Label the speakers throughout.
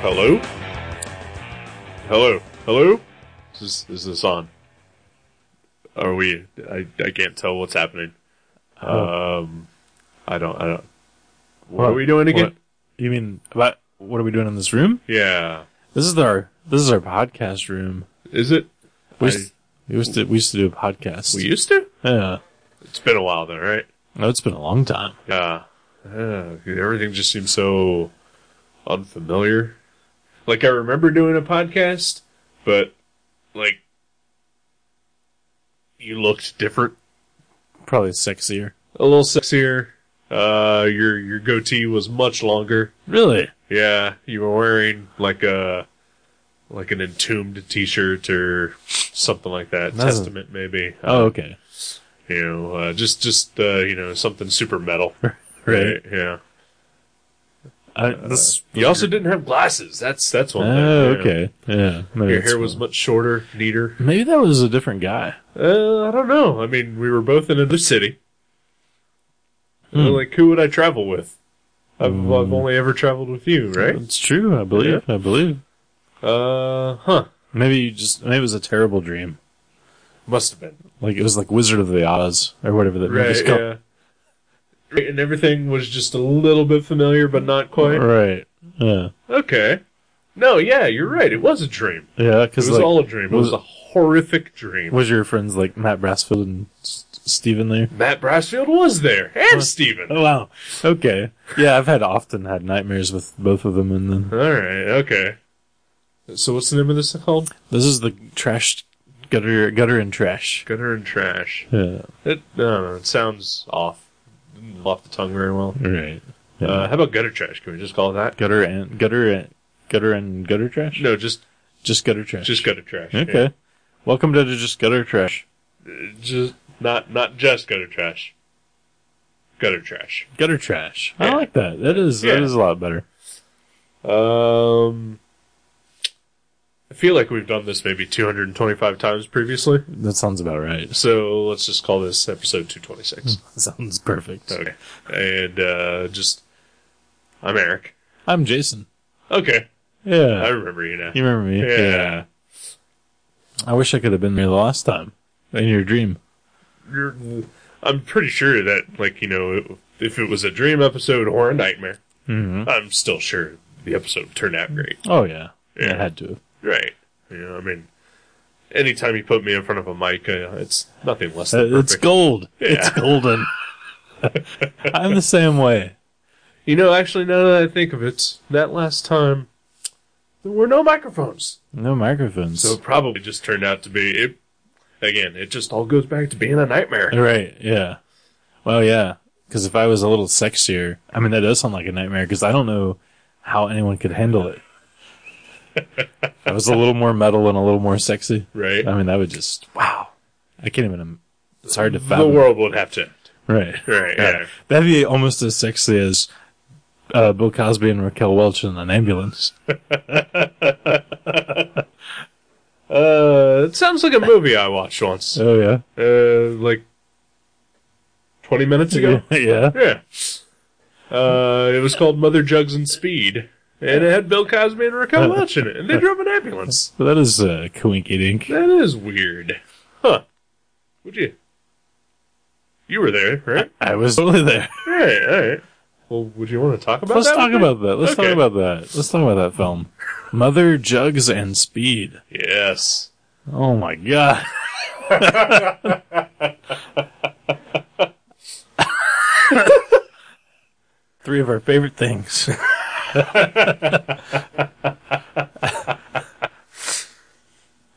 Speaker 1: Hello? Hello? Hello? Is this, is this on? Are we? I, I can't tell what's happening. Um, I don't. I don't. What,
Speaker 2: What?
Speaker 1: are we doing again?
Speaker 2: What? You mean about what are we doing in this room?
Speaker 1: Yeah.
Speaker 2: This is our this is our podcast room.
Speaker 1: Is it?
Speaker 2: We
Speaker 1: I-
Speaker 2: used, we used to we used to do a podcast.
Speaker 1: We used to.
Speaker 2: yeah.
Speaker 1: It's been a while then, right?
Speaker 2: No, it's been a long time.
Speaker 1: Yeah. Yeah, everything just seems so unfamiliar. Like I remember doing a podcast, but like you looked different.
Speaker 2: Probably sexier.
Speaker 1: a little sexier. Uh, your your goatee was much longer.
Speaker 2: Really?
Speaker 1: Yeah, you were wearing like a like an entombed T-shirt or something like that.
Speaker 2: That's a-
Speaker 1: Testament, maybe.
Speaker 2: Oh, okay.
Speaker 1: You know, uh, just just uh, you know something super metal, right?
Speaker 2: Right.
Speaker 1: Yeah.
Speaker 2: I, this.
Speaker 1: You Uh, also didn't have glasses. That's that's one thing.
Speaker 2: Oh,
Speaker 1: yeah.
Speaker 2: okay. Yeah. Maybe
Speaker 1: Your
Speaker 2: that's
Speaker 1: hair was
Speaker 2: why.
Speaker 1: much shorter, neater.
Speaker 2: Maybe that was a different guy.
Speaker 1: Uh, I don't know. I mean, we were both in another city. Uh,
Speaker 2: Hmm.
Speaker 1: Like, who would I travel with? I've, I've only ever traveled with you, right?
Speaker 2: It's true. I believe. I believe.
Speaker 1: Uh, huh.
Speaker 2: Maybe you just. Maybe it was a terrible dream.
Speaker 1: Must have been.
Speaker 2: Like it was like Wizard of the Oz or whatever that
Speaker 1: Right,
Speaker 2: movie's called.
Speaker 1: yeah. Right, and everything was just a little bit familiar, but not quite.
Speaker 2: Right. Yeah.
Speaker 1: Okay. No, yeah, you're right. It was a dream.
Speaker 2: Yeah.
Speaker 1: It was
Speaker 2: Because like,
Speaker 1: all a dream. It was,
Speaker 2: was-
Speaker 1: a horrific dream.
Speaker 2: was your friends like Matt Brassfield and S- Steven there?
Speaker 1: Matt Brassfield was there, and Steven.
Speaker 2: Oh wow. Okay. Yeah, I've had often had nightmares with both of them, and then
Speaker 1: Alright, okay. So what's the name of this called?
Speaker 2: this is the trash gutter, gutter and trash.
Speaker 1: Gunner and Trash.
Speaker 2: Yeah.
Speaker 1: It, I don't know, it sounds off. Didn't Off the tongue very well.
Speaker 2: Right. Yeah.
Speaker 1: Uh, how about gutter trash? Can we just call it that?
Speaker 2: gutter and gutter and gutter and gutter trash.
Speaker 1: No, just
Speaker 2: Just gutter trash.
Speaker 1: just gutter trash.
Speaker 2: okay. Welcome to just gutter trash.
Speaker 1: Yeah. Just not not just gutter trash. Gutter trash.
Speaker 2: Gutter trash.
Speaker 1: Yeah.
Speaker 2: I like that. That is that
Speaker 1: Yeah.
Speaker 2: is a lot better.
Speaker 1: Um, I feel like we've done this maybe 225 times previously.
Speaker 2: That sounds about right.
Speaker 1: So let's just call this episode 226.
Speaker 2: sounds perfect.
Speaker 1: okay. And uh, just, I'm Eric.
Speaker 2: I'm Jason.
Speaker 1: Okay,
Speaker 2: Yeah.
Speaker 1: I remember you now.
Speaker 2: you remember me?
Speaker 1: Yeah.
Speaker 2: I wish I could have been there the last time in your dream.
Speaker 1: You're, I'm pretty sure that, like, you know, if it was a dream episode or a nightmare,
Speaker 2: Mm-hmm.
Speaker 1: I'm still sure the episode turned out great.
Speaker 2: Oh yeah,
Speaker 1: Yeah.
Speaker 2: it had to. have.
Speaker 1: Right. You know, I mean, anytime you put me in front of a mic, uh, it's nothing less
Speaker 2: Uh,
Speaker 1: than
Speaker 2: It's
Speaker 1: perfect.
Speaker 2: gold. It's
Speaker 1: Yeah.
Speaker 2: golden. I'm the same way.
Speaker 1: you know, actually, now that I think of it, that last time, there were no microphones.
Speaker 2: No microphones.
Speaker 1: So it probably just turned out to be, it, again, it just all goes back to being a nightmare.
Speaker 2: right? Yeah. Well, yeah. Because if I was a little sexier, I mean, that does sound like a nightmare. Because I don't know how anyone could handle it. If I was a little more metal and a little more sexy.
Speaker 1: Right.
Speaker 2: I mean, that would just wow. I can't even. im- It's hard to
Speaker 1: The
Speaker 2: fathom.
Speaker 1: world would have to end.
Speaker 2: Right.
Speaker 1: Right, yeah.
Speaker 2: That'd be almost as sexy as uh, Bill Cosby and Raquel Welch in an ambulance.
Speaker 1: Uh, it sounds like a movie I watched once.
Speaker 2: Oh yeah.
Speaker 1: Uh, like 20 minutes ago?
Speaker 2: yeah.
Speaker 1: Yeah. Uh, it was called Mother Jugs and Speed, and it had Bill Cosby and Raquel
Speaker 2: Uh-huh.
Speaker 1: Welch in it, and they drove an ambulance.
Speaker 2: Well, that is uh, coinky dink.
Speaker 1: That is weird, huh? Would you? You were there, right?
Speaker 2: I was totally there.
Speaker 1: All right, all right. Well, would you want to talk about
Speaker 2: Let's
Speaker 1: that?
Speaker 2: talk
Speaker 1: with me?
Speaker 2: about that. Let's
Speaker 1: Okay.
Speaker 2: talk about that. Let's talk about that film, Mother Jugs and Speed.
Speaker 1: Yes.
Speaker 2: Oh my god. Three of our favorite things.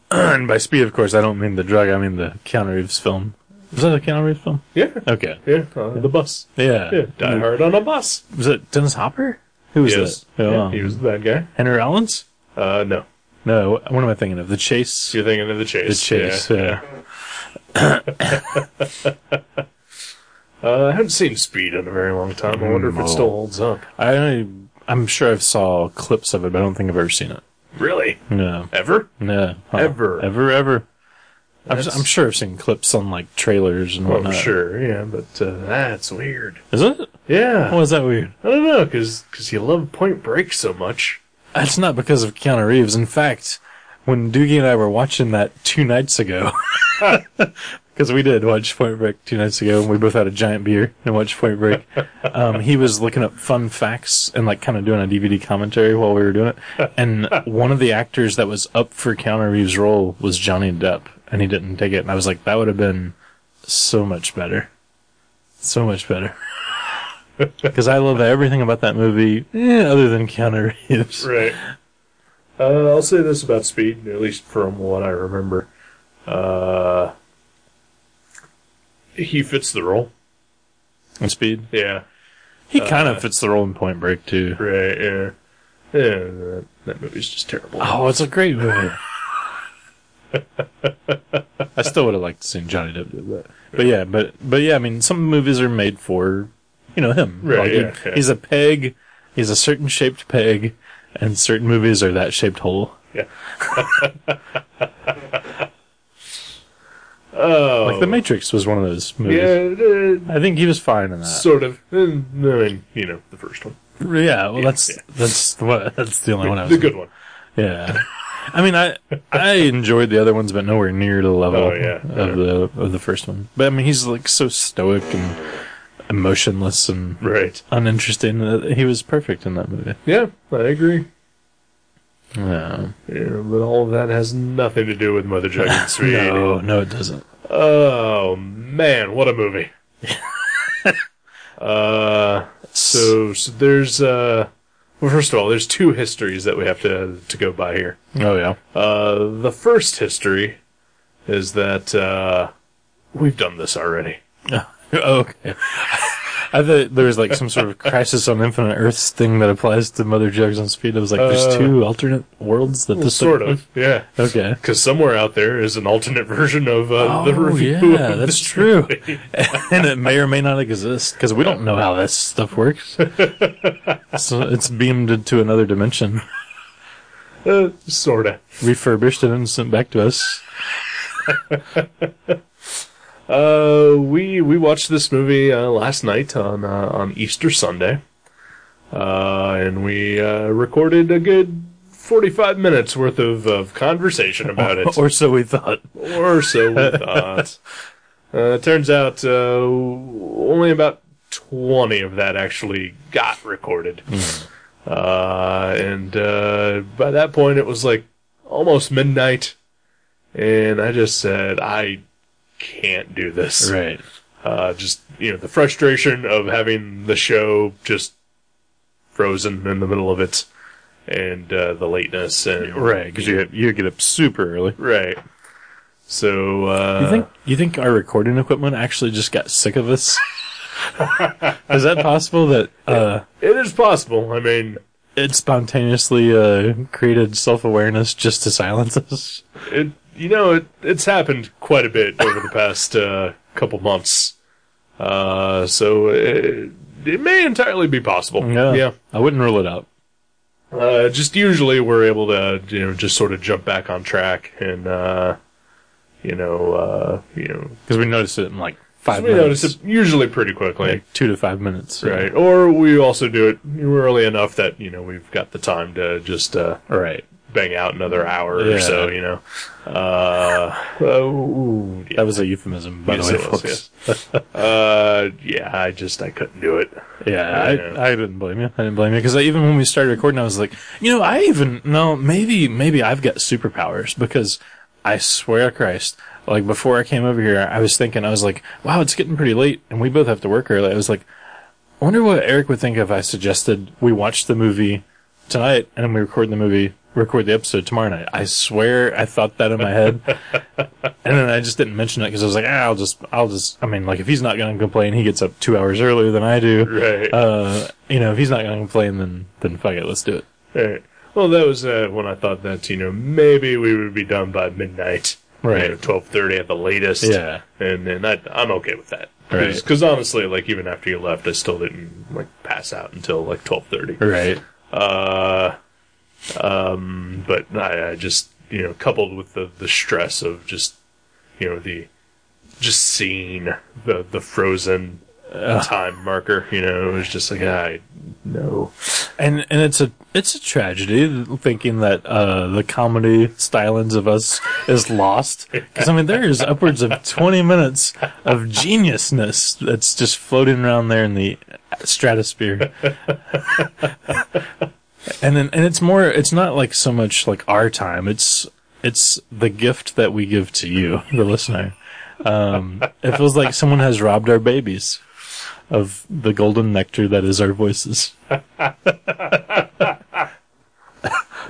Speaker 2: and by speed, of course, I don't mean the drug. I mean the Keanu Reeves film. Was that a Keanu Reeves film?
Speaker 1: Yeah.
Speaker 2: Okay.
Speaker 1: Yeah. Uh, The bus.
Speaker 2: Yeah.
Speaker 1: Yeah. Die Hard on a bus.
Speaker 2: Was it Dennis Hopper? Who was
Speaker 1: yes.
Speaker 2: that?
Speaker 1: Yeah,
Speaker 2: Oh,
Speaker 1: He was the bad guy.
Speaker 2: Henry Rollins?
Speaker 1: Uh, no.
Speaker 2: No, what am I thinking of? The Chase?
Speaker 1: You're thinking of the
Speaker 2: The
Speaker 1: chase.
Speaker 2: Chase,
Speaker 1: Yeah.
Speaker 2: yeah.
Speaker 1: Uh, I haven't seen Speed in a very long time. I wonder if
Speaker 2: No.
Speaker 1: it still holds up.
Speaker 2: I only, I'm sure I've saw clips of it, but I don't think I've ever seen it.
Speaker 1: Really?
Speaker 2: No.
Speaker 1: Ever?
Speaker 2: No. Huh.
Speaker 1: Ever.
Speaker 2: Ever, ever. I'm,
Speaker 1: That's-
Speaker 2: I'm sure I've seen clips on like trailers and
Speaker 1: Well,
Speaker 2: whatnot.
Speaker 1: sure, yeah, but uh, that's weird.
Speaker 2: Is it?
Speaker 1: Yeah.
Speaker 2: Why is that weird?
Speaker 1: I don't know, because you love Point Break so much.
Speaker 2: It's not because of Keanu Reeves. In fact, when Doogie and I were watching that two nights ago, because we did watch Point Break two nights ago, and we both had a giant beer and watched Point Break, um, he was looking up fun facts and like kind of doing a DVD commentary while we were doing it. And one of the actors that was up for Keanu Reeves' role was Johnny Depp, and he didn't take it. And I was like, that would have been so much better, so much better. Because I love everything about that movie, eh, other than Keanu Reeves.
Speaker 1: Right. Uh, I'll say this about Speed, at least from what I remember. Uh, he fits the role.
Speaker 2: and speed. Uh,
Speaker 1: Yeah.
Speaker 2: He kind of fits the role in Point Break too.
Speaker 1: Right, yeah. Yeah, that, that movie's just terrible.
Speaker 2: Oh, it's a great movie. I still would have liked to see Johnny Depp do it, but but yeah, but but yeah, I mean, some movies are made for you know him.
Speaker 1: Right,
Speaker 2: Like, he-
Speaker 1: yeah, yeah.
Speaker 2: He's a peg. He's a certain shaped peg, and certain movies are that shaped hole.
Speaker 1: Yeah. oh.
Speaker 2: Like The Matrix was one of those movies.
Speaker 1: Yeah, uh,
Speaker 2: I think he was fine in that.
Speaker 1: sort of. And, I mean, you know, the first one.
Speaker 2: yeah, well, that's
Speaker 1: yeah.
Speaker 2: that's what that's the only one I was.
Speaker 1: the good one.
Speaker 2: Yeah. I mean, I I enjoyed the other ones, but nowhere near to the level
Speaker 1: Oh, yeah.
Speaker 2: of the of the first one. But I mean, he's like so stoic and emotionless and
Speaker 1: Right.
Speaker 2: uninteresting. that He was perfect in that movie.
Speaker 1: Yeah, I agree.
Speaker 2: Yeah.
Speaker 1: Yeah, but all of that has nothing to do with Mother Jug and Sweet.
Speaker 2: No, no, it doesn't.
Speaker 1: Oh man, what a movie! uh, so so there's uh, well, first of all, there's two histories that we have to to go by here.
Speaker 2: Oh yeah.
Speaker 1: Uh, the first history is that uh, we've done this already.
Speaker 2: Oh, okay. I thought there was like some sort of crisis on Infinite Earths thing that applies to Mother Jugs on Speed. I was like, there's
Speaker 1: Uh,
Speaker 2: two alternate worlds that this
Speaker 1: Sort of, yeah.
Speaker 2: Okay.
Speaker 1: Because somewhere out there is an alternate version of uh,
Speaker 2: Oh,
Speaker 1: the review.
Speaker 2: yeah,
Speaker 1: of
Speaker 2: that's
Speaker 1: this
Speaker 2: true.
Speaker 1: movie.
Speaker 2: and it may or may not exist because we don't know how this stuff works. so it's beamed into another dimension,
Speaker 1: Uh, sorta.
Speaker 2: refurbished and then sent back to us.
Speaker 1: Uh, we we watched this movie uh, last night on uh, on Easter Sunday, uh, and we uh, recorded a good forty five minutes worth of, of conversation about it,
Speaker 2: or so we thought.
Speaker 1: or so we thought. Uh, turns out uh, only about twenty of that actually got recorded, uh, and uh, by that point it was like almost midnight, and I just said I can't do this
Speaker 2: Right.
Speaker 1: uh, just you know the frustration of having the show just frozen in the middle of it, and uh, the lateness and
Speaker 2: Right. Because you, you get up super early.
Speaker 1: right. So uh,
Speaker 2: You think you think our recording equipment actually just got sick of us? Is that possible that uh,
Speaker 1: it is possible? I mean,
Speaker 2: it spontaneously uh, created self awareness just to silence us?
Speaker 1: it you know it it's happened quite a bit over the past uh, couple months. Uh, so it, it may entirely be possible. yeah.
Speaker 2: I wouldn't rule it out.
Speaker 1: Uh, just usually we're able to, you know, just sort of jump back on track and, uh, you know, uh, you know,
Speaker 2: Because we noticed it in like five
Speaker 1: we notice
Speaker 2: minutes.
Speaker 1: it usually pretty quickly,
Speaker 2: like two to five minutes.
Speaker 1: right? Or we also do it early enough that you know we've got the time to just uh,
Speaker 2: Right.
Speaker 1: bang out another hour
Speaker 2: Yeah.
Speaker 1: or so, you know. Uh, oh, yeah.
Speaker 2: That was a euphemism, by
Speaker 1: Yes,
Speaker 2: the way,
Speaker 1: it was,
Speaker 2: folks.
Speaker 1: Uh, yeah, I just I couldn't do it.
Speaker 2: Yeah,
Speaker 1: Yeah.
Speaker 2: I, I didn't blame you. I didn't blame you because even when we started recording, I was like, you know, I even no, maybe maybe I've got superpowers because I swear to Christ, like before I came over here, I was thinking, I was like, wow, it's getting pretty late, and we both have to work early. I was like, I wonder what Eric would think if I suggested we watch the movie tonight and then we record the movie, record the episode tomorrow night. I swear I thought that in my head, and then I just didn't mention it because I was like, ah, I'll just, I'll just, I mean, like if he's not going to complain, he gets up two hours earlier than I do
Speaker 1: Right.
Speaker 2: uh, you know, if he's not going to complain, then then fuck it, let's do it.
Speaker 1: Right. Well, that was uh, when I thought that you know maybe we would be done by midnight,
Speaker 2: Right.
Speaker 1: Twelve thirty at the latest.
Speaker 2: Yeah.
Speaker 1: and and I, I'm okay with that.
Speaker 2: Right.
Speaker 1: Because honestly, like even after you left, I still didn't like pass out until like twelve thirty.
Speaker 2: Right.
Speaker 1: Uh, um, but I, I just you know coupled with the the stress of just you know the just seeing the the frozen time marker. You know, it was just like I no.
Speaker 2: And and it's a it's a tragedy thinking that uh, the comedy stylings of us is lost because I mean there is upwards of twenty minutes of geniusness that's just floating around there in the stratosphere. and then and it's more it's not like so much like our time it's it's the gift that we give to you the listener. Um, it feels like someone has robbed our babies of the golden nectar that is our voices.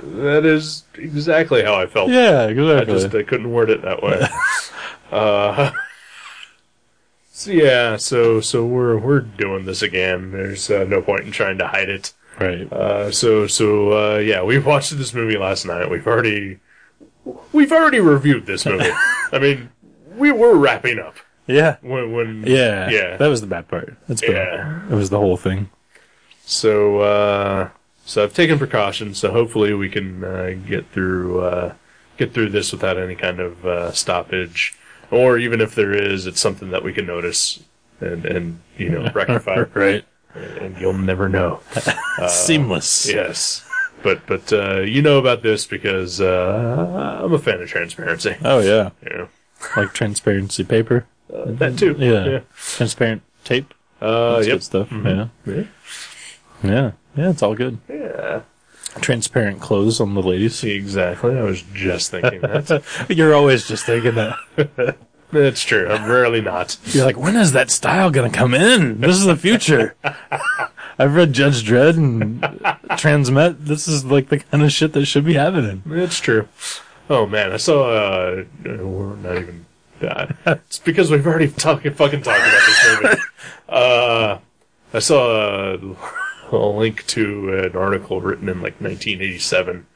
Speaker 1: That is exactly how I felt.
Speaker 2: Yeah,
Speaker 1: I
Speaker 2: exactly.
Speaker 1: just I couldn't word it that way. uh, so yeah, so so we're we're doing this again. There's uh, no point in trying to hide it.
Speaker 2: right.
Speaker 1: Uh, so so uh, yeah, we watched this movie last night. We've already we've already reviewed this movie. I mean, we were wrapping up
Speaker 2: Yeah.
Speaker 1: when when
Speaker 2: Yeah.
Speaker 1: yeah.
Speaker 2: That was the bad part. That's bad.
Speaker 1: Yeah.
Speaker 2: It was the whole thing.
Speaker 1: So uh, so I've taken precautions. So hopefully we can uh, get through uh, get through this without any kind of uh, stoppage, or even if there is, it's something that we can notice and and you know rectify.
Speaker 2: Right.
Speaker 1: and you'll never know. Uh,
Speaker 2: Seamless.
Speaker 1: Yes. But but uh, you know about this because uh, I'm a fan of transparency.
Speaker 2: Oh yeah.
Speaker 1: You know,
Speaker 2: Like transparency paper.
Speaker 1: that too.
Speaker 2: Yeah. Transparent tape.
Speaker 1: yeah. Uh,
Speaker 2: That's
Speaker 1: yep.
Speaker 2: good stuff.
Speaker 1: Yeah.
Speaker 2: Yeah. Yeah. Yeah, it's all good.
Speaker 1: Yeah.
Speaker 2: Transparent clothes on the ladies.
Speaker 1: Exactly. I was just thinking that.
Speaker 2: You're always just thinking that.
Speaker 1: That's true. I'm rarely not.
Speaker 2: You're like, when is that style gonna come in? This is the future. I've read Judge Dredd and Transmet. This is like the kind of shit that should be happening.
Speaker 1: It's true. Oh man, I saw. Uh, uh, we're not even. Uh, it's because we've already talk, fucking talked about this movie. Uh, I saw uh, a, a link to an article written in like 1987.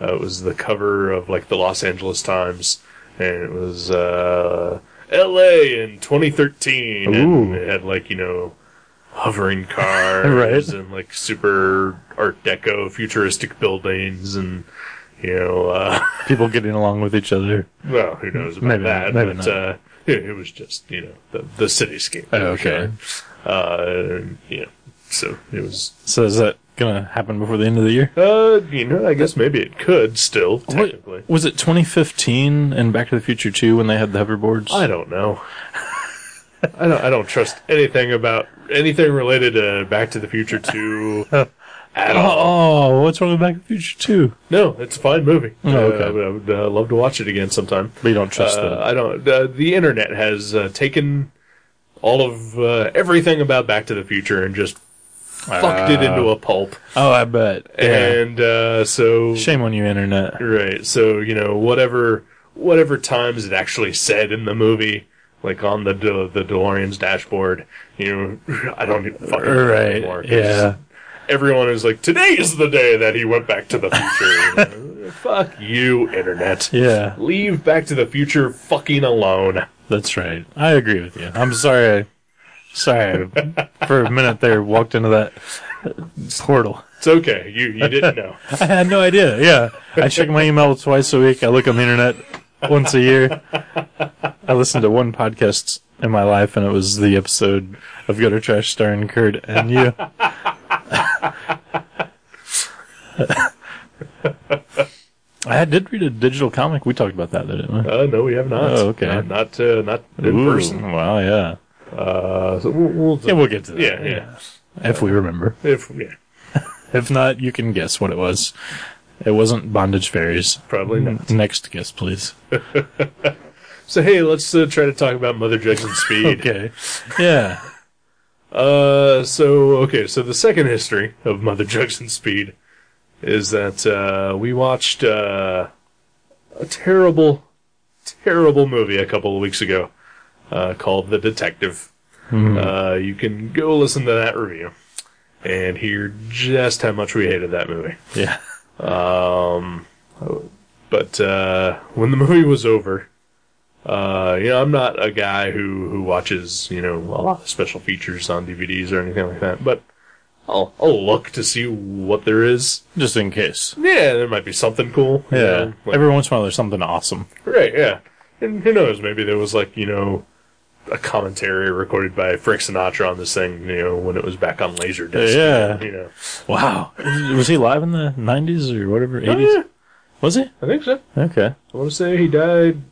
Speaker 1: Uh, it was the cover of like the Los Angeles Times, and it was uh, L.A. in 2013,
Speaker 2: Ooh.
Speaker 1: and it had like you know hovering cars
Speaker 2: Right.
Speaker 1: and like super Art Deco futuristic buildings and you know, uh,
Speaker 2: People getting along with each other.
Speaker 1: well, who knows about
Speaker 2: Maybe
Speaker 1: that?
Speaker 2: not, maybe
Speaker 1: but
Speaker 2: not.
Speaker 1: uh, it, it was just you know the the cityscape.
Speaker 2: Oh, okay.
Speaker 1: Uh, and, you know, so it was.
Speaker 2: So is that gonna happen before the end of the year?
Speaker 1: Uh, you know, I guess maybe it could still technically.
Speaker 2: What- was it 2015 and Back to the Future 2 when they had the hoverboards?
Speaker 1: I don't know. I don't. I don't trust anything about anything related to Back to the Future Two at all.
Speaker 2: oh, what's wrong with Back to the Future 2?
Speaker 1: No, it's a fine movie.
Speaker 2: Oh, okay.
Speaker 1: Uh, I would, I would uh, love to watch it again sometime.
Speaker 2: But you don't trust
Speaker 1: Uh,
Speaker 2: the-
Speaker 1: I don't. Uh, the internet has uh, taken all of uh, everything about Back to the Future and just fucked it into a pulp.
Speaker 2: Oh, I bet. Yeah.
Speaker 1: And uh, so,
Speaker 2: Shame on you, internet.
Speaker 1: right. So you know, whatever whatever times it actually said in the movie, like on the De- the DeLorean's dashboard, you know, I don't even fucking know anymore
Speaker 2: Right.
Speaker 1: 'cause
Speaker 2: Yeah.
Speaker 1: Everyone is like, today is the day that he went back to the future. You know, Fuck you, internet.
Speaker 2: Yeah.
Speaker 1: Leave Back to the Future fucking alone.
Speaker 2: That's right. I agree with you. I'm sorry. I- Sorry. I- For a minute there, walked into that portal.
Speaker 1: It's okay. You you didn't know.
Speaker 2: I had no idea. Yeah. I check my email twice a week. I look on the internet once a year. I listened to one podcast in my life, and it was the episode of Gutter Trash starring Kurt and you. I did read a digital comic. We talked about that, didn't we?
Speaker 1: Uh, no, we have not.
Speaker 2: Oh, okay.
Speaker 1: Uh, not uh, not in
Speaker 2: Ooh,
Speaker 1: person.
Speaker 2: Wow, yeah.
Speaker 1: Uh, so we'll, we'll
Speaker 2: Yeah, we'll get to that.
Speaker 1: yeah, yeah.
Speaker 2: If we remember.
Speaker 1: If yeah,
Speaker 2: If not, you can guess what it was. It wasn't Bondage Fairies.
Speaker 1: probably not.
Speaker 2: Next guess, please.
Speaker 1: So hey, let's uh, try to talk about Mother Jackson Speed.
Speaker 2: Okay. Yeah.
Speaker 1: Uh, so okay, so the second history of Mother Jackson Speed is that uh, we watched uh, a terrible, terrible movie a couple of weeks ago uh, called The Detective. Uh, you can go listen to that review and hear just how much we hated that movie.
Speaker 2: Yeah.
Speaker 1: Um, but uh, when the movie was over, uh, you know, I'm not a guy who who watches you know a lot of special features on DVDs or anything like that, but. I'll, I'll look to see what there is.
Speaker 2: Just in case.
Speaker 1: Yeah, there might be something cool. you
Speaker 2: Yeah.
Speaker 1: know, like-
Speaker 2: Every once in a while, there's something awesome.
Speaker 1: Right, yeah. And who knows, maybe there was like, you know, a commentary recorded by Frank Sinatra on this thing, you know, when it was back on Laserdisc.
Speaker 2: Yeah.
Speaker 1: You know.
Speaker 2: Wow. Oh, Was he live in the 90s or whatever? 80s?
Speaker 1: yeah.
Speaker 2: Was he?
Speaker 1: I think so.
Speaker 2: Okay.
Speaker 1: I want to say he died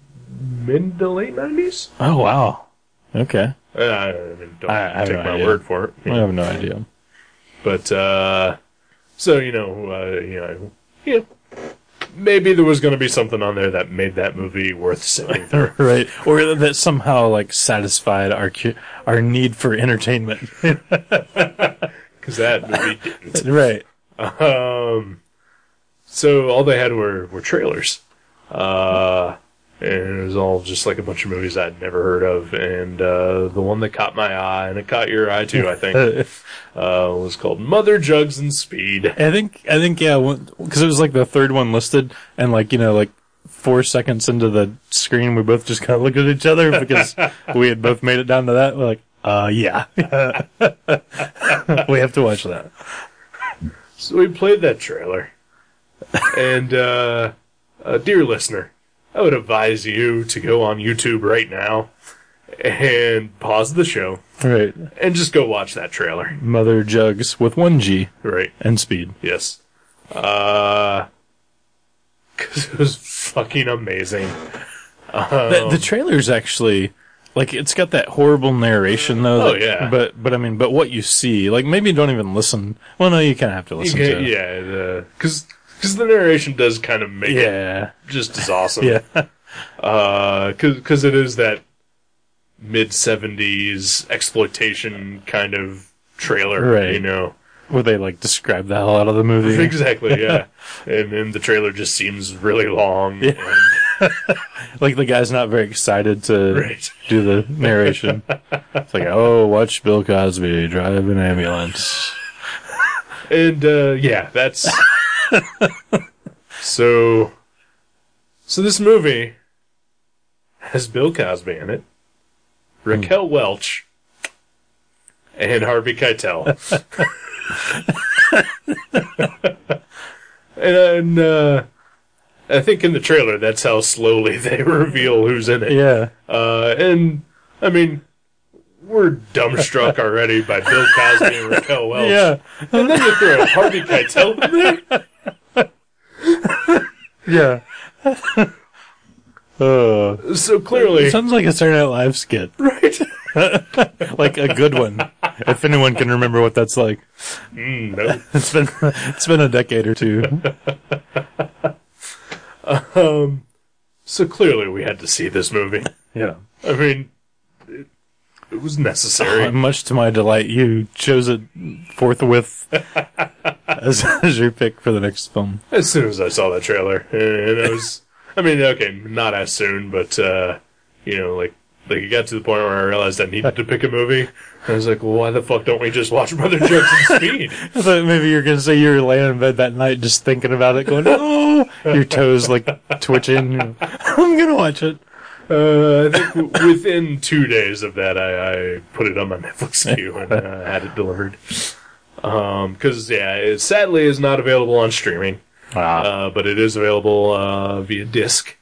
Speaker 1: mid to late 90s?
Speaker 2: Oh, wow. Okay.
Speaker 1: Uh, I mean, don't
Speaker 2: I- I have
Speaker 1: take
Speaker 2: no
Speaker 1: my
Speaker 2: idea.
Speaker 1: word for it.
Speaker 2: I have no idea.
Speaker 1: But, uh, so, you know, uh, you know, yeah. Maybe there was going to be something on there that made that movie worth sitting through.
Speaker 2: right. Or that somehow, like, satisfied our cu- our need for entertainment.
Speaker 1: Because that movie didn't.
Speaker 2: right.
Speaker 1: Um, so all they had were, were trailers. Uh, and it was all just like a bunch of movies I'd never heard of. And uh, the one that caught my eye, and it caught your eye too, I think,
Speaker 2: Uh,
Speaker 1: uh, was called Mother Jugs and Speed.
Speaker 2: I think, I think, yeah, because it was like the third one listed, and like, you know, like four seconds into the screen, we both just kind of looked at each other because we had both made it down to that. We're like, uh, yeah. we have to watch that.
Speaker 1: So we played that trailer. and, uh, uh, dear listener, I would advise you to go on YouTube right now and pause the show
Speaker 2: Right.
Speaker 1: and just go watch that trailer.
Speaker 2: Mother Jugs with one G
Speaker 1: Right.
Speaker 2: and speed.
Speaker 1: Yes. Uh, cause it was fucking amazing.
Speaker 2: The,
Speaker 1: Um.
Speaker 2: the trailer's actually like it's got that horrible narration though.
Speaker 1: Oh,
Speaker 2: that-
Speaker 1: yeah.
Speaker 2: But but I mean, but what you see, like maybe don't even listen. Well, no, you kind of have to listen
Speaker 1: Yeah,
Speaker 2: to. it.
Speaker 1: yeah, the, cause, cause the narration does kind of make it
Speaker 2: Yeah.
Speaker 1: just as awesome.
Speaker 2: Yeah.
Speaker 1: Uh, cause, cause it is that mid seventies exploitation kind of trailer,
Speaker 2: Right.
Speaker 1: you know?
Speaker 2: Where they like describe the hell out of the movie.
Speaker 1: Exactly, yeah. and then the trailer just seems really long. and-
Speaker 2: like the guy's not very excited to
Speaker 1: Right.
Speaker 2: do the narration. it's like, oh, watch Bill Cosby drive an ambulance.
Speaker 1: And uh, yeah, that's so. So this movie has Bill Cosby in it,
Speaker 2: Hmm.
Speaker 1: Raquel Welch, and Harvey Keitel. and uh, I think in the trailer, that's how slowly they reveal who's in it.
Speaker 2: Yeah.
Speaker 1: Uh, and I mean, we're dumbstruck already by Bill Cosby and Raquel Welch.
Speaker 2: Yeah.
Speaker 1: And then you throw Harvey Keitel in there.
Speaker 2: Yeah. Uh,
Speaker 1: So clearly,
Speaker 2: sounds like a Saturday Night Live skit.
Speaker 1: right?
Speaker 2: like a good one. If anyone can remember what that's like,
Speaker 1: Mm, no.
Speaker 2: it's been it's been a decade or two.
Speaker 1: So clearly, we had to see this movie.
Speaker 2: Yeah.
Speaker 1: I mean, it, it was necessary.
Speaker 2: Much to my delight, you chose it forthwith as, as your pick for the next film.
Speaker 1: As soon as I saw that trailer, Uh, and I was, I mean, okay, not as soon, but uh, you know, like. Like it got to the point where I realized I needed to pick a movie. I was like, well, "Why the fuck don't we just watch Mother Jokes and Speed?"
Speaker 2: I thought maybe you were going to say you were laying in bed that night just thinking about it, going, oh, your toes like twitching. I'm going to watch it.
Speaker 1: Uh, I think w- within two days of that, I, I put it on my Netflix queue and uh, had it delivered. Because yeah, it sadly is not available on streaming, uh, but it is available uh, via disc.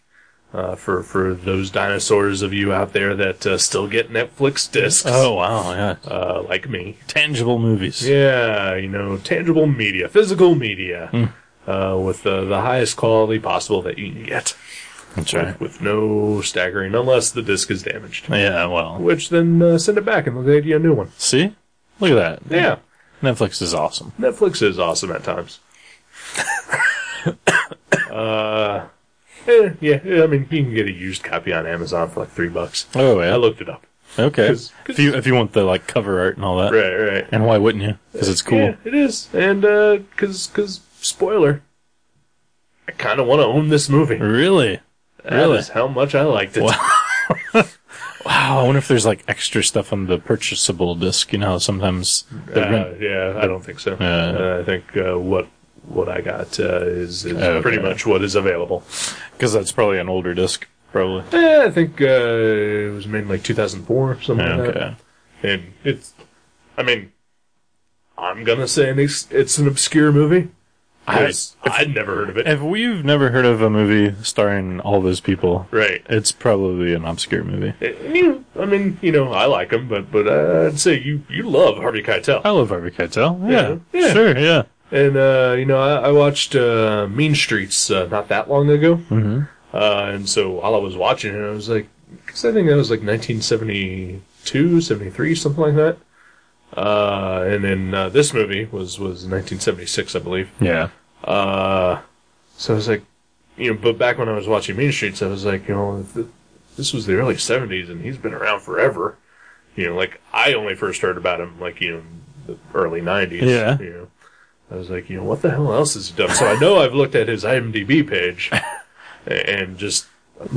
Speaker 1: Uh, for for those dinosaurs of you out there that uh, still get Netflix discs,
Speaker 2: oh, wow. Yeah.
Speaker 1: uh, like me,
Speaker 2: Tangible movies.
Speaker 1: yeah, you know, tangible media, physical media, uh, with uh, the highest quality possible that you can get,
Speaker 2: That's right.
Speaker 1: with no staggering, unless the disc is damaged
Speaker 2: Yeah, well.
Speaker 1: which then uh, send it back and they'll get you a new one.
Speaker 2: See? Look at that.
Speaker 1: Yeah,
Speaker 2: Netflix is awesome.
Speaker 1: Netflix is awesome at times. uh, eh, yeah, yeah, I mean, you can get a used copy on Amazon for like three bucks.
Speaker 2: Oh, yeah.
Speaker 1: I looked it up.
Speaker 2: Okay.
Speaker 1: 'Cause-
Speaker 2: if you if you want the like cover art and all that,
Speaker 1: Right, right.
Speaker 2: and why wouldn't you? Because it's cool.
Speaker 1: Yeah, it is. And, uh, cause, cause, spoiler, I kind of want to own this movie.
Speaker 2: Really?
Speaker 1: That
Speaker 2: really?
Speaker 1: is how much I liked it.
Speaker 2: Wow. I wonder if there's like extra stuff on the purchasable disc. You know, how sometimes.
Speaker 1: Uh,
Speaker 2: the rent-
Speaker 1: yeah, I don't think so.
Speaker 2: Yeah.
Speaker 1: Uh, I think, uh, what, what I got uh, is, is
Speaker 2: Okay.
Speaker 1: pretty much what is available.
Speaker 2: Because that's probably an older disc, probably.
Speaker 1: Eh, I think uh, it was made in like 2004, something like that.
Speaker 2: Okay.
Speaker 1: And it's, I mean, I'm gonna say an ex- it's an obscure movie.
Speaker 2: I-
Speaker 1: I, I'd never heard of it.
Speaker 2: If we've never heard of a movie starring all those people,
Speaker 1: Right.
Speaker 2: it's probably an obscure movie.
Speaker 1: And you, I mean, you know, I like him, but but I'd say you you love Harvey Keitel,
Speaker 2: I love Harvey Keitel. Yeah,
Speaker 1: Yeah, yeah.
Speaker 2: sure, yeah.
Speaker 1: and uh, you know, I, I watched uh, Mean Streets uh, not that long ago,
Speaker 2: Mm-hmm.
Speaker 1: uh, and so while I was watching it, I was like, because I think that was like 1972, 73, something like that. Uh, and then uh, this movie was was 1976, I believe.
Speaker 2: Yeah.
Speaker 1: Uh, so I was like, you know, but back when I was watching Mean Streets, I was like, you know, th- this was the early '70s, and he's been around forever. You know, like I only first heard about him like you know the early '90s.
Speaker 2: Yeah.
Speaker 1: You know, I was like, you know, what the hell else has he done? So I know I've looked at his IMDb page, a- and just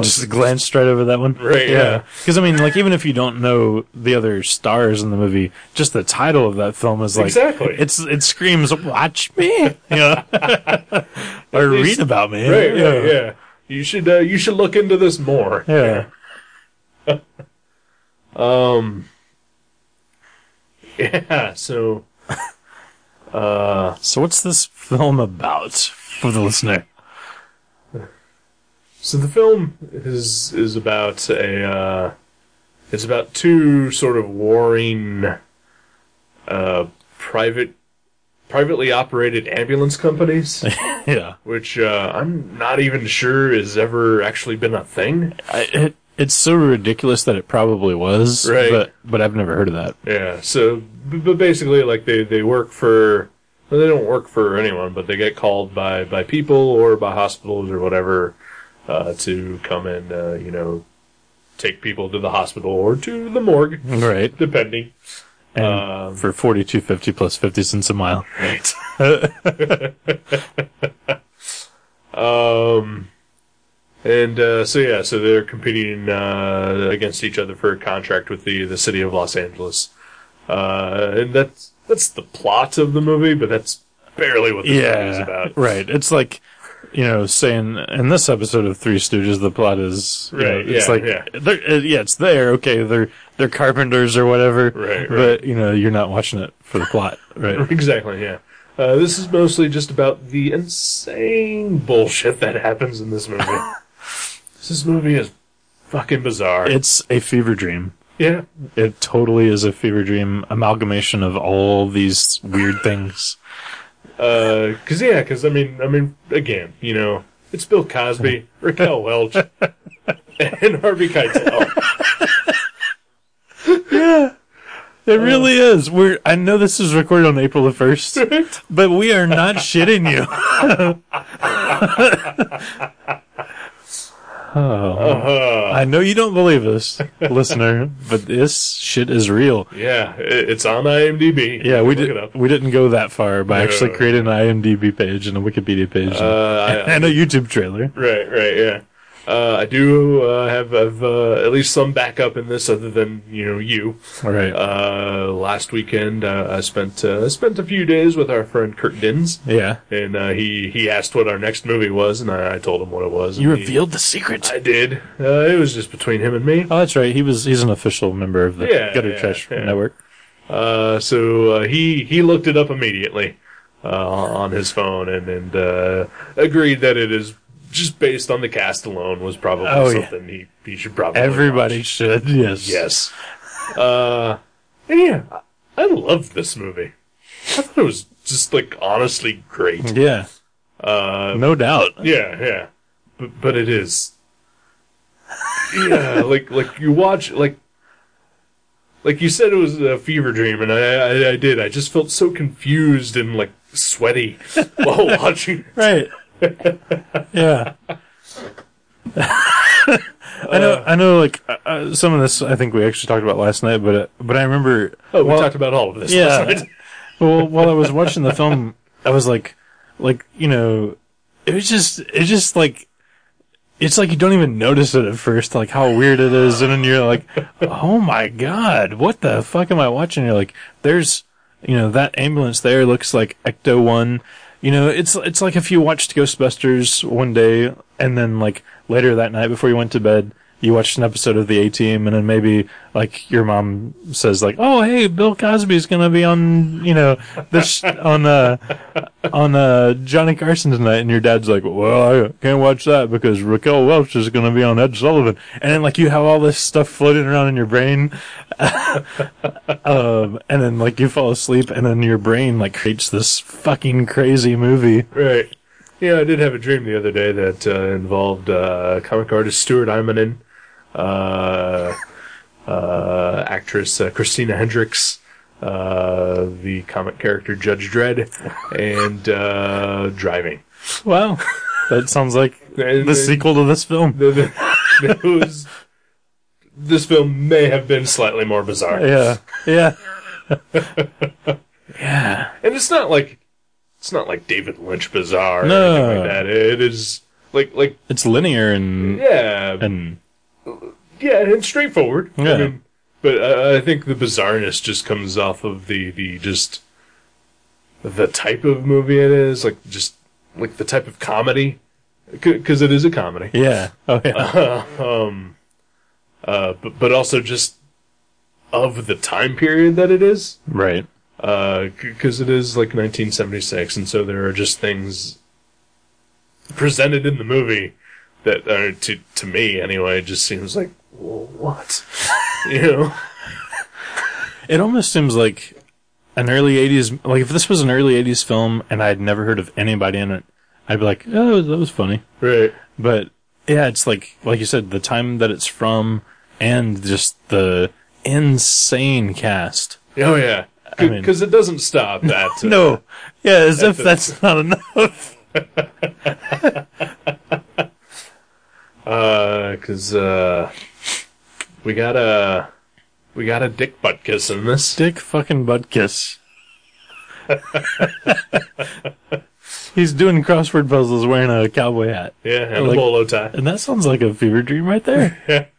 Speaker 2: Just glance straight over that one.
Speaker 1: Right, yeah.
Speaker 2: Because, I mean, like, even if you don't know the other stars in the movie, just the title of that film is like.
Speaker 1: Exactly.
Speaker 2: It's, it screams, watch me! You know? or read
Speaker 1: least-
Speaker 2: about me.
Speaker 1: right, right, yeah. You should uh, you should look into this more.
Speaker 2: Yeah.
Speaker 1: Yeah. So. Uh,
Speaker 2: So, what's this film about for the listener?
Speaker 1: So the film is is about a uh, it's about two sort of warring uh, private privately operated ambulance companies,
Speaker 2: Yeah.
Speaker 1: which uh, I'm not even sure has ever actually been a thing.
Speaker 2: I, it, it's so ridiculous that it probably was.
Speaker 1: Right.
Speaker 2: But, but I've never heard of that.
Speaker 1: Yeah. So, b- but basically, like they they work for well, they don't work for anyone, but they get called by by people or by hospitals or whatever uh, to come and uh, you know take people to the hospital or to the morgue,
Speaker 2: Right.
Speaker 1: depending.
Speaker 2: And
Speaker 1: Um,
Speaker 2: for 42.50 plus 50 cents a mile.
Speaker 1: Um, and uh, so yeah, so they're competing uh, against each other for a contract with the the city of Los Angeles, uh, and that's that's the plot of the movie, but that's barely what the movie is about.
Speaker 2: Right. It's like, you know, saying in this episode of Three Stooges, the plot is you know,
Speaker 1: Right,
Speaker 2: it's
Speaker 1: yeah,
Speaker 2: like,
Speaker 1: yeah.
Speaker 2: they're- uh, yeah, it's there. Okay, they're they're carpenters or whatever.
Speaker 1: Right, right.
Speaker 2: But you know, you're not watching it for the plot. Right.
Speaker 1: Exactly, yeah. Uh, this is mostly just about the insane bullshit that happens in this movie. this movie is fucking bizarre.
Speaker 2: It's a fever dream.
Speaker 1: yeah,
Speaker 2: It totally is a fever dream amalgamation of all these weird things.
Speaker 1: because Uh, yeah, because I mean, I mean, again, you know, it's Bill Cosby, Raquel Welch, and Harvey Keitel. Oh,
Speaker 2: It really is. We're I know this is recorded on April the first, but we are not shitting you. oh,
Speaker 1: Uh,
Speaker 2: I know you don't believe us, listener, but this shit is real.
Speaker 1: yeah, i- it's on IMDb.
Speaker 2: Yeah, we
Speaker 1: Look
Speaker 2: did.
Speaker 1: it up.
Speaker 2: We didn't go that far by actually
Speaker 1: No.
Speaker 2: creating an IMDb page and a Wikipedia page and-
Speaker 1: Uh, I,
Speaker 2: and a YouTube trailer.
Speaker 1: right, right, yeah. Uh, I do uh, have, have uh, at least some backup in this, other than you know you.
Speaker 2: All right.
Speaker 1: Uh, last weekend, uh, I spent uh, spent a few days with our friend Kurt Dins,
Speaker 2: yeah.
Speaker 1: and uh, he he asked what our next movie was, and I, I told him what it was.
Speaker 2: You
Speaker 1: and he-
Speaker 2: revealed the secret.
Speaker 1: I did. Uh, it was just between him and me.
Speaker 2: oh, that's right. He was. He's an official member of the
Speaker 1: Yeah,
Speaker 2: Gutter
Speaker 1: yeah,
Speaker 2: Trash
Speaker 1: yeah.
Speaker 2: Network.
Speaker 1: Uh, so uh, he he looked it up immediately uh, on his phone and and uh, agreed that it is just based on the cast alone was probably
Speaker 2: Oh, yeah.
Speaker 1: something he he should probably
Speaker 2: Everybody
Speaker 1: watch.
Speaker 2: should. Yes.
Speaker 1: Oh yes. Uh, and yeah, I- I loved this movie. I thought it was just like honestly great.
Speaker 2: Yeah.
Speaker 1: Uh,
Speaker 2: No doubt.
Speaker 1: Yeah, yeah. But but it is. Yeah, like like you watch like like you said it was a fever dream, and I I, I did. I just felt so confused and like sweaty while watching.
Speaker 2: Right. yeah. I know. I know. Like uh, uh, some of this, I think we actually talked about last night, but uh, but I remember.
Speaker 1: Oh, we
Speaker 2: while-
Speaker 1: talked about all of this.
Speaker 2: Yeah.
Speaker 1: last night.
Speaker 2: well, while I was watching the film, I was like, like you know, it was just, it's just like, it's like you don't even notice it at first, like how weird it is, and then you're like, oh my god, what the fuck am I watching? You're like, there's, you know, that ambulance there looks like Ecto One. You know, it's it's like if you watched Ghostbusters one day and then like later that night before you went to bed, you watched an episode of the A Team and then maybe like your mom says like, "Oh, hey, Bill Cosby's going to be on, you know, this on uh on uh Johnny Carson tonight." And your dad's like, "Well, I can't watch that because Raquel Welch is going to be on Ed Sullivan." And then like you have all this stuff floating around in your brain um, and then like you fall asleep, and then your brain like creates this fucking crazy movie.
Speaker 1: Right. Yeah, I did have a dream the other day that uh, involved uh, comic artist Stuart Immonen, uh, uh, actress uh, Christina Hendricks, uh, the comic character Judge Dredd, and uh, driving.
Speaker 2: Wow, that sounds like
Speaker 1: And-
Speaker 2: the sequel to this film.
Speaker 1: The, the, those- this film may have been slightly more bizarre.
Speaker 2: Yeah, yeah,
Speaker 1: And it's not like it's not like David Lynch bizarre or
Speaker 2: No.
Speaker 1: anything like that. It is like like
Speaker 2: it's linear and
Speaker 1: yeah,
Speaker 2: and
Speaker 1: yeah, and straightforward. I
Speaker 2: Yeah.
Speaker 1: mean, but I, I think the bizarreness just comes off of the the just the type of movie it is, like just like the type of comedy, because it is a comedy.
Speaker 2: yeah, oh yeah,
Speaker 1: um, uh, but but also just of the time period that it is,
Speaker 2: right.
Speaker 1: because it is like 1976, and so there are just things presented in the movie that are to to me anyway just seems like well, what you know
Speaker 2: It almost seems like an early '80s. Like if this was an early '80s film, and I'd never heard of anybody in it, I'd be like, "Oh, that was funny."
Speaker 1: right
Speaker 2: But yeah, it's like like you said, the time that it's from, and just the insane cast.
Speaker 1: oh yeah
Speaker 2: I mean-
Speaker 1: because it doesn't stop at uh,
Speaker 2: No, yeah, as if
Speaker 1: a-
Speaker 2: that's not enough.
Speaker 1: because uh, we got a we got a dick butt kiss in this
Speaker 2: Dick fucking butt kiss. He's doing crossword puzzles wearing a cowboy hat,
Speaker 1: yeah and
Speaker 2: Like-
Speaker 1: a bolo tie
Speaker 2: and that sounds like a fever dream right there.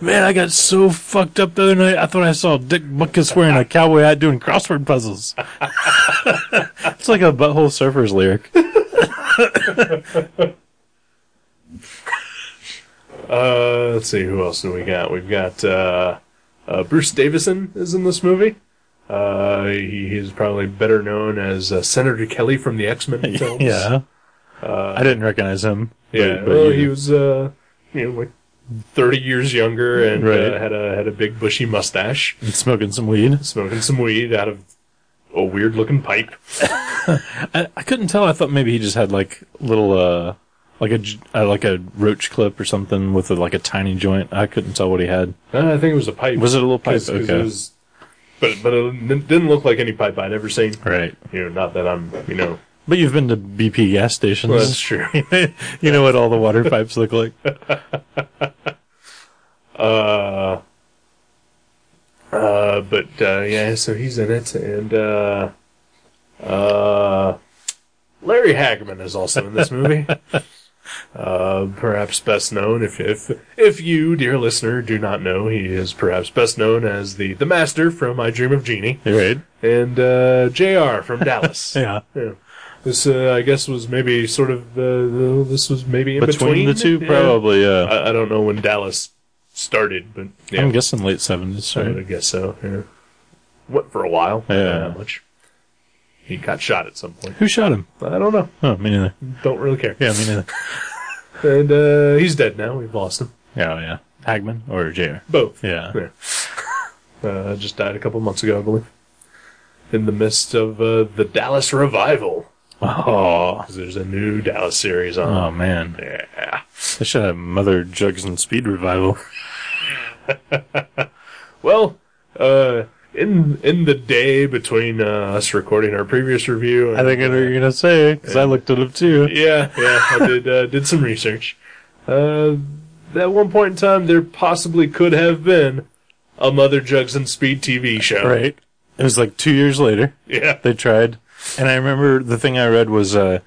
Speaker 2: Man, I got so fucked up the other night. I thought I saw Dick Buckus wearing a cowboy hat doing crossword puzzles. it's like a butthole surfers lyric.
Speaker 1: uh let's see who else do we got we've got uh, uh bruce davison is in this movie uh he, he's probably better known as uh, senator kelly from the x-men films
Speaker 2: Yeah. I didn't recognize him. but-
Speaker 1: yeah
Speaker 2: but
Speaker 1: well,
Speaker 2: you-
Speaker 1: he was uh you know like 30 years younger and uh,
Speaker 2: Right.
Speaker 1: had a had a big bushy mustache
Speaker 2: smoking some weed.
Speaker 1: smoking some weed out of a weird looking pipe
Speaker 2: I, I couldn't tell. I thought maybe he just had like little, uh, like a j- uh, like a roach clip or something with a, like a tiny joint. I couldn't tell what he had.
Speaker 1: Uh, I think it was a pipe.
Speaker 2: Was it a little pipe?
Speaker 1: 'Cause- 'cause it
Speaker 2: Okay.
Speaker 1: was- but but it didn't- didn't look like any pipe I'd ever seen.
Speaker 2: Right.
Speaker 1: You know, not that I'm you know.
Speaker 2: But you've been to BP gas stations.
Speaker 1: That's true.
Speaker 2: you know what all the water pipes look like.
Speaker 1: Uh, uh, but uh, yeah, so he's in it, and uh, uh, Larry Hagman is also in this movie. Uh, perhaps best known, if if if you, dear listener, do not know, he is perhaps best known as the the master from I Dream of Jeannie
Speaker 2: Right.
Speaker 1: and uh, Jr. from Dallas.
Speaker 2: Yeah.
Speaker 1: Yeah. This, uh, I guess, was maybe sort of uh, this was maybe in between,
Speaker 2: Between, the two, Uh,
Speaker 1: Yeah.
Speaker 2: probably. Yeah.
Speaker 1: I, I don't know when Dallas started, but yeah,
Speaker 2: I'm guessing late seventies.
Speaker 1: I
Speaker 2: Right.
Speaker 1: would guess so. Yeah. Went for a while.
Speaker 2: Yeah.
Speaker 1: not that much. He got shot at some point.
Speaker 2: Who shot him?
Speaker 1: I don't know.
Speaker 2: Oh, me neither.
Speaker 1: Don't really care.
Speaker 2: Yeah, me neither.
Speaker 1: And uh, he's dead now. We've lost him.
Speaker 2: Yeah, oh, yeah. Hagman or Jr.
Speaker 1: Both.
Speaker 2: Yeah.
Speaker 1: Yeah. Uh, just died a couple months ago, I believe. In the midst of uh, the Dallas revival,
Speaker 2: Oh.
Speaker 1: 'Cause there's a new Dallas series on.
Speaker 2: Oh man.
Speaker 1: Yeah.
Speaker 2: They should have Mother Jugs and Speed revival.
Speaker 1: Well, uh, in in the day between uh, us recording our previous review, and,
Speaker 2: I think I know what you're gonna say because I looked it up too.
Speaker 1: yeah, yeah, I did uh, did some research. Uh, at one point in time, there possibly could have been a Mother Jugs and Speed TV show.
Speaker 2: Right? It was like two years later
Speaker 1: Yeah.
Speaker 2: they tried, and I remember the thing I read was uh,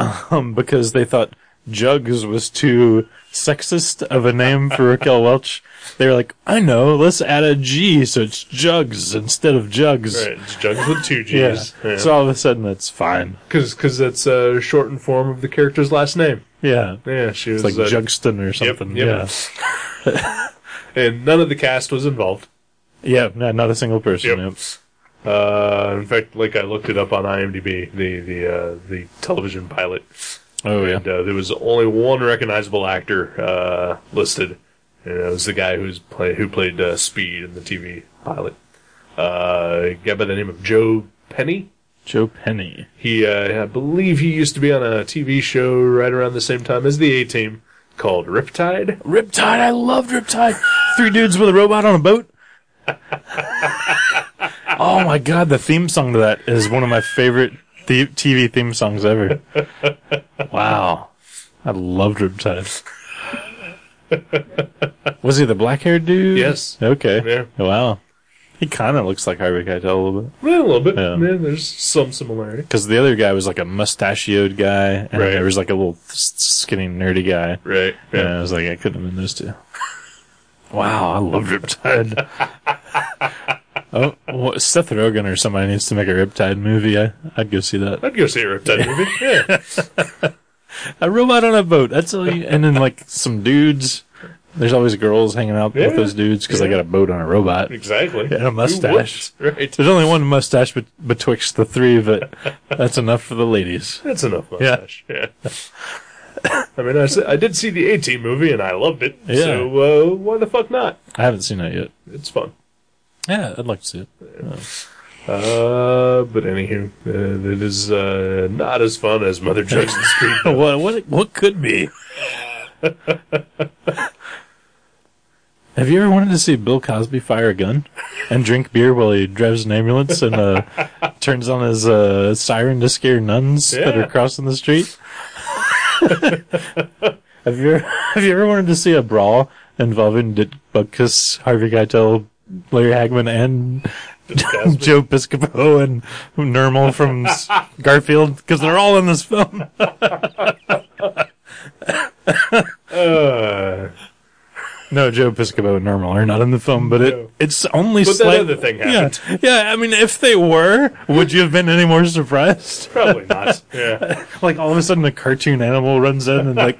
Speaker 2: um, because they thought Jugs was too sexist of a name for Raquel Welch. They were like, I know, let's add a G so it's Jugs instead of Jugs.
Speaker 1: Right, it's Jugs with two
Speaker 2: Yeah.
Speaker 1: G's. Yeah.
Speaker 2: So all of a sudden it's fine.
Speaker 1: Cause, cause that's a shortened form of the character's last name.
Speaker 2: Yeah.
Speaker 1: Yeah, she was
Speaker 2: It's like
Speaker 1: uh,
Speaker 2: Jugston or something.
Speaker 1: yep.
Speaker 2: Yeah.
Speaker 1: and none of the cast was involved.
Speaker 2: Yeah, no, not a single person.
Speaker 1: Yep.
Speaker 2: Yep.
Speaker 1: Uh, in fact, like I looked it up on IMDb, the the uh, the television pilot,
Speaker 2: Oh yeah.
Speaker 1: and uh, there was only one recognizable actor uh, listed, and it was the guy who's play who played uh, Speed in the TV pilot. Uh, a guy by the name of Joe Penny.
Speaker 2: Joe Penny.
Speaker 1: He, uh, I believe, he used to be on a TV show right around the same time as the A Team called Riptide.
Speaker 2: Riptide, I loved Riptide. Three dudes with a robot on a boat. oh my god, the theme song to that is one of my favorite the- TV theme songs ever. Wow. I loved Riptide. Was he the black haired dude?
Speaker 1: Yes.
Speaker 2: Okay.
Speaker 1: Yeah.
Speaker 2: Wow. He kind of looks like Harvey Keitel a little bit.
Speaker 1: Well, a little bit.
Speaker 2: Yeah.
Speaker 1: Yeah, there's some similarity.
Speaker 2: Because the other guy was like a mustachioed guy, and
Speaker 1: Right.
Speaker 2: there was like a little skinny, nerdy guy.
Speaker 1: Right.
Speaker 2: Yeah. I was like, I couldn't have been those two. Wow, I love Riptide. oh, well, Seth Rogen or somebody needs to make a Riptide movie. I, I'd go see that.
Speaker 1: I'd go see a Riptide movie. Yeah.
Speaker 2: A robot on a boat. That's all. You, and then like some dudes. There's always girls hanging out
Speaker 1: Yeah.
Speaker 2: with those dudes because they
Speaker 1: Yeah.
Speaker 2: got a boat on a robot
Speaker 1: Exactly.
Speaker 2: and a mustache.
Speaker 1: Who wouldn't? Right.
Speaker 2: There's only one mustache bet- betwixt the three, but that's enough for the ladies.
Speaker 1: That's enough mustache. Yeah. I mean, I, s- I did see the A-Team movie and I loved it.
Speaker 2: Yeah.
Speaker 1: So uh, why the fuck not?
Speaker 2: I haven't seen that yet.
Speaker 1: It's fun.
Speaker 2: Yeah, I'd like to see it.
Speaker 1: Uh, but anywho, uh, it is uh, not as fun as Mother Judge the Street.
Speaker 2: what what what could be? Have you ever wanted to see Bill Cosby fire a gun and drink beer while he drives an ambulance and uh, turns on his uh, siren to scare nuns that
Speaker 1: Yeah.
Speaker 2: are crossing the street? have you ever, have you ever wanted to see a brawl involving Dick Buckus, Harvey Keitel, Larry Hagman, and
Speaker 1: Cosby.
Speaker 2: Joe Piscopo and Nermal from S- Garfield because they're all in this film?
Speaker 1: Uh,
Speaker 2: No, Joe Piscopo and Normal are not in the film, but it,
Speaker 1: No.
Speaker 2: it's only
Speaker 1: But that
Speaker 2: slight-
Speaker 1: other thing
Speaker 2: Yeah,
Speaker 1: happened.
Speaker 2: yeah. I mean, if they were, would you have been any more surprised?
Speaker 1: probably not. Yeah.
Speaker 2: Like all of a sudden, a cartoon animal runs in and like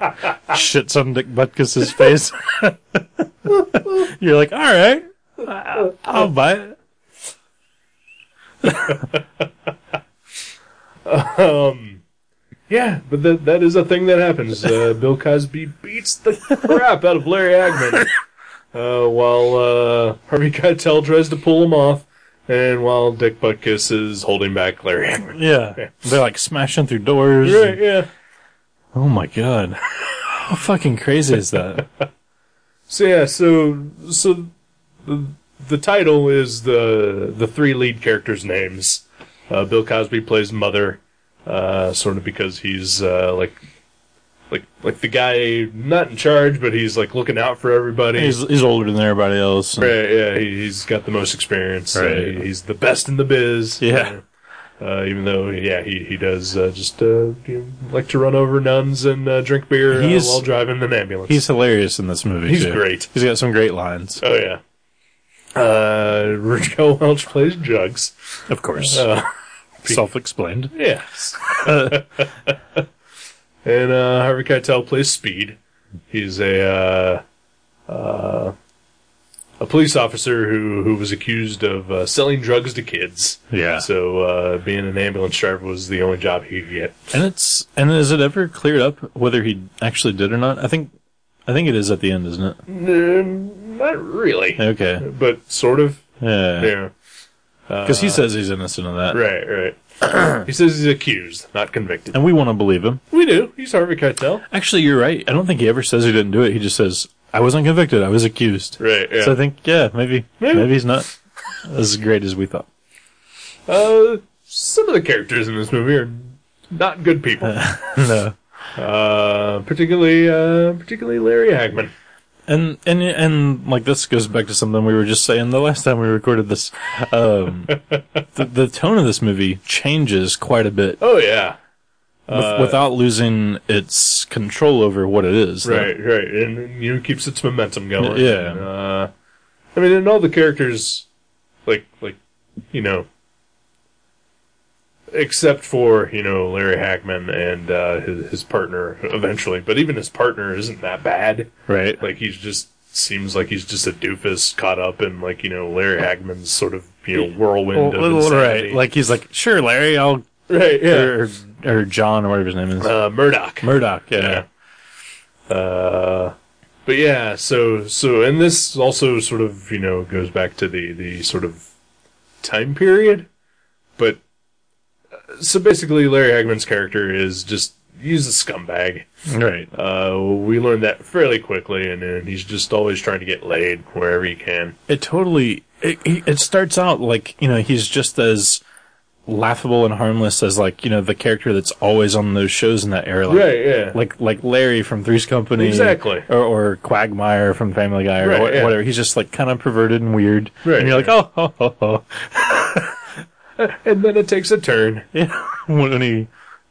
Speaker 2: shits on Dick Butkus's face. You're like, all right, I- I'll buy it.
Speaker 1: Yeah, but that, that is a thing that happens. Uh, Bill Cosby beats the crap out of Larry Hagman. Uh, while uh, Harvey Keitel tries to pull him off, and while Dick Butkus is holding back Larry Hagman.
Speaker 2: Yeah, they're like smashing through doors.
Speaker 1: Right, yeah.
Speaker 2: Oh my god, how fucking crazy is that?
Speaker 1: So yeah, so so the, the title is the the three lead characters' names. Uh, Bill Cosby plays Mother, uh, sort of because he's uh, like like like the guy not in charge, but he's like looking out for everybody.
Speaker 2: He's he's older than everybody else. and-
Speaker 1: Right, yeah, he, he's got the most experience. Uh,
Speaker 2: Right.
Speaker 1: he's the best in the biz.
Speaker 2: Yeah.
Speaker 1: Uh, even though, yeah, he, he does uh, just uh, you know, like to run over nuns and uh, drink beer uh,
Speaker 2: He's-
Speaker 1: while driving an ambulance.
Speaker 2: He's hilarious in this movie.
Speaker 1: He's
Speaker 2: too.
Speaker 1: great.
Speaker 2: He's got some great lines,
Speaker 1: oh, yeah. Uh, Raquel Welch plays Jugs.
Speaker 2: of course.
Speaker 1: Uh,
Speaker 2: Self-explained.
Speaker 1: Yes. and uh, Harvey Keitel plays Speed. He's a uh, uh, a police officer who who was accused of uh, selling drugs to kids.
Speaker 2: Yeah.
Speaker 1: So uh, being an ambulance driver was the only job he could get.
Speaker 2: And it's and is it ever cleared up whether he actually did or not? I think I think it is at the end, isn't it?
Speaker 1: Mm, not really,
Speaker 2: Okay.
Speaker 1: but sort of.
Speaker 2: Yeah.
Speaker 1: Yeah.
Speaker 2: Because he says he's innocent of that,
Speaker 1: Right. Right. he says he's accused, not convicted.
Speaker 2: and we want to believe him.
Speaker 1: We do. He's Harvey Keitel.
Speaker 2: Actually, you're right. I don't think he ever says he didn't do it. He just says I wasn't convicted. I was accused.
Speaker 1: Right. Yeah.
Speaker 2: So I think yeah, maybe
Speaker 1: Yeah.
Speaker 2: maybe he's not as great as we thought.
Speaker 1: Uh, some of the characters in this movie are not good people.
Speaker 2: no.
Speaker 1: Uh, particularly, uh, particularly Larry Hagman.
Speaker 2: And and and like this goes back to something we were just saying the last time we recorded this. Um, the, the tone of this movie changes quite a bit
Speaker 1: Oh yeah, Uh,
Speaker 2: without losing its control over what it is. though.
Speaker 1: Right, right, and, and you know keeps its momentum going.
Speaker 2: Yeah.
Speaker 1: And, uh, I mean, and all the characters, like like, you know, except for you know Larry Hackman and uh, his his partner eventually, but even his partner isn't that bad.
Speaker 2: Right.
Speaker 1: Like he's just seems like he's just a doofus caught up in like you know Larry Hackman's sort of you know whirlwind
Speaker 2: Well,
Speaker 1: of
Speaker 2: well,
Speaker 1: insanity.
Speaker 2: right. Like he's like, sure, Larry, I'll
Speaker 1: right, yeah.
Speaker 2: or, or John or whatever his name is.
Speaker 1: Uh, Murdoch.
Speaker 2: Murdoch. Yeah.
Speaker 1: Yeah. Uh, but yeah, so so and this also sort of you know goes back to the the sort of time period, but uh, so basically Larry Hagman's character is just he's a scumbag.
Speaker 2: Right.
Speaker 1: Uh, we learned that fairly quickly, and, and he's just always trying to get laid wherever he can.
Speaker 2: It totally. It, he- it starts out like you know he's just as laughable and harmless as like you know the character that's always on those shows in that era. Like,
Speaker 1: Right, yeah.
Speaker 2: Like like Larry from Three's Company.
Speaker 1: Exactly.
Speaker 2: Or, or Quagmire from Family Guy or
Speaker 1: Right,
Speaker 2: what-
Speaker 1: yeah.
Speaker 2: whatever. He's just like kind of perverted and weird.
Speaker 1: Right,
Speaker 2: And you're like, oh, ho, ho, ho.
Speaker 1: And then it takes a turn.
Speaker 2: yeah. when he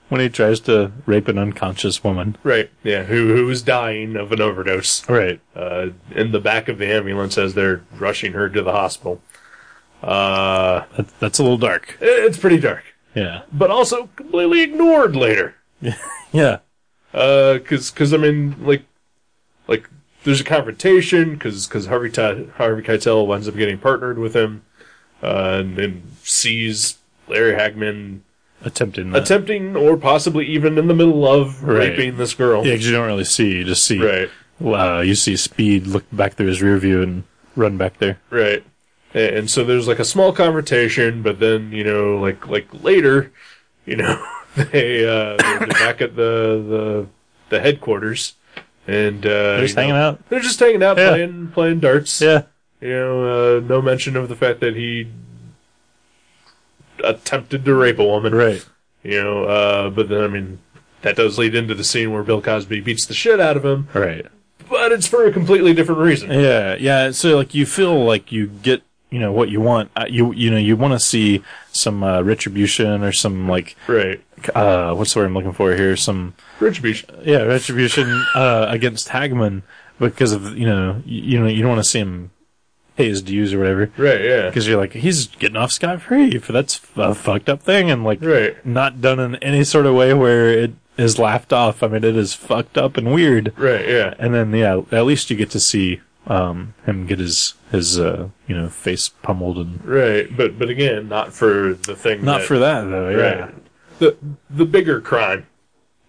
Speaker 2: when he tries to rape an unconscious woman.
Speaker 1: Right, yeah. Who who is dying of an overdose?
Speaker 2: Right.
Speaker 1: uh, in the back of the ambulance as they're rushing her to the hospital. Uh,
Speaker 2: That, that's a little dark.
Speaker 1: it- it's pretty dark,
Speaker 2: Yeah.
Speaker 1: but also completely ignored later.
Speaker 2: Yeah.
Speaker 1: Uh, cause, 'cause, I mean, like, like, there's a confrontation cause, 'cause Harvey, Ti- Harvey Keitel ends up getting partnered with him, uh, and then sees Larry Hagman
Speaker 2: Attempting that.
Speaker 1: attempting or possibly even in the middle of
Speaker 2: Right.
Speaker 1: raping this girl.
Speaker 2: yeah, 'cause you don't really see. You just see.
Speaker 1: Right.
Speaker 2: Wow, you see Speed look back through his rear view and run back there.
Speaker 1: Right. And, and so there's like a small confrontation, but then, you know, like, like later, you know, they, uh, they're back at the, the, the headquarters and, uh,
Speaker 2: They're just hanging out.
Speaker 1: They're just hanging out
Speaker 2: Yeah.
Speaker 1: playing, playing darts.
Speaker 2: Yeah.
Speaker 1: You know, uh, no mention of the fact that he attempted to rape a woman.
Speaker 2: Right.
Speaker 1: You know, uh, but then, I mean, that does lead into the scene where Bill Cosby beats the shit out of him,
Speaker 2: Right.
Speaker 1: but it's for a completely different reason.
Speaker 2: Yeah. Yeah. So like you feel like you get you know what you want. Uh, you you know you want to see some uh, retribution or some like
Speaker 1: Right.
Speaker 2: uh what's the word I'm looking for here? Some
Speaker 1: Retribution.
Speaker 2: yeah retribution uh against Hagman because of you know you, you know you don't want to see him pay his dues or whatever.
Speaker 1: Right, yeah.
Speaker 2: Because you're like he's getting off scot free for that's a fucked up thing and like
Speaker 1: Right.
Speaker 2: not done in any sort of way where it is laughed off. I mean, it is fucked up and weird.
Speaker 1: Right, yeah.
Speaker 2: And then, yeah, at least you get to see um, him get his his uh, you know face pummeled and
Speaker 1: Right, but but again, not for the thing.
Speaker 2: not
Speaker 1: that,
Speaker 2: for that though.
Speaker 1: right. The the bigger crime,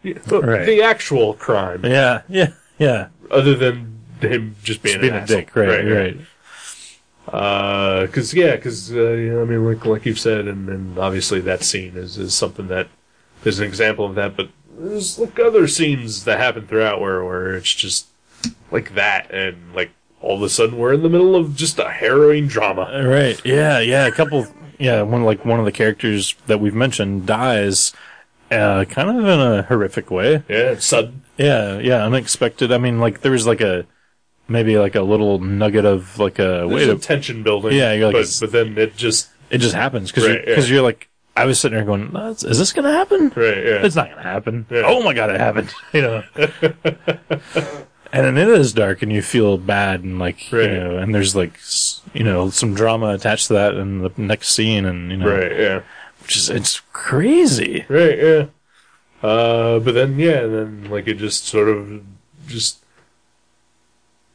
Speaker 1: Yeah, the,
Speaker 2: Right.
Speaker 1: the actual crime,
Speaker 2: Yeah, yeah, yeah, yeah.
Speaker 1: other than him just being,
Speaker 2: Just being
Speaker 1: an
Speaker 2: a
Speaker 1: asshole.
Speaker 2: dick, right, right,
Speaker 1: Because yeah, because uh, you know, I mean, like like you've said, and, and obviously that scene is, is something that is an example of that. But there's like other scenes that happen throughout where where it's just like that, and like all of a sudden we're in the middle of just a harrowing drama.
Speaker 2: Uh, right. Yeah, yeah. A couple. Yeah, one like one of the characters that we've mentioned dies, uh, kind of in a horrific way.
Speaker 1: Yeah, it's sudden.
Speaker 2: Yeah, yeah, unexpected. I mean, like there was like a maybe like a little nugget of like a
Speaker 1: There's
Speaker 2: wait
Speaker 1: a
Speaker 2: a
Speaker 1: tension building.
Speaker 2: Yeah, you're like,
Speaker 1: but,
Speaker 2: it's-
Speaker 1: but then it just
Speaker 2: it just happens because
Speaker 1: Right,
Speaker 2: you're, 'cause
Speaker 1: yeah.
Speaker 2: you're like I was sitting there going, "No, it's- is this gonna happen?
Speaker 1: Right, yeah.
Speaker 2: It's not gonna happen.
Speaker 1: Yeah.
Speaker 2: Oh my god, it happened. You know. and then it is dark, and you feel bad, and like
Speaker 1: Right.
Speaker 2: you know, and there's like s- you know some drama attached to that in the next scene, and you know,
Speaker 1: right, yeah.
Speaker 2: which is it's crazy.
Speaker 1: Right, yeah. Uh, but then, yeah, then, like, it just sort of, just,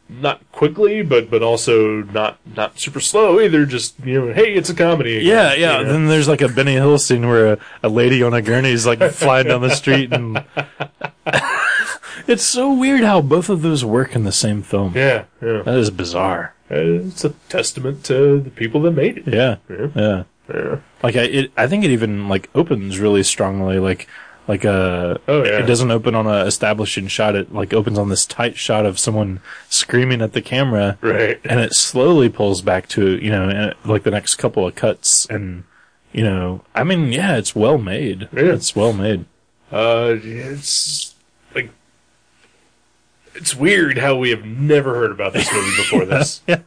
Speaker 1: not quickly, but, but also not, not super slow either, just, you know, hey, it's a comedy. again,
Speaker 2: Yeah, yeah.
Speaker 1: you know?
Speaker 2: Then there's like a Benny Hill scene where a, a lady on a gurney is like flying down the street, and it's so weird how both of those work in the same film.
Speaker 1: Yeah, yeah.
Speaker 2: That is bizarre.
Speaker 1: Uh, It's a testament to the people that made it.
Speaker 2: Yeah,
Speaker 1: Yeah.
Speaker 2: yeah.
Speaker 1: Yeah.
Speaker 2: Like I, it, I think it even like opens really strongly. Like, like uh
Speaker 1: Oh, yeah.
Speaker 2: it doesn't open on a establishing shot. It like opens on this tight shot of someone screaming at the camera,
Speaker 1: Right.
Speaker 2: and it slowly pulls back to you know and, like the next couple of cuts, and you know, I mean, yeah, it's well made.
Speaker 1: Yeah.
Speaker 2: It's well made.
Speaker 1: Uh, it's, like, it's weird how we have never heard about this movie before this.
Speaker 2: Yeah,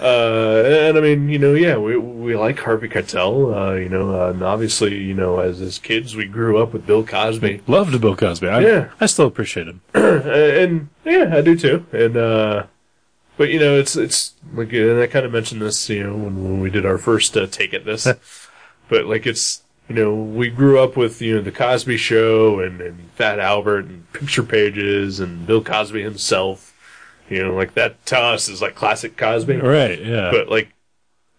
Speaker 1: Uh, and I mean, you know, yeah, we we like Harvey Keitel. Uh, you know, uh, and obviously, you know, as as kids, we grew up with Bill Cosby,
Speaker 2: Loved Bill Cosby. I,
Speaker 1: Yeah.
Speaker 2: I still appreciate him.
Speaker 1: and yeah, I do too. And uh, but you know, it's it's like, and I kind of mentioned this, you know, when when we did our first uh, take at this, but like it's. You know, we grew up with you know the Cosby Show and, and Fat Albert and Picture Pages and Bill Cosby himself. You know, like that to us is like classic Cosby.
Speaker 2: Right, yeah.
Speaker 1: but like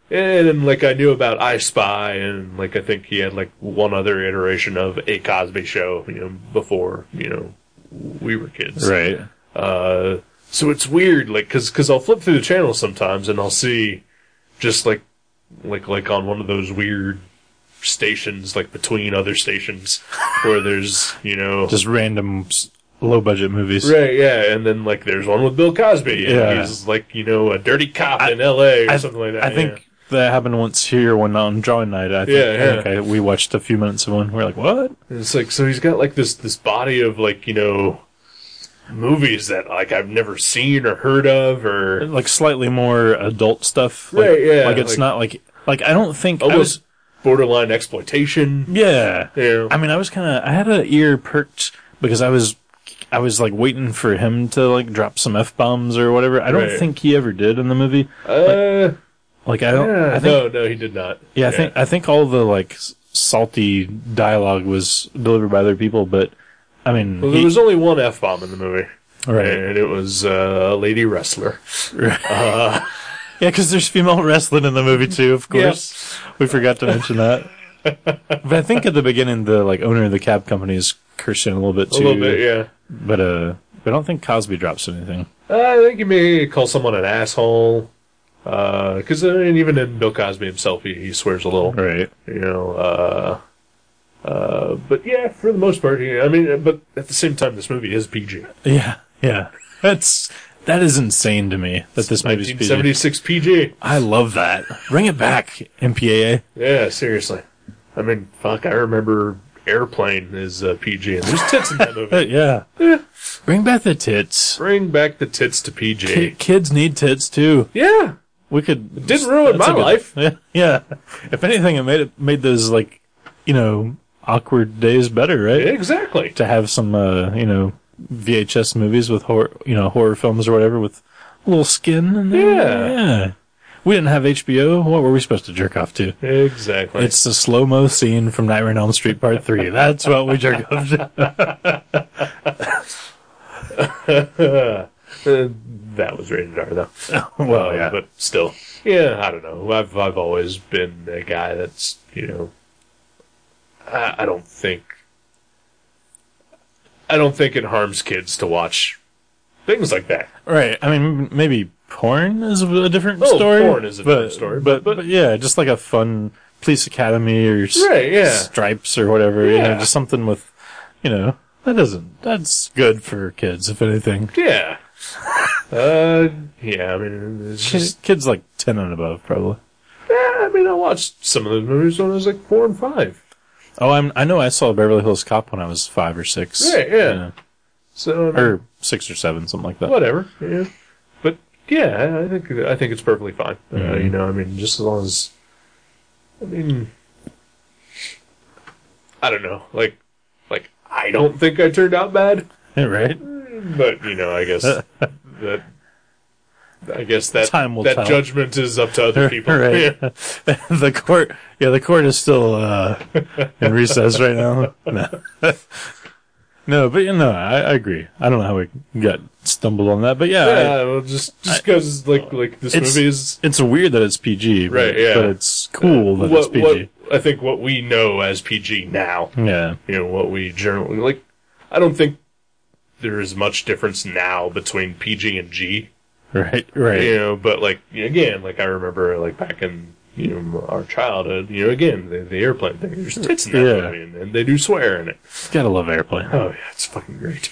Speaker 1: and then like I knew about I Spy and like I think he had like one other iteration of a Cosby show, you know, before, you know, we were kids.
Speaker 2: right.
Speaker 1: Uh so it's weird like cuz cuz I'll flip through the channels sometimes and I'll see just like like like on one of those weird stations like between other stations where there's, you know,
Speaker 2: Just random low budget movies.
Speaker 1: Right, yeah, and then like there's one with Bill Cosby. and
Speaker 2: Yeah.
Speaker 1: he's like you know a dirty cop in L.A. or
Speaker 2: I-
Speaker 1: something like that.
Speaker 2: I think
Speaker 1: yeah.
Speaker 2: that happened once here when on drawing night. I think,
Speaker 1: Yeah,
Speaker 2: I
Speaker 1: yeah.
Speaker 2: think I- we watched a few minutes of one. We're like, what?
Speaker 1: And It's like so he's got like this this body of like you know movies that like I've never seen or heard of or
Speaker 2: Like slightly more adult stuff. Like,
Speaker 1: Right, yeah,
Speaker 2: Like it's
Speaker 1: like-
Speaker 2: not like like I don't think I was.
Speaker 1: almost borderline exploitation.
Speaker 2: Yeah.
Speaker 1: Yeah,
Speaker 2: I mean, I was kind of I had a ear perked because I was I was like waiting for him to like drop some f bombs or whatever. I don't
Speaker 1: Right.
Speaker 2: think he ever did in the movie.
Speaker 1: uh,
Speaker 2: Like I don't.
Speaker 1: yeah,
Speaker 2: I think,
Speaker 1: no, no, he did not.
Speaker 2: Yeah, I think I think all the like s- salty dialogue was delivered by other people, but I mean,
Speaker 1: Well,
Speaker 2: he-
Speaker 1: there was only one f bomb in the movie,
Speaker 2: right?
Speaker 1: and it was uh, a lady wrestler.
Speaker 2: Yeah, because there's female wrestling in the movie too. Of course, we forgot to mention that. but I think at the beginning, the like owner of the cab company is cursing a little bit
Speaker 1: A
Speaker 2: too.
Speaker 1: little bit, yeah.
Speaker 2: But uh, but I don't think Cosby drops anything.
Speaker 1: Uh, I think you may call someone an asshole. Because I mean, even in Bill Cosby himself, he, he swears a little.
Speaker 2: Right.
Speaker 1: you know uh uh but yeah for the most part yeah, i mean but at the same time this movie is pg
Speaker 2: Yeah. Yeah. That's that is insane to me that this movie's PG.
Speaker 1: 1976 pg
Speaker 2: I love that. Bring it back, MPAA.
Speaker 1: yeah seriously i mean fuck i remember airplane is uh, pg and there's tits in that
Speaker 2: Uh,
Speaker 1: movie
Speaker 2: yeah. Bring back the tits.
Speaker 1: bring back the tits to
Speaker 2: Ki-
Speaker 1: pg
Speaker 2: kids need tits too.
Speaker 1: yeah
Speaker 2: We could
Speaker 1: didn't ruin
Speaker 2: that's
Speaker 1: my
Speaker 2: a good-
Speaker 1: life
Speaker 2: Yeah, yeah. If anything, it made it made those like you know awkward days better, right?
Speaker 1: exactly
Speaker 2: To have some uh, you know VHS movies with horror, you know horror films or whatever with a little skin in there.
Speaker 1: Yeah.
Speaker 2: yeah. We didn't have HBO. What were we supposed to jerk off to?
Speaker 1: exactly
Speaker 2: It's the slow mo scene from Nightmare on Elm Street Part Three. That's what we jerk off to.
Speaker 1: Uh, that was rated R though
Speaker 2: well,
Speaker 1: Uh,
Speaker 2: yeah.
Speaker 1: but still yeah i don't know i've i've always been a guy that's you know i, I don't think i don't think it harms kids to watch things like that
Speaker 2: Right. I mean, maybe porn is a different
Speaker 1: Oh,
Speaker 2: story.
Speaker 1: porn is a different story,
Speaker 2: But,
Speaker 1: but-
Speaker 2: but, yeah, just like a fun police academy or s-
Speaker 1: Right, yeah.
Speaker 2: stripes or whatever. You know,
Speaker 1: Yeah.
Speaker 2: just something with, you know, that doesn't. That's good for kids, if anything.
Speaker 1: yeah uh yeah i mean it's
Speaker 2: Kids,
Speaker 1: just
Speaker 2: kids like ten and above, probably.
Speaker 1: yeah, i mean i watched some of those movies when i was like four and five
Speaker 2: Oh, I'm. I know. I saw Beverly Hills Cop when I was five or six.
Speaker 1: Right, yeah. so I mean,
Speaker 2: Or six or seven, something like that.
Speaker 1: whatever. Yeah. But yeah, I- I think I think it's perfectly fine. Uh,
Speaker 2: Mm-hmm.
Speaker 1: you know, I mean, just as long as, I mean, I don't know, like, like I don't think I turned out bad,
Speaker 2: right.
Speaker 1: but you know, I guess that. I guess that
Speaker 2: Time will
Speaker 1: that
Speaker 2: tell.
Speaker 1: judgment is up to other people.
Speaker 2: Right.
Speaker 1: Yeah.
Speaker 2: the court. Yeah, the court is still uh, in recess right now. No. no, but you know, I, I agree. I don't know how we got stumbled on that, but yeah, I-
Speaker 1: Yeah, well, just just because like like this
Speaker 2: It's-
Speaker 1: movie is
Speaker 2: it's weird that it's PG. But,
Speaker 1: Right, yeah.
Speaker 2: But it's cool that it's
Speaker 1: what
Speaker 2: PG.
Speaker 1: what I think what we know as PG now
Speaker 2: Yeah.
Speaker 1: you know what we generally like i don't think there is much difference now between pg and g
Speaker 2: Right. Right.
Speaker 1: you know but like again like i remember like back in you know our childhood you know again the, the airplane thing there's tits in that
Speaker 2: Yeah.
Speaker 1: movie and, and they do swear in it
Speaker 2: Gotta love airplane.
Speaker 1: oh yeah it's fucking great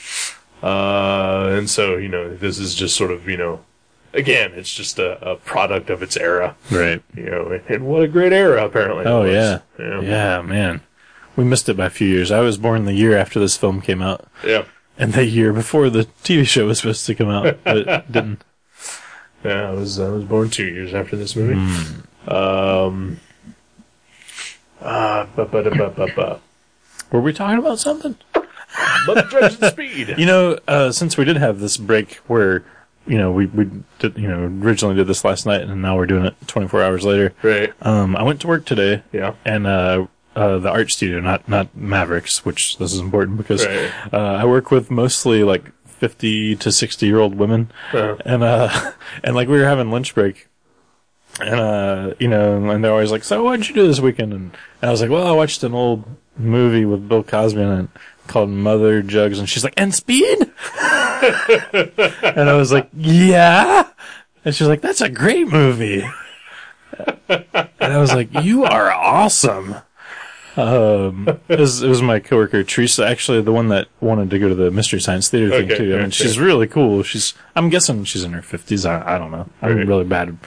Speaker 1: uh and so you know this is just sort of you know again it's just a, a product of its era
Speaker 2: Right.
Speaker 1: you know and what a great era apparently it
Speaker 2: Oh
Speaker 1: was.
Speaker 2: yeah.
Speaker 1: yeah
Speaker 2: Yeah, man. We missed it by a few years. I was born the year after this film came out.
Speaker 1: yeah
Speaker 2: and the year before the TV show was supposed to come out, but it didn't.
Speaker 1: Yeah, I was I was born two years after this movie.
Speaker 2: Hmm.
Speaker 1: Um, uh, ba ba da ba ba ba.
Speaker 2: Were we talking about something?
Speaker 1: Love Drugs and Speed.
Speaker 2: You know, uh, since we did have this break where, you know, we, we did, you know, originally did this last night and now we're doing it 24 hours later.
Speaker 1: Right.
Speaker 2: Um, I went to work today
Speaker 1: Yeah.
Speaker 2: and, uh, uh, the art studio, not, not Mavericks, which this is important because,
Speaker 1: Right.
Speaker 2: uh, I work with mostly like 50 to 60 year old women
Speaker 1: Uh,
Speaker 2: and uh and like we were having lunch break and uh you know and they're always like so what'd you do this weekend and, and i was like well i watched an old movie with bill cosby in it called mother jugs and she's like and speed and i was like yeah and she's like that's a great movie and i was like you are awesome um, it was, it was my coworker Teresa, actually the one that wanted to go to the Mystery Science Theater thing
Speaker 1: Okay,
Speaker 2: too. I
Speaker 1: yeah,
Speaker 2: mean, she's really cool. She's, I'm guessing she's in her fifties. I, I don't know. I'm
Speaker 1: Right.
Speaker 2: really bad.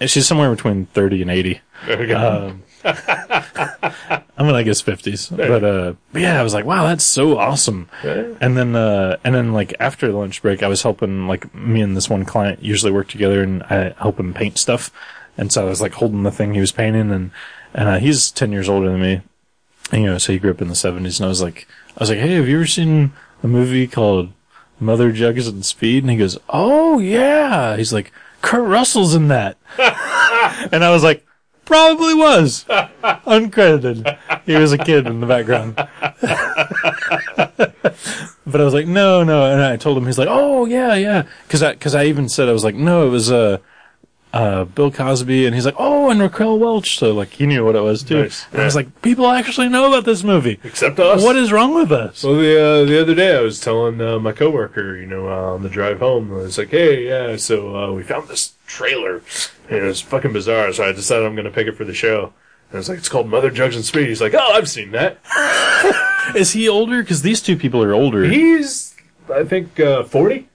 Speaker 2: And She's somewhere between thirty and eighty.
Speaker 1: okay.
Speaker 2: Um, I'm gonna guess fifties, but uh, but yeah, I was like, wow, that's so awesome.
Speaker 1: Right.
Speaker 2: And then, uh, and then like after the lunch break, I was helping like me and this one client usually work together, and I help him paint stuff. And so I was like holding the thing he was painting, and and uh, he's ten years older than me, and, you know, so he grew up in the seventies. And I was like, I was like, hey, have you ever seen a movie called Mother Jugs and Speed? And he goes, oh yeah. He's like, Kurt Russell's in that, and I was like, probably was uncredited. He was a kid in the background. But I was like, no, no. And I told him, he's like, oh, yeah, yeah. Cause I, cause I even said, I was like, no, it was, uh, uh, Bill Cosby. And he's like, oh, and Raquel Welch. So like, he knew what it was too.
Speaker 1: Nice.
Speaker 2: And I was like, people actually know about this movie.
Speaker 1: Except us.
Speaker 2: What is wrong with us?
Speaker 1: Well, the uh, the other day I was telling uh, my coworker, you know, uh, on the drive home, I was like, "Hey, yeah, so uh, we found this trailer, and it was fucking bizarre." So I decided I'm gonna pick it for the show. And I was like, "It's called Mother Jugs and Speed." He's like, "Oh, I've seen that."
Speaker 2: Is he older? Cause these two people are older.
Speaker 1: He's, I think, uh, forty,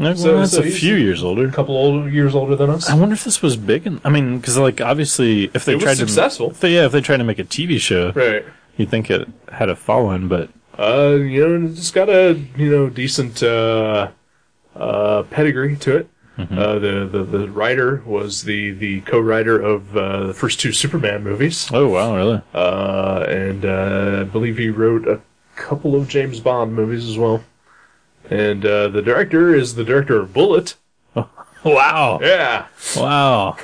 Speaker 2: Like,
Speaker 1: so-
Speaker 2: well, that's
Speaker 1: so
Speaker 2: a
Speaker 1: he's-
Speaker 2: few years
Speaker 1: a
Speaker 2: older.
Speaker 1: couple old years older than us.
Speaker 2: I wonder if this was big. In, I mean, cause like, obviously if they
Speaker 1: It was
Speaker 2: tried to,
Speaker 1: successful.
Speaker 2: if they- yeah, if they tried to make a TV show,
Speaker 1: Right.
Speaker 2: you'd think it had a following, but
Speaker 1: Uh, you know, and it's got a you know decent uh, uh, pedigree to it.
Speaker 2: Mm-hmm.
Speaker 1: Uh, the, the the writer was the the co-writer of uh, the first two Superman movies,
Speaker 2: oh wow, really?
Speaker 1: uh, and uh, I believe he wrote a couple of James Bond movies as well. And uh, the director is the director of Bullet.
Speaker 2: Wow.
Speaker 1: Yeah,
Speaker 2: Wow.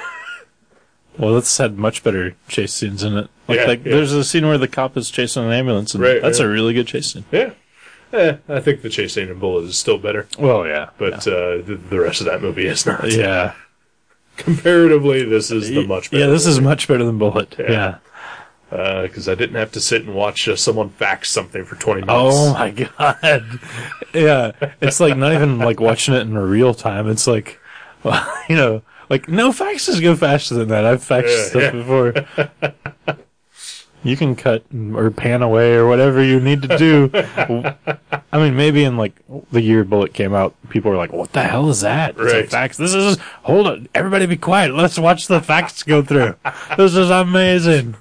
Speaker 2: Well, that's had much better chase scenes in it. Like,
Speaker 1: Yeah,
Speaker 2: like
Speaker 1: yeah.
Speaker 2: there's a scene where the cop is chasing an ambulance, and
Speaker 1: Right,
Speaker 2: that's
Speaker 1: yeah.
Speaker 2: a really good chase scene.
Speaker 1: yeah. Eh, I think the chase scene in Bullet is still better,
Speaker 2: Well, yeah,
Speaker 1: but uh, the, the rest of that movie is not.
Speaker 2: yeah,
Speaker 1: Comparatively, this is the much better.
Speaker 2: yeah, this is much better than Bullet. Yeah.
Speaker 1: because Uh, I didn't have to sit and watch uh, someone fax something for 20 minutes.
Speaker 2: Oh my god. yeah, it's like not even like watching it in real time. It's like, you know, like no faxes go faster than that. I've faxed
Speaker 1: Yeah,
Speaker 2: stuff
Speaker 1: yeah.
Speaker 2: before. you can cut or pan away or whatever you need to do. I mean, maybe in like the year Bullet came out, people were like, "What the hell is that? It's a
Speaker 1: Right.
Speaker 2: fax. This is hold on, everybody, be quiet. Let's watch the fax go through. this is amazing."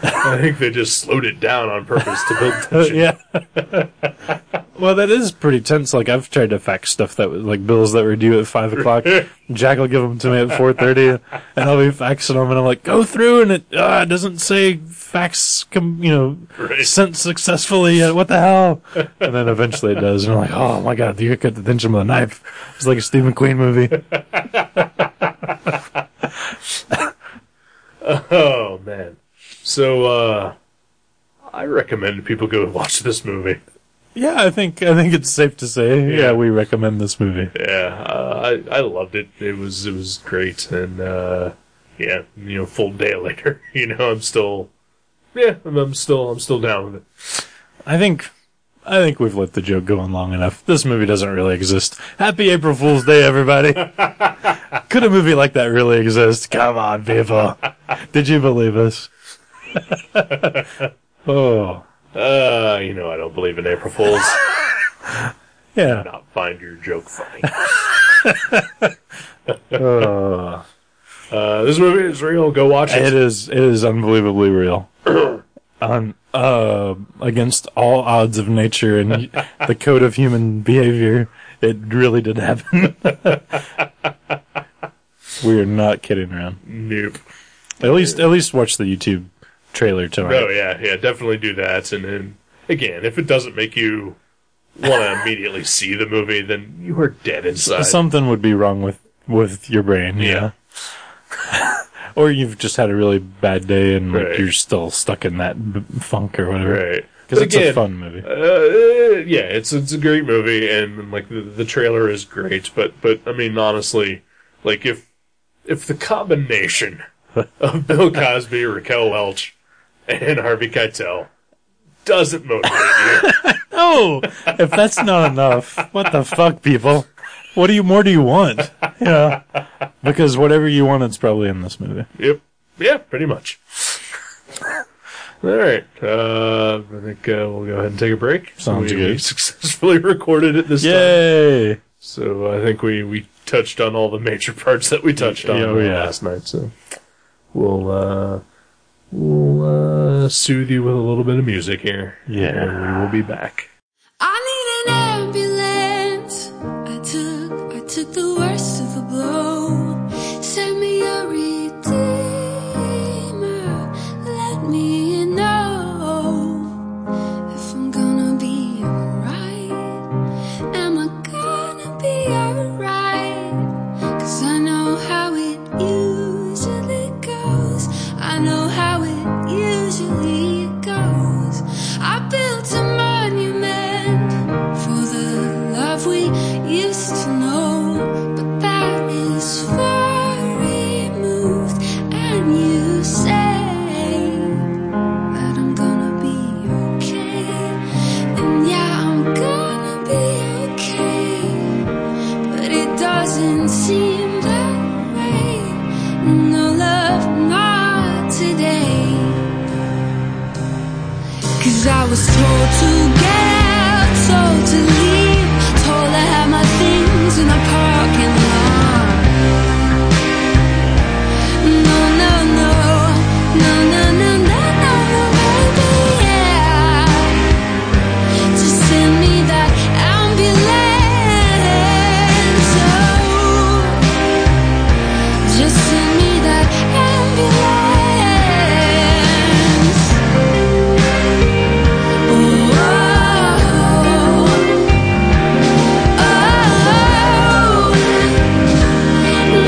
Speaker 1: I think they just slowed it down on purpose to build
Speaker 2: Uh,
Speaker 1: tension.
Speaker 2: yeah. well, that is pretty tense. Like I've tried to fax stuff that was like bills that were due at five o'clock. Jack will give them to me at four thirty, and I'll be faxing them, and I'm like, go through, and it uh, it doesn't say fax, com- you know,
Speaker 1: Right.
Speaker 2: sent successfully. Uh, what the hell? And then eventually it does, and I'm like, oh my god, you cut the tension with a knife. It's like a Stephen Queen movie.
Speaker 1: Oh, man. So, uh, I recommend people go watch this movie.
Speaker 2: yeah, I think I think it's safe to say, yeah,
Speaker 1: Yeah.
Speaker 2: we recommend this movie.
Speaker 1: Yeah, uh, I, I loved it. It was, it was great. And, uh, yeah, you know, full day later, you know, I'm still, yeah, I'm, I'm still, I'm still down with it.
Speaker 2: I think I think we've let the joke go on long enough. This movie doesn't really exist. Happy April Fool's Day, everybody. Could a movie like that really exist? Come on, people. Did you believe us? oh.
Speaker 1: Uh, you know, I don't believe in April Fools.
Speaker 2: Yeah.
Speaker 1: Not find your joke funny.
Speaker 2: Oh.
Speaker 1: Uh, this movie is real. Go watch
Speaker 2: It
Speaker 1: it.
Speaker 2: is it is unbelievably real. On uh against all odds of nature and the code of human behavior, it really did happen. We are not kidding around.
Speaker 1: Nope.
Speaker 2: At least, at least watch the YouTube trailer tonight.
Speaker 1: No, Oh, yeah, yeah, definitely do that. And then again, if it doesn't make you want to immediately see the movie, then you are dead inside.
Speaker 2: Something would be wrong with with your brain. Yeah. or you've just had a really bad day and like,
Speaker 1: Right.
Speaker 2: you're still stuck in that b- funk or whatever.
Speaker 1: right?
Speaker 2: Because
Speaker 1: But
Speaker 2: it's a
Speaker 1: again,
Speaker 2: fun movie.
Speaker 1: Uh, yeah, it's it's a great movie, and like the, the trailer is great, but but I mean honestly, like if if the combination of Bill Cosby, Raquel Welch, and Harvey Keitel doesn't motivate you,
Speaker 2: No, if that's not enough, what the fuck, people? What do you more do you want? Yeah, because whatever you want, it's probably in this movie.
Speaker 1: yep, yeah, pretty much. All right, uh, I think uh, we'll go ahead and take a break.
Speaker 2: Sounds
Speaker 1: we,
Speaker 2: good.
Speaker 1: We successfully recorded it this time,
Speaker 2: Yay!
Speaker 1: so I think we we touched on all the major parts that we touched on
Speaker 2: Yeah, oh, yeah.
Speaker 1: last night. So we'll uh, we'll uh, soothe you with a little bit of music here.
Speaker 2: Yeah.
Speaker 1: and we will be back.
Speaker 3: I need an ambulance. I took, I took the worst of the blow. Send me a redeemer. Let me know if I'm gonna be alright. Am I gonna be alright? Cause I know how it usually goes. I know how it usually goes. I built a monument for the love we used to know. But that is far removed. And you say, that I'm gonna be okay. And yeah, I'm gonna be okay. But it doesn't seem that way. No love, not today. Cause I was told to get out, told to leave, told I had my things in the parking lot. No, no, no, no, no, no, no, no, no, baby, yeah. Just send me that ambulance. Oh, just send me that ambulance. Oh, oh, oh. No. oh,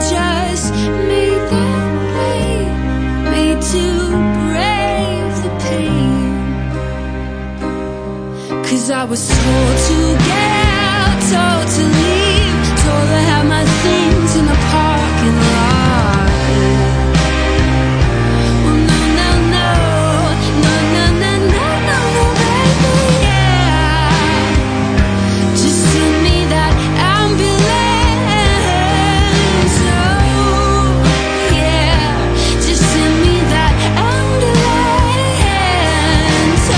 Speaker 3: Just made that way, made to brave the pain. Cause I was told to get out, told to leave, told I had my things in the parking lot. Well, no, no, no, no, no, no, no, no, no, baby, yeah. Just send me that ambulance, oh, yeah. Just send me that ambulance, oh. oh,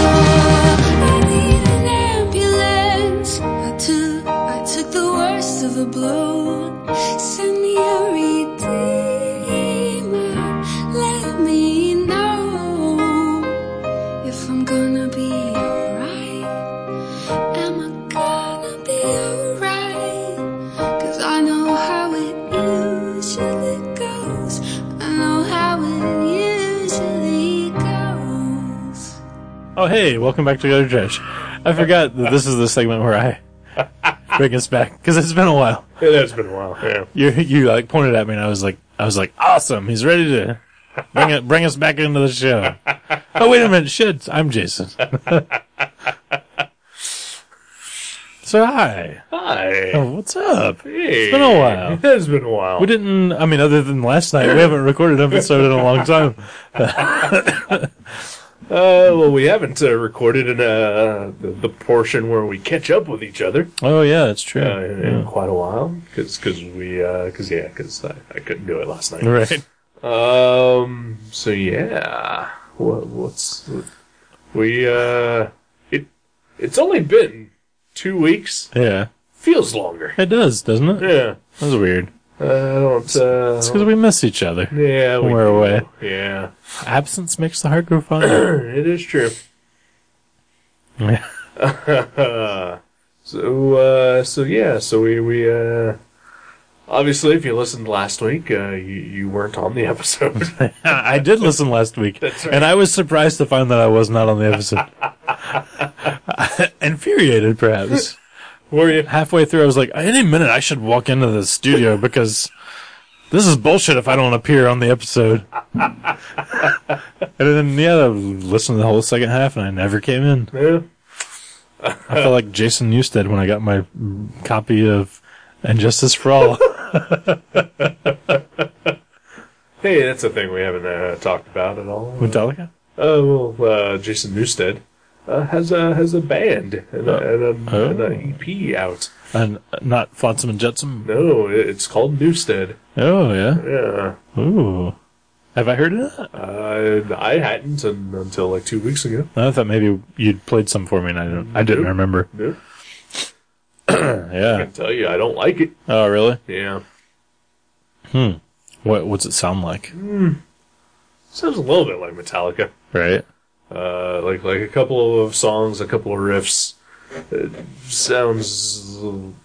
Speaker 3: oh, I need an ambulance. I took, I took the worst of the blow. Send me a redeemer. Let me know if I'm gonna be alright. Am I gonna be alright? Cause I know how it usually goes. I know how it usually goes.
Speaker 2: Oh hey, welcome back to Gutter Trash. I forgot that this is the segment where I bring us back because it's been a while.
Speaker 1: It has been a while. Yeah.
Speaker 2: You you like pointed at me and I was like I was like awesome. He's ready to bring it bring us back into the show. oh wait a minute, shit! I'm Jason. so hi,
Speaker 1: Hi.
Speaker 2: Oh, what's up?
Speaker 1: Hey. It's
Speaker 2: been a while.
Speaker 1: It has been a while.
Speaker 2: We didn't. I mean, other than last night, we haven't recorded an episode in a long time.
Speaker 1: Uh, well, we haven't uh, recorded in uh, the, the portion where we catch up with each other
Speaker 2: Oh yeah, that's true.
Speaker 1: uh, in, in quite a while because we because yeah because I, I couldn't do it last night.
Speaker 2: Right.
Speaker 1: Um. So yeah, what what's what, we uh it it's only been two weeks.
Speaker 2: Yeah.
Speaker 1: Feels longer.
Speaker 2: It does, doesn't it?
Speaker 1: Yeah.
Speaker 2: That's weird.
Speaker 1: Uh, I don't. Uh,
Speaker 2: It's because we miss each other.
Speaker 1: yeah, we
Speaker 2: we're
Speaker 1: do.
Speaker 2: away.
Speaker 1: Yeah,
Speaker 2: Absence makes the heart grow fonder.
Speaker 1: it is true.
Speaker 2: Yeah.
Speaker 1: So, uh, so yeah, so we, we, uh, obviously if you listened last week, uh, you, you weren't on the episode.
Speaker 2: I did listen last week, and I was surprised to find that I was not on the episode. Infuriated, perhaps.
Speaker 1: Were you?
Speaker 2: Halfway through, I was like, any minute I should walk into the studio because this is bullshit if I don't appear on the episode. and then, yeah, I listened to the whole second half, and I never came in.
Speaker 1: Yeah.
Speaker 2: I felt like Jason Newstead when I got my mm, copy of And Justice for All.
Speaker 1: Hey, that's a thing we haven't, uh, talked about at all.
Speaker 2: Metallica?
Speaker 1: Oh, well, uh, Jason Newstead, uh, has a, has a band and a, and a,
Speaker 2: Oh.
Speaker 1: and a EP out.
Speaker 2: And not Flotsam and Jetsam?
Speaker 1: No, it- it's called Newstead.
Speaker 2: Oh, yeah.
Speaker 1: Yeah.
Speaker 2: Ooh. Have I heard of that?
Speaker 1: Uh, I hadn't un until like two weeks ago.
Speaker 2: I thought maybe you'd played some for me and I didn't, I didn't
Speaker 1: Nope.
Speaker 2: remember.
Speaker 1: No, I
Speaker 2: Yeah.
Speaker 1: can tell you, I don't like it.
Speaker 2: Oh, really?
Speaker 1: Yeah.
Speaker 2: What What's it sound like?
Speaker 1: Sounds a little bit like Metallica.
Speaker 2: Right?
Speaker 1: Uh, like like a couple of songs, a couple of riffs. It sounds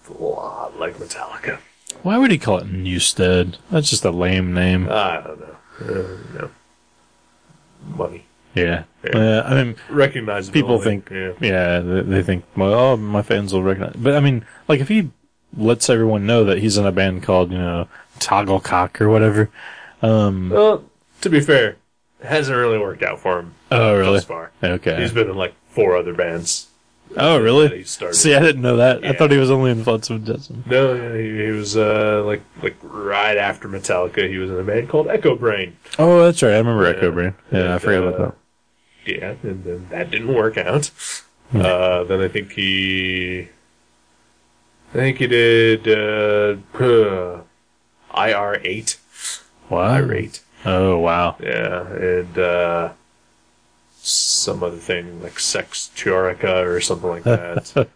Speaker 1: a lot like Metallica.
Speaker 2: Why would he call it Newstead? That's just a lame name.
Speaker 1: I don't know. Uh, no. Money.
Speaker 2: yeah.
Speaker 1: yeah.
Speaker 2: Uh, I mean,
Speaker 1: Recognize
Speaker 2: people think,
Speaker 1: Yeah.
Speaker 2: yeah, they, they think, well, oh, my fans will recognize. But I mean, like if he lets everyone know that he's in a band called, you know, Togglecock or whatever. Um,
Speaker 1: Well, to be fair, it hasn't really worked out for him
Speaker 2: oh, really?
Speaker 1: thus far.
Speaker 2: Okay.
Speaker 1: He's been in like four other bands.
Speaker 2: oh,
Speaker 1: that he
Speaker 2: really?
Speaker 1: started.
Speaker 2: See, I didn't know that. I
Speaker 1: Yeah.
Speaker 2: thought he was only in Flotsam and Jetsam.
Speaker 1: No, yeah, he, he was uh, like like right after Metallica, he was in a band called Echo Brain.
Speaker 2: Oh, that's right. I remember
Speaker 1: Yeah.
Speaker 2: Echo Brain. Yeah, I
Speaker 1: And,
Speaker 2: forgot
Speaker 1: uh,
Speaker 2: about that.
Speaker 1: Yeah, and then that didn't work out.
Speaker 2: Hmm.
Speaker 1: Uh, then I think he, I think he did uh, IR eight,
Speaker 2: Wow.
Speaker 1: irate.
Speaker 2: Oh, wow.
Speaker 1: Yeah, and uh, some other thing like Sex Teorica or something like that.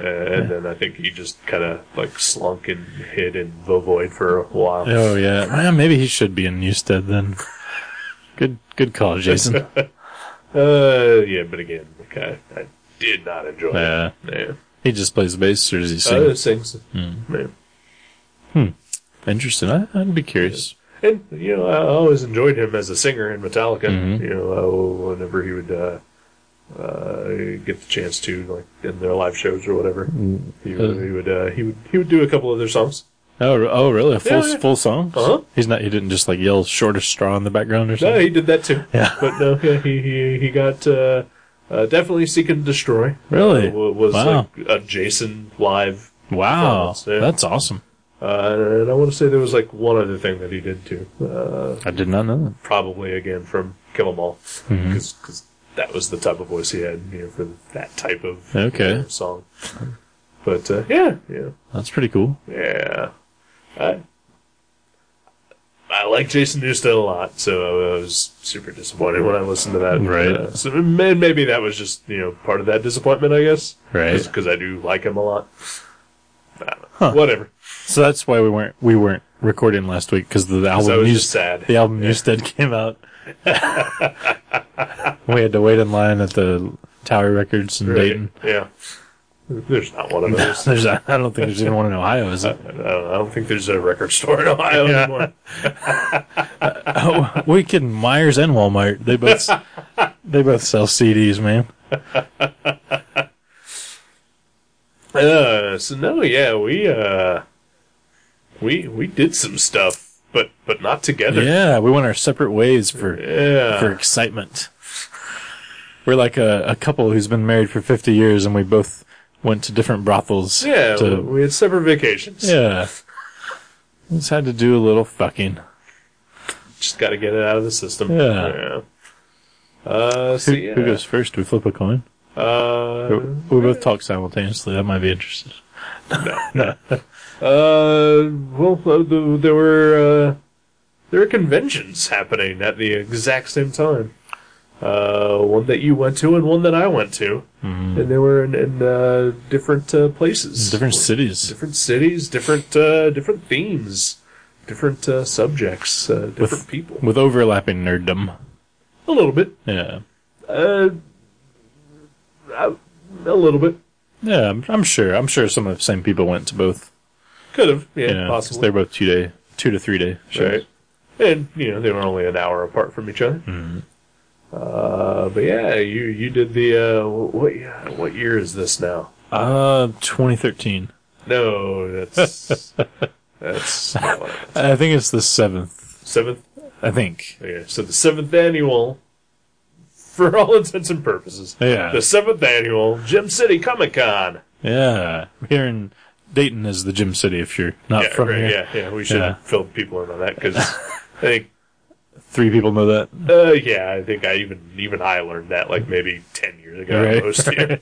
Speaker 1: Uh, and then I think he just kind of like slunk and hid in the void for a while.
Speaker 2: Oh yeah, well, maybe he should be in Newstead then. Good, good call, Jason.
Speaker 1: Uh, yeah, but again, like I, I did not enjoy
Speaker 2: Yeah.
Speaker 1: it. Yeah,
Speaker 2: he just plays bass, or does he sing?
Speaker 1: other things.
Speaker 2: Hmm.
Speaker 1: Yeah.
Speaker 2: Interesting. I, I'd be curious.
Speaker 1: And you know, I always enjoyed him as a singer in Metallica.
Speaker 2: Mm-hmm.
Speaker 1: You know, uh, whenever he would uh, uh, get the chance to, like in their live shows or whatever,
Speaker 2: Mm-hmm.
Speaker 1: he would he would uh, he would he would do a couple of their songs.
Speaker 2: Oh, re- oh, really? A full,
Speaker 1: Yeah, yeah.
Speaker 2: full song?
Speaker 1: Uh-huh.
Speaker 2: He's not. He didn't just like yell "shortest straw" in the background or
Speaker 1: No,
Speaker 2: something.
Speaker 1: he did that too.
Speaker 2: Yeah.
Speaker 1: but no, yeah, he he he got uh, uh, definitely seek and destroy.
Speaker 2: Really?
Speaker 1: uh, wa- was
Speaker 2: Wow.
Speaker 1: like a Jason live.
Speaker 2: wow,
Speaker 1: Yeah.
Speaker 2: that's awesome.
Speaker 1: Uh, and I want to say there was like one other thing that he did too. Uh,
Speaker 2: I did not know
Speaker 1: probably again from Kill 'Em All,
Speaker 2: Mm-hmm.
Speaker 1: because that was the type of voice he had, you know, for that type of
Speaker 2: Okay.
Speaker 1: you know, song. But uh, yeah, yeah,
Speaker 2: that. That's pretty cool.
Speaker 1: yeah. I I like Jason Newsted a lot, so I was super disappointed when I listened to that.
Speaker 2: Right.
Speaker 1: Uh, so may- maybe that was just you know part of that disappointment, I guess.
Speaker 2: Right.
Speaker 1: Because I do like him a lot. I don't know. Whatever.
Speaker 2: So that's why we weren't we weren't recording last week because the album
Speaker 1: I was
Speaker 2: News-
Speaker 1: just sad.
Speaker 2: the album Newstead came out. we had to wait in line at the Tower Records in Dayton.
Speaker 1: Yeah. There's not one of those.
Speaker 2: There's, I don't think there's anyone in Ohio, is it?
Speaker 1: I don't, I don't think there's a record store in Ohio
Speaker 2: Yeah.
Speaker 1: anymore.
Speaker 2: Oh, we can Myers and Walmart. They both they both sell CDs, man.
Speaker 1: Uh, so no, yeah, we uh, we we did some stuff, but but not together.
Speaker 2: Yeah, we went our separate ways for
Speaker 1: Yeah.
Speaker 2: for excitement. We're like a, a couple who's been married for 50 years and we both went to different brothels.
Speaker 1: Yeah,
Speaker 2: to-
Speaker 1: we- we had separate vacations.
Speaker 2: yeah. Just had to do a little fucking.
Speaker 1: Just got to get it out of the system.
Speaker 2: Yeah.
Speaker 1: Yeah. Uh, so
Speaker 2: Who,
Speaker 1: yeah.
Speaker 2: who goes first? Do we flip a coin?
Speaker 1: Uh,
Speaker 2: we both talk simultaneously. That might be interesting.
Speaker 1: uh, well, uh, th- there were, uh, there were conventions happening at the exact same time. Uh, one that you went to and one that I went to. And they were in, in uh, different uh, places.
Speaker 2: Mm-hmm. Different
Speaker 1: Well,
Speaker 2: cities
Speaker 1: different cities, different uh, different themes, different uh, subjects, uh, different people.
Speaker 2: with overlapping nerddom.
Speaker 1: A little bit,
Speaker 2: Yeah.
Speaker 1: uh, I- a little bit.
Speaker 2: Yeah, I'm, I'm sure. I'm sure some of the same people went to both.
Speaker 1: Could have, yeah,
Speaker 2: Yeah, 'cause
Speaker 1: possibly.
Speaker 2: they're both two day, two to three day shows.
Speaker 1: right? And you know they were only an hour apart from each other.
Speaker 2: Mm-hmm.
Speaker 1: Uh, but yeah, you you did the uh, what yeah, what year is this now?
Speaker 2: Uh, 2013.
Speaker 1: No, that's that's not what I-
Speaker 2: I think it's the seventh.
Speaker 1: seventh.
Speaker 2: I think.
Speaker 1: Okay, so the seventh annual, for all intents and purposes,
Speaker 2: Yeah.
Speaker 1: the seventh annual Gem City Comic Con.
Speaker 2: Yeah, here in Dayton is the Gym City. If you're not
Speaker 1: Yeah,
Speaker 2: from
Speaker 1: right,
Speaker 2: here,
Speaker 1: yeah, yeah. We should
Speaker 2: Yeah.
Speaker 1: fill people in on that because I think
Speaker 2: three people know that.
Speaker 1: Uh, yeah, I think I even even I learned that like maybe ten years ago.
Speaker 2: Right.
Speaker 1: at Most yeah.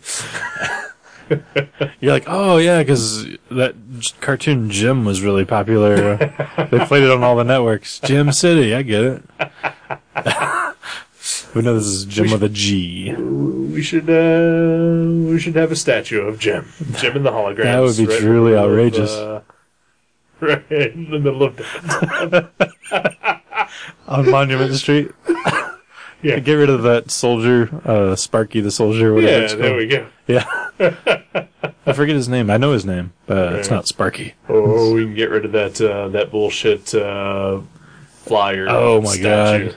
Speaker 2: You're like, oh yeah, because that j- cartoon Jim was really popular. they played it on all the networks. Gym City, I get it. but no, this is Jim with a G.
Speaker 1: we should uh, we should have a statue of Jim, Jim in the holograms.
Speaker 2: That would be
Speaker 1: right in the
Speaker 2: truly
Speaker 1: middle of,
Speaker 2: outrageous.
Speaker 1: uh, right in the middle of
Speaker 2: on Monument Street.
Speaker 1: Yeah.
Speaker 2: Get rid of that soldier, uh, Sparky the soldier. Whatever
Speaker 1: yeah,
Speaker 2: it's
Speaker 1: there
Speaker 2: called.
Speaker 1: we go.
Speaker 2: Yeah. I forget his name. I know his name, but it's
Speaker 1: Yeah.
Speaker 2: not Sparky.
Speaker 1: Or Oh, we can get rid of that uh, that bullshit uh, flyer.
Speaker 2: Oh my
Speaker 1: statue.
Speaker 2: God.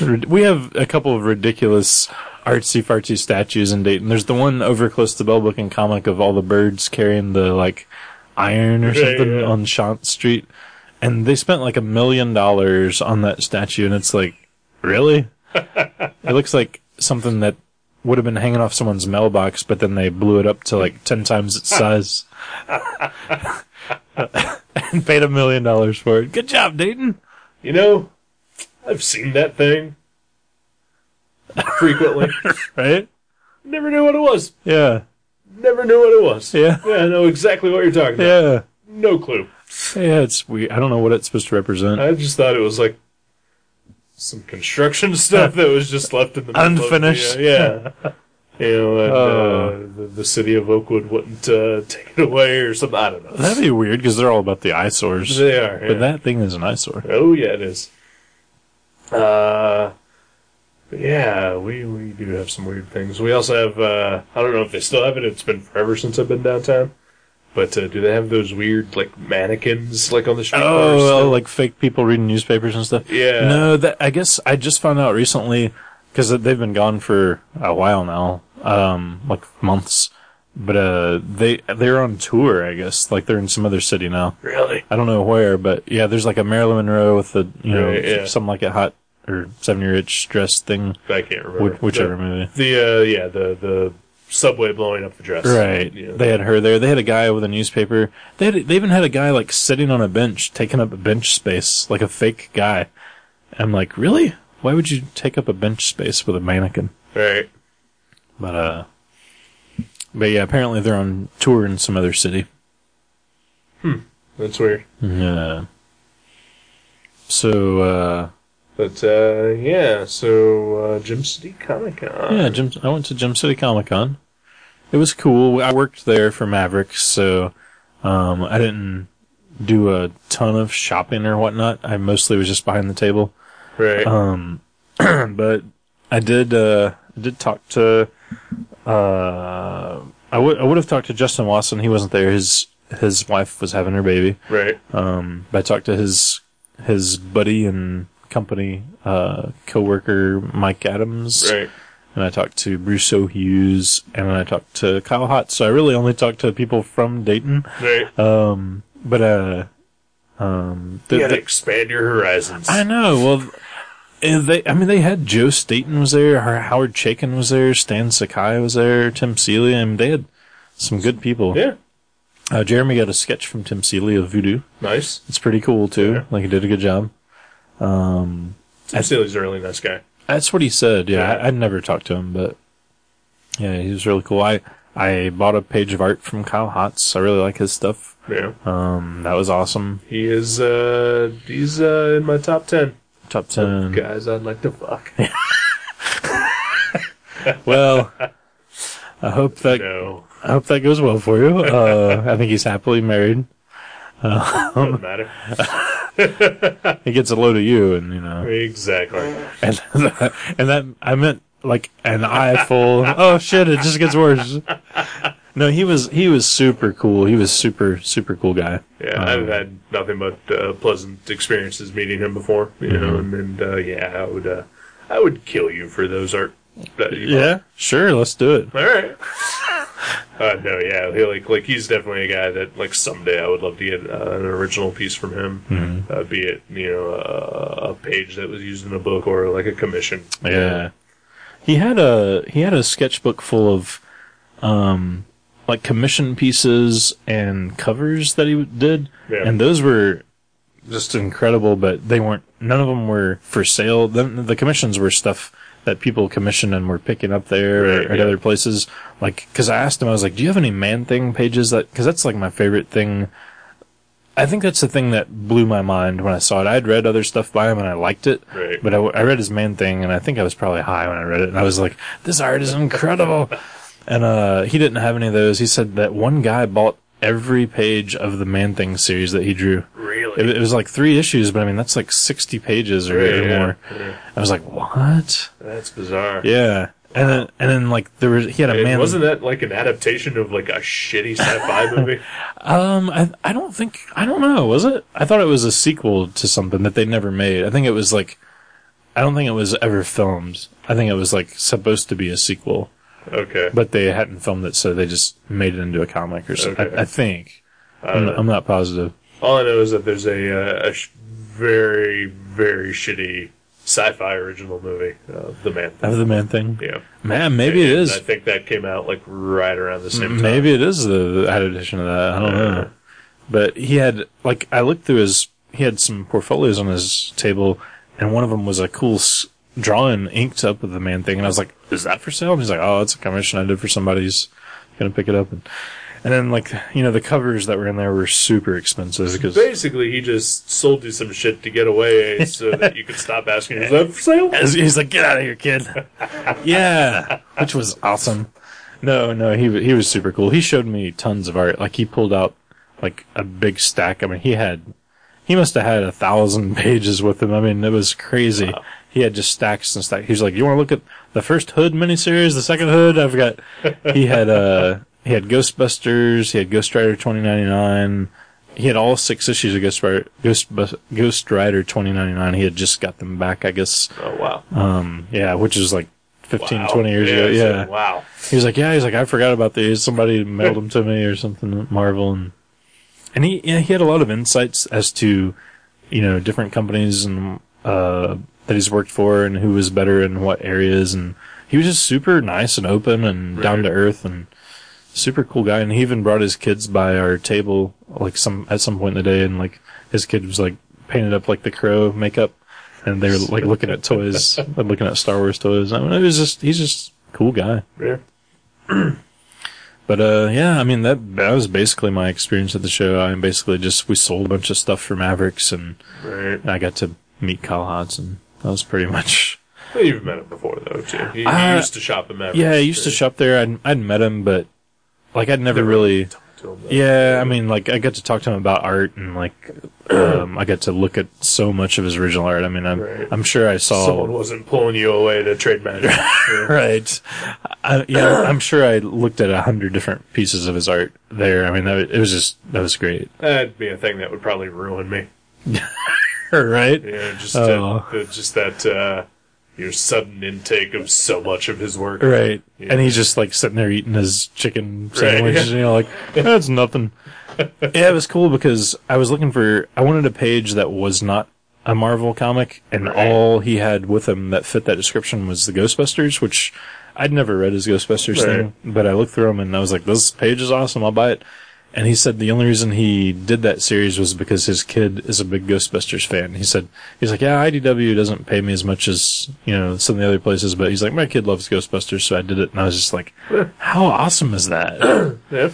Speaker 1: Yeah.
Speaker 2: Rid- We have a couple of ridiculous artsy fartsy statues in Dayton. There's the one over close to Bellbook and Comic of all the birds carrying the like iron or
Speaker 1: Yeah,
Speaker 2: something
Speaker 1: yeah.
Speaker 2: on Shant Street, and they spent like a million dollars on that statue, and it's like, really? it looks like something that would have been hanging off someone's mailbox, but then they blew it up to like ten times its size. and paid a million dollars for it. Good job, Dayton.
Speaker 1: You know, I've seen that thing frequently.
Speaker 2: Right?
Speaker 1: Never knew what it was.
Speaker 2: Yeah.
Speaker 1: Never knew what it was.
Speaker 2: Yeah.
Speaker 1: Yeah, I know exactly what you're talking about.
Speaker 2: Yeah.
Speaker 1: No clue.
Speaker 2: Yeah, it's weird. I don't know what it's supposed to represent.
Speaker 1: I just thought it was like some construction stuff that was just left in the middle of the- uh,
Speaker 2: Unfinished.
Speaker 1: yeah, yeah. you know, and,
Speaker 2: Oh.
Speaker 1: uh, the, the city of Oakwood wouldn't uh, take it away or something. I don't know.
Speaker 2: That'd be weird because they're all about the eyesores.
Speaker 1: They are. yeah.
Speaker 2: But that thing is an eyesore.
Speaker 1: oh yeah, it is. Uh, but yeah, we we do have some weird things. We also have. Uh, I don't know if they still have it. It's been forever since I've been downtown. But uh, do they have those weird like mannequins like on the street?
Speaker 2: Oh,
Speaker 1: corners
Speaker 2: well,
Speaker 1: still?
Speaker 2: like fake people reading newspapers and stuff.
Speaker 1: Yeah.
Speaker 2: No, that I guess I just found out recently because they've been gone for a while now, um, like months. But uh, they they're on tour, I guess. Like they're in some other city now.
Speaker 1: really?
Speaker 2: I don't know where, but yeah, there's like a Marilyn Monroe with the you know
Speaker 1: Right, yeah.
Speaker 2: something like a hot or seventy rich dress thing,
Speaker 1: I can't remember.
Speaker 2: which, whichever
Speaker 1: The-
Speaker 2: movie.
Speaker 1: The uh, yeah, the the subway blowing up the dress.
Speaker 2: Right.
Speaker 1: Yeah.
Speaker 2: They had her there. They had a guy with a newspaper. They had, they even had a guy like sitting on a bench, taking up a bench space, like a fake guy. I'm like, really? Why would you take up a bench space with a mannequin?
Speaker 1: right.
Speaker 2: But uh, but yeah, apparently they're on tour in some other city.
Speaker 1: That's weird.
Speaker 2: Yeah. Uh, So uh,
Speaker 1: But uh, yeah, so uh, Jim City Comic Con.
Speaker 2: yeah, Jim, I went to Jim City Comic Con. It was cool. I worked there for Mavericks, so um, I didn't do a ton of shopping or whatnot. I mostly was just behind the table.
Speaker 1: Right.
Speaker 2: Um, but I did, uh, I did talk to, uh, I would, I would have talked to Justin Watson. He wasn't there. His, his wife was having her baby.
Speaker 1: right.
Speaker 2: Um, but I talked to his, his buddy and company, uh, coworker Mike Adams
Speaker 1: Right.
Speaker 2: and I talked to Bruce Hughes, and then I talked to Kyle Hott. So I really only talked to people from Dayton.
Speaker 1: Right.
Speaker 2: Um, but uh, um, the-
Speaker 1: you gotta
Speaker 2: the-
Speaker 1: expand your horizons.
Speaker 2: I know. Well, and they. I mean, they had Joe Staten was there, Har- Howard Chaikin was there, Stan Sakai was there, Tim Seeley. I mean, they had some good people.
Speaker 1: yeah.
Speaker 2: Uh, Jeremy got a sketch from Tim Seeley of Voodoo.
Speaker 1: Nice.
Speaker 2: It's pretty cool too.
Speaker 1: Yeah.
Speaker 2: Like he did a good job.
Speaker 1: I still he's a really nice guy.
Speaker 2: That's what he said. Yeah,
Speaker 1: Yeah.
Speaker 2: I, I'd never talked to him, but yeah, he was really cool. I I bought a page of art from Kyle Hotz. I really like his stuff.
Speaker 1: Yeah.
Speaker 2: Um, that was awesome.
Speaker 1: He is uh he's uh in my top ten.
Speaker 2: Top ten.
Speaker 1: Guys I'd like to fuck.
Speaker 2: Well, I hope that
Speaker 1: no.
Speaker 2: I hope that goes well for you. Uh, I think he's happily married. Um,
Speaker 1: Doesn't matter.
Speaker 2: He gets a load of you, and you know,
Speaker 1: Exactly.
Speaker 2: and and that I meant like an eye full. Oh shit! It just gets worse. No, he was he was super cool. He was super super cool guy.
Speaker 1: Yeah, I've had nothing but uh, pleasant experiences meeting him before. You know,
Speaker 2: Mm-hmm.
Speaker 1: and, and uh, yeah, I would uh, I would kill you for those art. That you
Speaker 2: Yeah, sure, let's do it.
Speaker 1: All right. Uh, no, yeah, he, like like he's definitely a guy that like someday I would love to get uh, an original piece from him,
Speaker 2: Mm-hmm.
Speaker 1: uh, be it you know uh, a page that was used in a book or like a commission.
Speaker 2: Yeah. He had a he had a sketchbook full of um like commission pieces and covers that he did
Speaker 1: Yeah.
Speaker 2: and those were just incredible but they weren't none of them were for sale. Then the commissions were stuff that people commissioned and were picking up there
Speaker 1: Right,
Speaker 2: or at
Speaker 1: yeah.
Speaker 2: other places like cuz I asked him I was like do you have any man thing pages that cuz that's like my favorite thing I think that's the thing that blew my mind when I saw it. I'd read other stuff by him and I liked it,
Speaker 1: Right.
Speaker 2: but I, w- I read his man thing and I think I was probably high when I read it and I was like, this art is incredible. and uh, he didn't have any of those. He said that one guy bought every page of the man thing series that he drew.
Speaker 1: Really?
Speaker 2: It, it was like three issues, but I mean that's like sixty pages or, or
Speaker 1: Yeah,
Speaker 2: more.
Speaker 1: yeah.
Speaker 2: I was like, what?
Speaker 1: That's bizarre.
Speaker 2: Yeah. And then, and then like there was he had a
Speaker 1: It-
Speaker 2: man.
Speaker 1: wasn't that like an adaptation of like a shitty sci-fi movie?
Speaker 2: Um, I I don't think I don't know. Was it? I thought it was a sequel to something that they never made. I think it was like, I don't think it was ever filmed. I think it was like supposed to be a sequel,
Speaker 1: Okay,
Speaker 2: but they hadn't filmed it, so they just made it into a comic or something.
Speaker 1: Okay.
Speaker 2: I, I think. I'm, I'm not positive.
Speaker 1: all I know is that there's a, uh, a sh- very very shitty sci-fi original movie, uh, The Man.
Speaker 2: Of the man thing.
Speaker 1: Yeah.
Speaker 2: Man, maybe it
Speaker 1: And
Speaker 2: is. Mm,
Speaker 1: I think that came out like right around the same time.
Speaker 2: Maybe it is the adaptation of that. I don't
Speaker 1: Yeah.
Speaker 2: know. But he had like I looked through his. He had some portfolios on his table, and one of them was a cool s- drawing inked up with the man thing, and I was like, "Is that for sale?" And he's like, "Oh, it's a commission I did for somebody's gonna pick it up." And, and then like you know the covers that were in there were super expensive because
Speaker 1: Basically, he just sold you some shit to get away so that you could stop asking, is that for sale?
Speaker 2: As- He's like, "Get out of here, kid." yeah, which was awesome. No, no, he wa- he was super cool. He showed me tons of art. Like he pulled out like a big stack. I mean, he had he must have had a thousand pages with him. I mean, it was crazy. He had just stacks and stacks. He was like, "You want to look at the first Hood miniseries, the second Hood?" I forgot. He had uh he had Ghostbusters. He had Ghost Rider twenty ninety nine. He had all six issues of Ghost Rider, Ghost, Bus- Ghost Rider 2099. He had just got them back, I guess,
Speaker 1: Oh, wow.
Speaker 2: um, yeah, which is like 15, 20 years
Speaker 1: yeah,
Speaker 2: ago.
Speaker 1: so-
Speaker 2: Yeah.
Speaker 1: Wow.
Speaker 2: He was like, yeah, he's like, I forgot about these. Somebody mailed them to me or something at Marvel. And, and he, yeah, he had a lot of insights as to, you know, different companies and, uh, that he's worked for and who was better in what areas. And he was just super nice and open and down to earth and super cool guy. And he even brought his kids by our table, like some, at some point in the day. And like his kid was like painted up like the crow makeup and they were like looking at toys, like, looking at Star Wars toys. I mean, it was just, he's just a cool guy.
Speaker 1: Yeah.
Speaker 2: But uh, yeah, I mean that that was basically my experience at the show. I basically just we sold a bunch of stuff for Mavericks, and
Speaker 1: Right.
Speaker 2: I got to meet Kyle Hodson. That was pretty much.
Speaker 1: Well, you've met him before, though, too. He, he
Speaker 2: Uh,
Speaker 1: used to shop in Mavericks.
Speaker 2: Yeah, I used to shop there. I'd I'd met him, but like I'd never really.
Speaker 1: To him, though.
Speaker 2: Yeah, I mean, like I got to talk to him about art, and like um, I got to look at so much of his original art. I mean, I'm
Speaker 1: Right.
Speaker 2: I'm sure I saw
Speaker 1: Someone wasn't pulling you away to trade magic. Yeah.
Speaker 2: right. I, yeah, I'm sure I looked at a hundred different pieces of his art there. I mean, that, it was just that was great,
Speaker 1: That'd be a thing that would probably ruin me.
Speaker 2: right?
Speaker 1: Yeah, just
Speaker 2: Oh.
Speaker 1: uh, just that uh, your sudden intake of so much of his work.
Speaker 2: Right.
Speaker 1: Yeah.
Speaker 2: And he's just like sitting there eating his chicken
Speaker 1: Right, yeah.
Speaker 2: sandwiches, and you're like, that's nothing. yeah, it was cool because I was looking for, I wanted a page that was not a Marvel comic, and
Speaker 1: Right.
Speaker 2: all he had with him that fit that description was the Ghostbusters, which I'd never read his Ghostbusters
Speaker 1: Right.
Speaker 2: thing, but I looked through them and I was like, this page is awesome, I'll buy it. And he said the only reason he did that series was because his kid is a big Ghostbusters fan. He said he's like, yeah, IDW doesn't pay me as much as you know some of the other places, but he's like, my kid loves Ghostbusters, so I did it. And I was just like, how awesome is that?
Speaker 1: Yeah.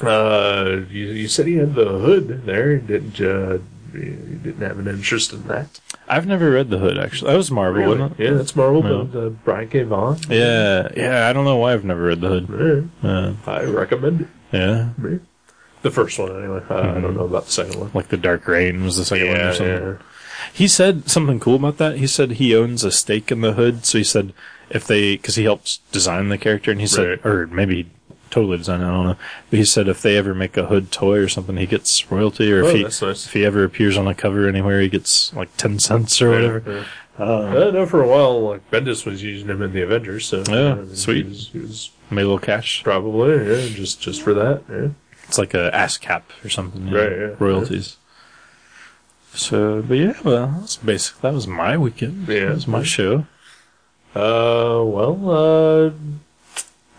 Speaker 1: Uh, you, you said he had the hood there. Didn't uh, you didn't have an interest in that?
Speaker 2: I've never read The Hood actually. That was Marvel, wasn't it?
Speaker 1: Yeah, that's Marvel,
Speaker 2: No.
Speaker 1: but uh, Brian K. Vaughan.
Speaker 2: Yeah, yeah. I don't know why I've never read The Hood.
Speaker 1: Yeah,
Speaker 2: Uh,
Speaker 1: I recommend
Speaker 2: yeah,
Speaker 1: it. The first one, anyway. Uh, I, I don't know about the second one.
Speaker 2: like The Dark Reign was Mm-hmm. the second one or
Speaker 1: Yeah,
Speaker 2: something.
Speaker 1: yeah.
Speaker 2: He said something cool about that. He said he owns a stake in the hood, so he said if they, because he helps design the character, and he said,
Speaker 1: Right.
Speaker 2: or maybe totally design it, I don't know, but he said if they ever make a hood toy or something, he gets royalty, or
Speaker 1: Oh,
Speaker 2: if, he,
Speaker 1: that's nice.
Speaker 2: if he ever appears on a cover anywhere, he gets like 10 cents or whatever. Uh,
Speaker 1: Yeah, yeah. I know for a while, like Bendis was using him in the Avengers, so
Speaker 2: Yeah,
Speaker 1: I mean, he
Speaker 2: sweet.
Speaker 1: was- he was
Speaker 2: Made a little cash.
Speaker 1: probably yeah, just just for that. Yeah.
Speaker 2: It's like a ass cap or something. you
Speaker 1: Right,
Speaker 2: know,
Speaker 1: yeah.
Speaker 2: Royalties. So, but yeah, well, that's basic. That was my weekend.
Speaker 1: Yeah.
Speaker 2: That was my show.
Speaker 1: Uh, well, uh,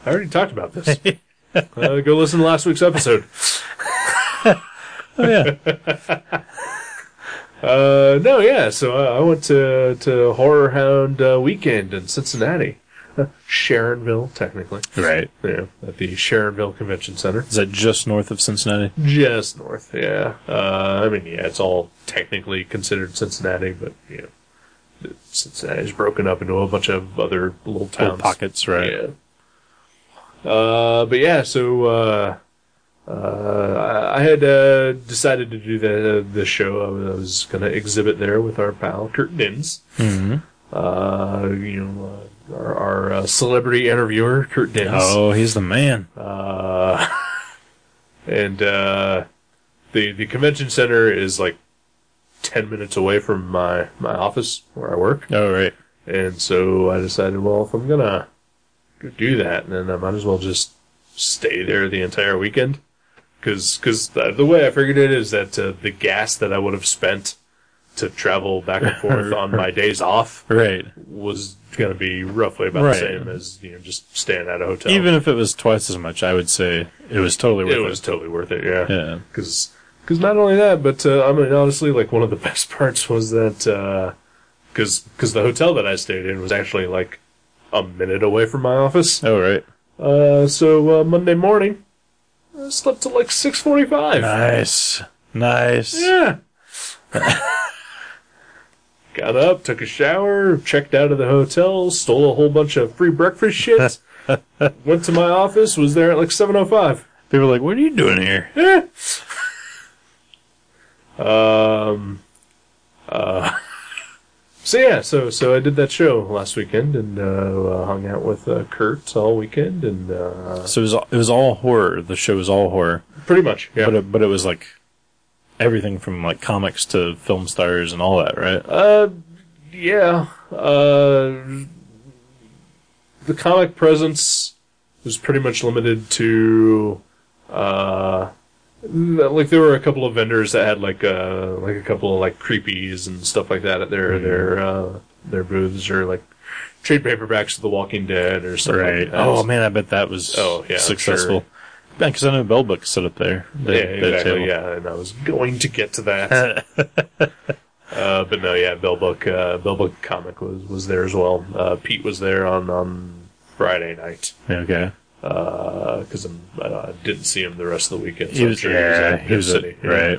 Speaker 1: I already talked about this. uh, go listen to last week's episode.
Speaker 2: Oh, yeah.
Speaker 1: Uh, no, yeah. So I, I went to to Horror Hound uh, weekend in Cincinnati, Uh, Sharonville, technically.
Speaker 2: right.
Speaker 1: Yeah, at the Sharonville Convention Center,
Speaker 2: Is that just north of Cincinnati?
Speaker 1: just north. Yeah. Uh, I mean, yeah, it's all technically considered Cincinnati, but you know, Cincinnati's broken up into a bunch of other little towns.
Speaker 2: Little pockets, right?
Speaker 1: Yeah. Uh, but yeah, so uh, uh, I I had uh, decided to do the the show. I was, I was going to exhibit there with our pal Kurt Dins.
Speaker 2: Mm-hmm.
Speaker 1: Uh, you know, uh, our, our uh, celebrity interviewer Kurt Dins.
Speaker 2: Oh, he's the man.
Speaker 1: Uh, and uh, the the convention center is like ten minutes away from my my office where I work.
Speaker 2: Oh, right.
Speaker 1: And so I decided, well, if I'm gonna go do that, then I might as well just stay there the entire weekend. Cause, 'cause the, the way I figured it is that uh, the gas that I would have spent to travel back and forth on my days off
Speaker 2: Right.
Speaker 1: was gonna be roughly about
Speaker 2: Right.
Speaker 1: the same as you know just staying at a hotel.
Speaker 2: Even if it was twice as much, I would say it was totally worth
Speaker 1: it
Speaker 2: it.
Speaker 1: was totally worth it. Yeah.
Speaker 2: Yeah.
Speaker 1: Cause, 'cause not only that, but uh, I mean, honestly, like one of the best parts was that uh 'cause cause the hotel that I stayed in was actually like a minute away from my office.
Speaker 2: Oh, right.
Speaker 1: Uh, so uh, Monday morning, I slept till like six forty-five.
Speaker 2: Nice. Nice.
Speaker 1: Yeah. Got up, took a shower, checked out of the hotel, stole a whole bunch of free breakfast shit. went to my office, was there at like seven o five.
Speaker 2: People are like, what are you doing here?
Speaker 1: Yeah. um. Uh. So yeah, so so I did that show last weekend and uh, uh, hung out with uh, Kurt all weekend and uh,
Speaker 2: So it was, all- it was all horror. The show was all horror.
Speaker 1: pretty much yeah.
Speaker 2: But, it, but it was like everything from like comics to film stars and all that, right?
Speaker 1: Uh, yeah. Uh, the comic presence was pretty much limited to, uh, th- like there were a couple of vendors that had like uh like a couple of like creepies and stuff like that at their
Speaker 2: Mm-hmm.
Speaker 1: their uh their booths or like trade paperbacks of The Walking Dead or something. Like that.
Speaker 2: Oh, man, I bet that was
Speaker 1: Oh, yeah, I'm
Speaker 2: successful. Because I know Bell Book set up there.
Speaker 1: Yeah,
Speaker 2: Their- their
Speaker 1: exactly.
Speaker 2: table.
Speaker 1: Yeah, and I was going to get to that. uh, but no, yeah, Bellbook, uh, Bellbook comic was, was there as well. Uh, Pete was there on, on Friday night
Speaker 2: Okay.
Speaker 1: because I'm I, I didn't see him the rest of the weekend. So
Speaker 2: He
Speaker 1: I'm
Speaker 2: was,
Speaker 1: sure
Speaker 2: yeah,
Speaker 1: at
Speaker 2: he was,
Speaker 1: New
Speaker 2: at-
Speaker 1: City, yeah.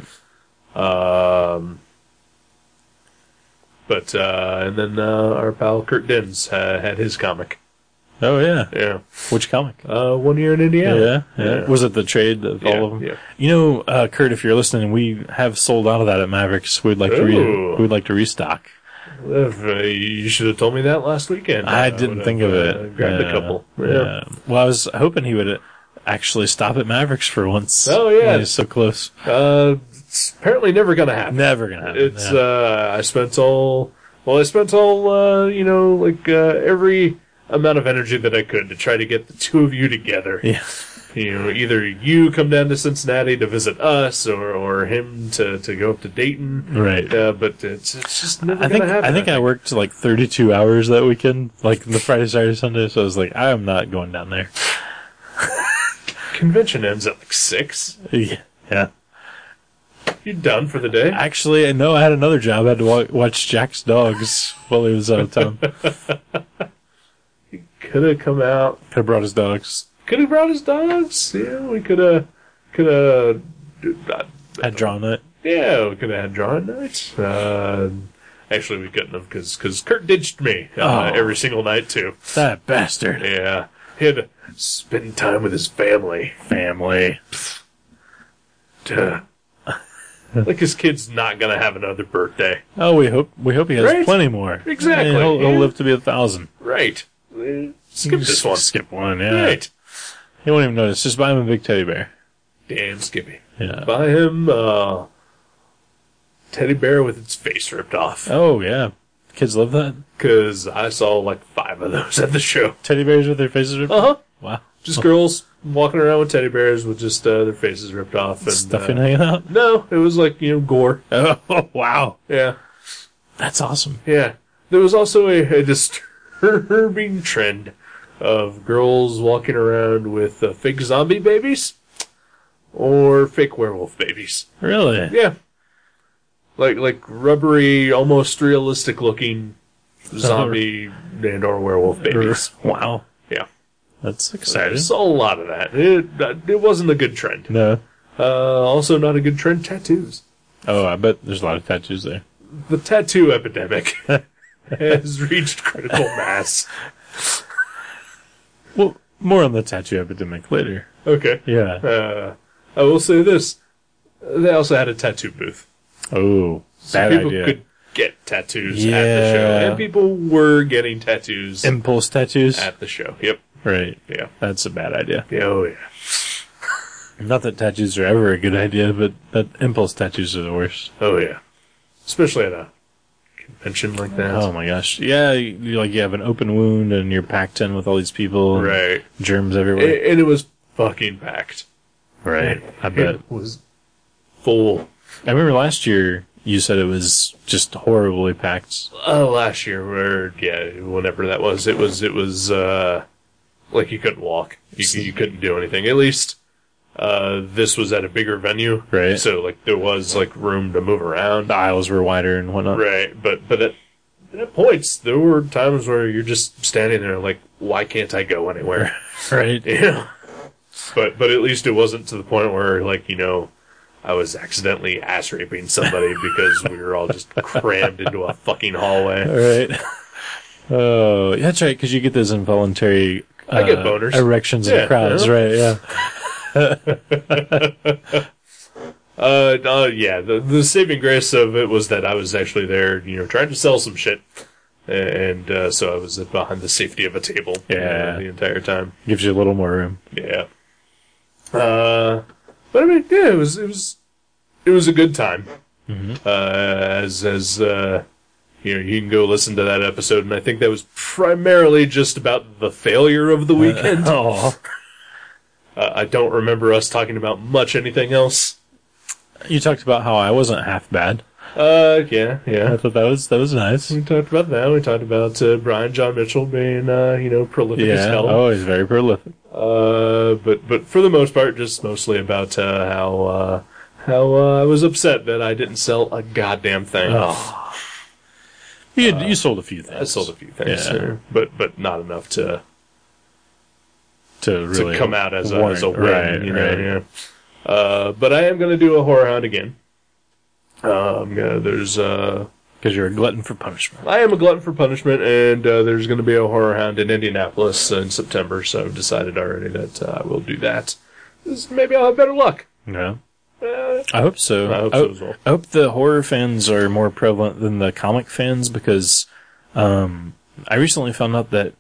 Speaker 2: right.
Speaker 1: Um, but uh, and then uh, our pal Kurt Dins uh, had his comic.
Speaker 2: Oh, yeah.
Speaker 1: Yeah,
Speaker 2: Which comic?
Speaker 1: uh, one year in Indiana.
Speaker 2: Yeah, yeah. Was it the trade of
Speaker 1: Yeah,
Speaker 2: all of them?
Speaker 1: yeah.
Speaker 2: You know, uh, Kurt, if you're listening, we have sold out of that at Mavericks. We'd like to
Speaker 1: Ooh.
Speaker 2: re- we'd like to restock.
Speaker 1: If, uh, you should have told me that last weekend.
Speaker 2: I didn't
Speaker 1: would've,
Speaker 2: think of
Speaker 1: uh,
Speaker 2: it.
Speaker 1: grabbed
Speaker 2: Yeah,
Speaker 1: a couple.
Speaker 2: yeah. Well, I was hoping he would actually stop at Mavericks for once.
Speaker 1: Oh, yeah.
Speaker 2: When he's so close.
Speaker 1: Uh, it's apparently never gonna happen.
Speaker 2: Never gonna happen.
Speaker 1: It's
Speaker 2: yeah.
Speaker 1: uh, I spent all Well, I spent all, uh, you know, like uh, every amount of energy that I could to try to get the two of you together.
Speaker 2: Yeah.
Speaker 1: You know, either you come down to Cincinnati to visit us, or, or him to, to go up to Dayton.
Speaker 2: Right.
Speaker 1: Uh, but it's, it's just never
Speaker 2: I
Speaker 1: gonna
Speaker 2: think
Speaker 1: happen.
Speaker 2: I think I worked like 32 hours that weekend, like the Friday, Saturday, Sunday. So I was like, I am not going down there.
Speaker 1: convention ends at like six.
Speaker 2: Yeah.
Speaker 1: You're done for the day.
Speaker 2: Actually, I know I had another job. I had to wa- watch Jack's dogs while he was out of town. Could
Speaker 1: Could have come out.
Speaker 2: have brought his dogs.
Speaker 1: Could have brought his dogs. Yeah, we could have. Could have.
Speaker 2: Had drawn it.
Speaker 1: Yeah, we could have had drawing nights. Uh, actually, we couldn't have because Kurt ditched me uh,
Speaker 2: Oh.
Speaker 1: every single night too.
Speaker 2: That bastard.
Speaker 1: Yeah, he had to spend time with his family.
Speaker 2: Family.
Speaker 1: Duh. uh, like his kid's not gonna have another birthday,
Speaker 2: Oh, we hope we hope he has
Speaker 1: Right?
Speaker 2: plenty more.
Speaker 1: Exactly,
Speaker 2: Yeah, he'll, he'll
Speaker 1: yeah.
Speaker 2: live to be a thousand. Mm,
Speaker 1: right? Uh, Skip this one.
Speaker 2: Skip one. Yeah.
Speaker 1: Right.
Speaker 2: He won't even notice. Just buy him a big teddy bear.
Speaker 1: Damn, Skippy.
Speaker 2: Yeah.
Speaker 1: Buy him uh, teddy bear with its face ripped off.
Speaker 2: oh yeah. Kids love that.
Speaker 1: Cause I saw like five of those at the show.
Speaker 2: Teddy bears with their faces. ripped-
Speaker 1: Uh huh.
Speaker 2: Wow.
Speaker 1: Just girls walking around with teddy bears with just uh, their faces ripped off and
Speaker 2: Stuffing
Speaker 1: uh,
Speaker 2: hanging out.
Speaker 1: No, it was like you know gore.
Speaker 2: Oh wow.
Speaker 1: Yeah,
Speaker 2: That's awesome.
Speaker 1: yeah. There was also a, a disturbing trend of girls walking around with uh, fake zombie babies or fake werewolf babies.
Speaker 2: Really?
Speaker 1: Yeah, like like rubbery, almost realistic looking zombie and or werewolf babies.
Speaker 2: Wow.
Speaker 1: Yeah,
Speaker 2: That's
Speaker 1: I
Speaker 2: exciting.
Speaker 1: saw a lot of that. It uh, it wasn't a good trend.
Speaker 2: No.
Speaker 1: Uh, also, not a good trend. Tattoos.
Speaker 2: Oh, I bet there's a lot of tattoos there.
Speaker 1: the tattoo epidemic has reached critical mass.
Speaker 2: Well, more on the tattoo epidemic later.
Speaker 1: Okay.
Speaker 2: Yeah.
Speaker 1: Uh, I will say this: they also had a tattoo booth,
Speaker 2: Oh,
Speaker 1: so
Speaker 2: bad
Speaker 1: people
Speaker 2: idea.
Speaker 1: could get tattoos at the show,
Speaker 2: Yeah.
Speaker 1: and people were getting tattoos
Speaker 2: Impulse tattoos.
Speaker 1: at the show. Yep.
Speaker 2: right.
Speaker 1: Yeah.
Speaker 2: That's a bad idea.
Speaker 1: Yeah. Oh yeah.
Speaker 2: Not that tattoos are ever a good idea, but that impulse tattoos are the worst.
Speaker 1: Oh yeah. Especially at a convention like that.
Speaker 2: Oh my gosh. Yeah, you, you- like you have an open wound and you're packed in with all these people. and
Speaker 1: Right.
Speaker 2: Germs everywhere.
Speaker 1: A- and it was fucking packed.
Speaker 2: right. I bet.
Speaker 1: It was full.
Speaker 2: I remember last year you said it was just horribly packed.
Speaker 1: uh, last year or yeah, whenever that was, it was it was uh, like you couldn't walk, you, c- you couldn't do anything. At least uh, this was at a bigger venue,
Speaker 2: Right. Ah.
Speaker 1: So like there was like room to move around,
Speaker 2: The aisles were wider and whatnot.
Speaker 1: right? But but at, at points there were times where you're just standing there like, why can't I go anywhere?
Speaker 2: Right.
Speaker 1: you know? But but at least it wasn't to the point where like you know. I was accidentally ass raping somebody because we were all just crammed into a fucking hallway.
Speaker 2: All right. Oh, yeah, that's right. Because you get those involuntary
Speaker 1: I get
Speaker 2: uh,
Speaker 1: boners.
Speaker 2: erections in
Speaker 1: Yeah,
Speaker 2: the crowds,
Speaker 1: yeah.
Speaker 2: right? Yeah.
Speaker 1: Uh, uh yeah. The, the saving grace of it was that I was actually there, you know, trying to sell some shit, and uh, so I was behind the safety of a table, you know,
Speaker 2: Yeah.
Speaker 1: the entire time.
Speaker 2: Gives you a little more room.
Speaker 1: Yeah. Uh, but I mean, yeah, it was it was it was a good time. Uh, as as uh, you know, you can go listen to that episode, and I think that was primarily just about the failure of the weekend.
Speaker 2: Oh,
Speaker 1: Uh, I don't remember us talking about much anything else.
Speaker 2: you talked about how I wasn't half bad.
Speaker 1: Uh, yeah, yeah.
Speaker 2: I thought that was that was nice.
Speaker 1: We talked about that. We talked about uh, Brian John Mitchell being, uh, you know, prolific as
Speaker 2: Yeah.
Speaker 1: hell.
Speaker 2: Oh, he's very prolific.
Speaker 1: Uh, but but for the most part, just mostly about uh, how uh, how uh, I was upset that I didn't sell a goddamn thing.
Speaker 2: Oh. You you Uh, sold a few things.
Speaker 1: I sold a few things,
Speaker 2: Yeah.
Speaker 1: there, but but not enough to
Speaker 2: to
Speaker 1: to
Speaker 2: really
Speaker 1: come out as a,
Speaker 2: warrant-
Speaker 1: as a win.
Speaker 2: Right.
Speaker 1: you know,
Speaker 2: right.
Speaker 1: yeah. Uh, but I am going to do a horror hound again. Um, yeah, there's uh,
Speaker 2: Because you're a glutton for punishment.
Speaker 1: I am a glutton for punishment, and uh, there's going to be a horror hound in Indianapolis in September, so I've decided already that uh, I will do that. This- Maybe I'll have better luck.
Speaker 2: No.
Speaker 1: Uh,
Speaker 2: I hope so.
Speaker 1: I hope so as well.
Speaker 2: I hope the horror fans are more prevalent than the comic fans because um, I recently found out that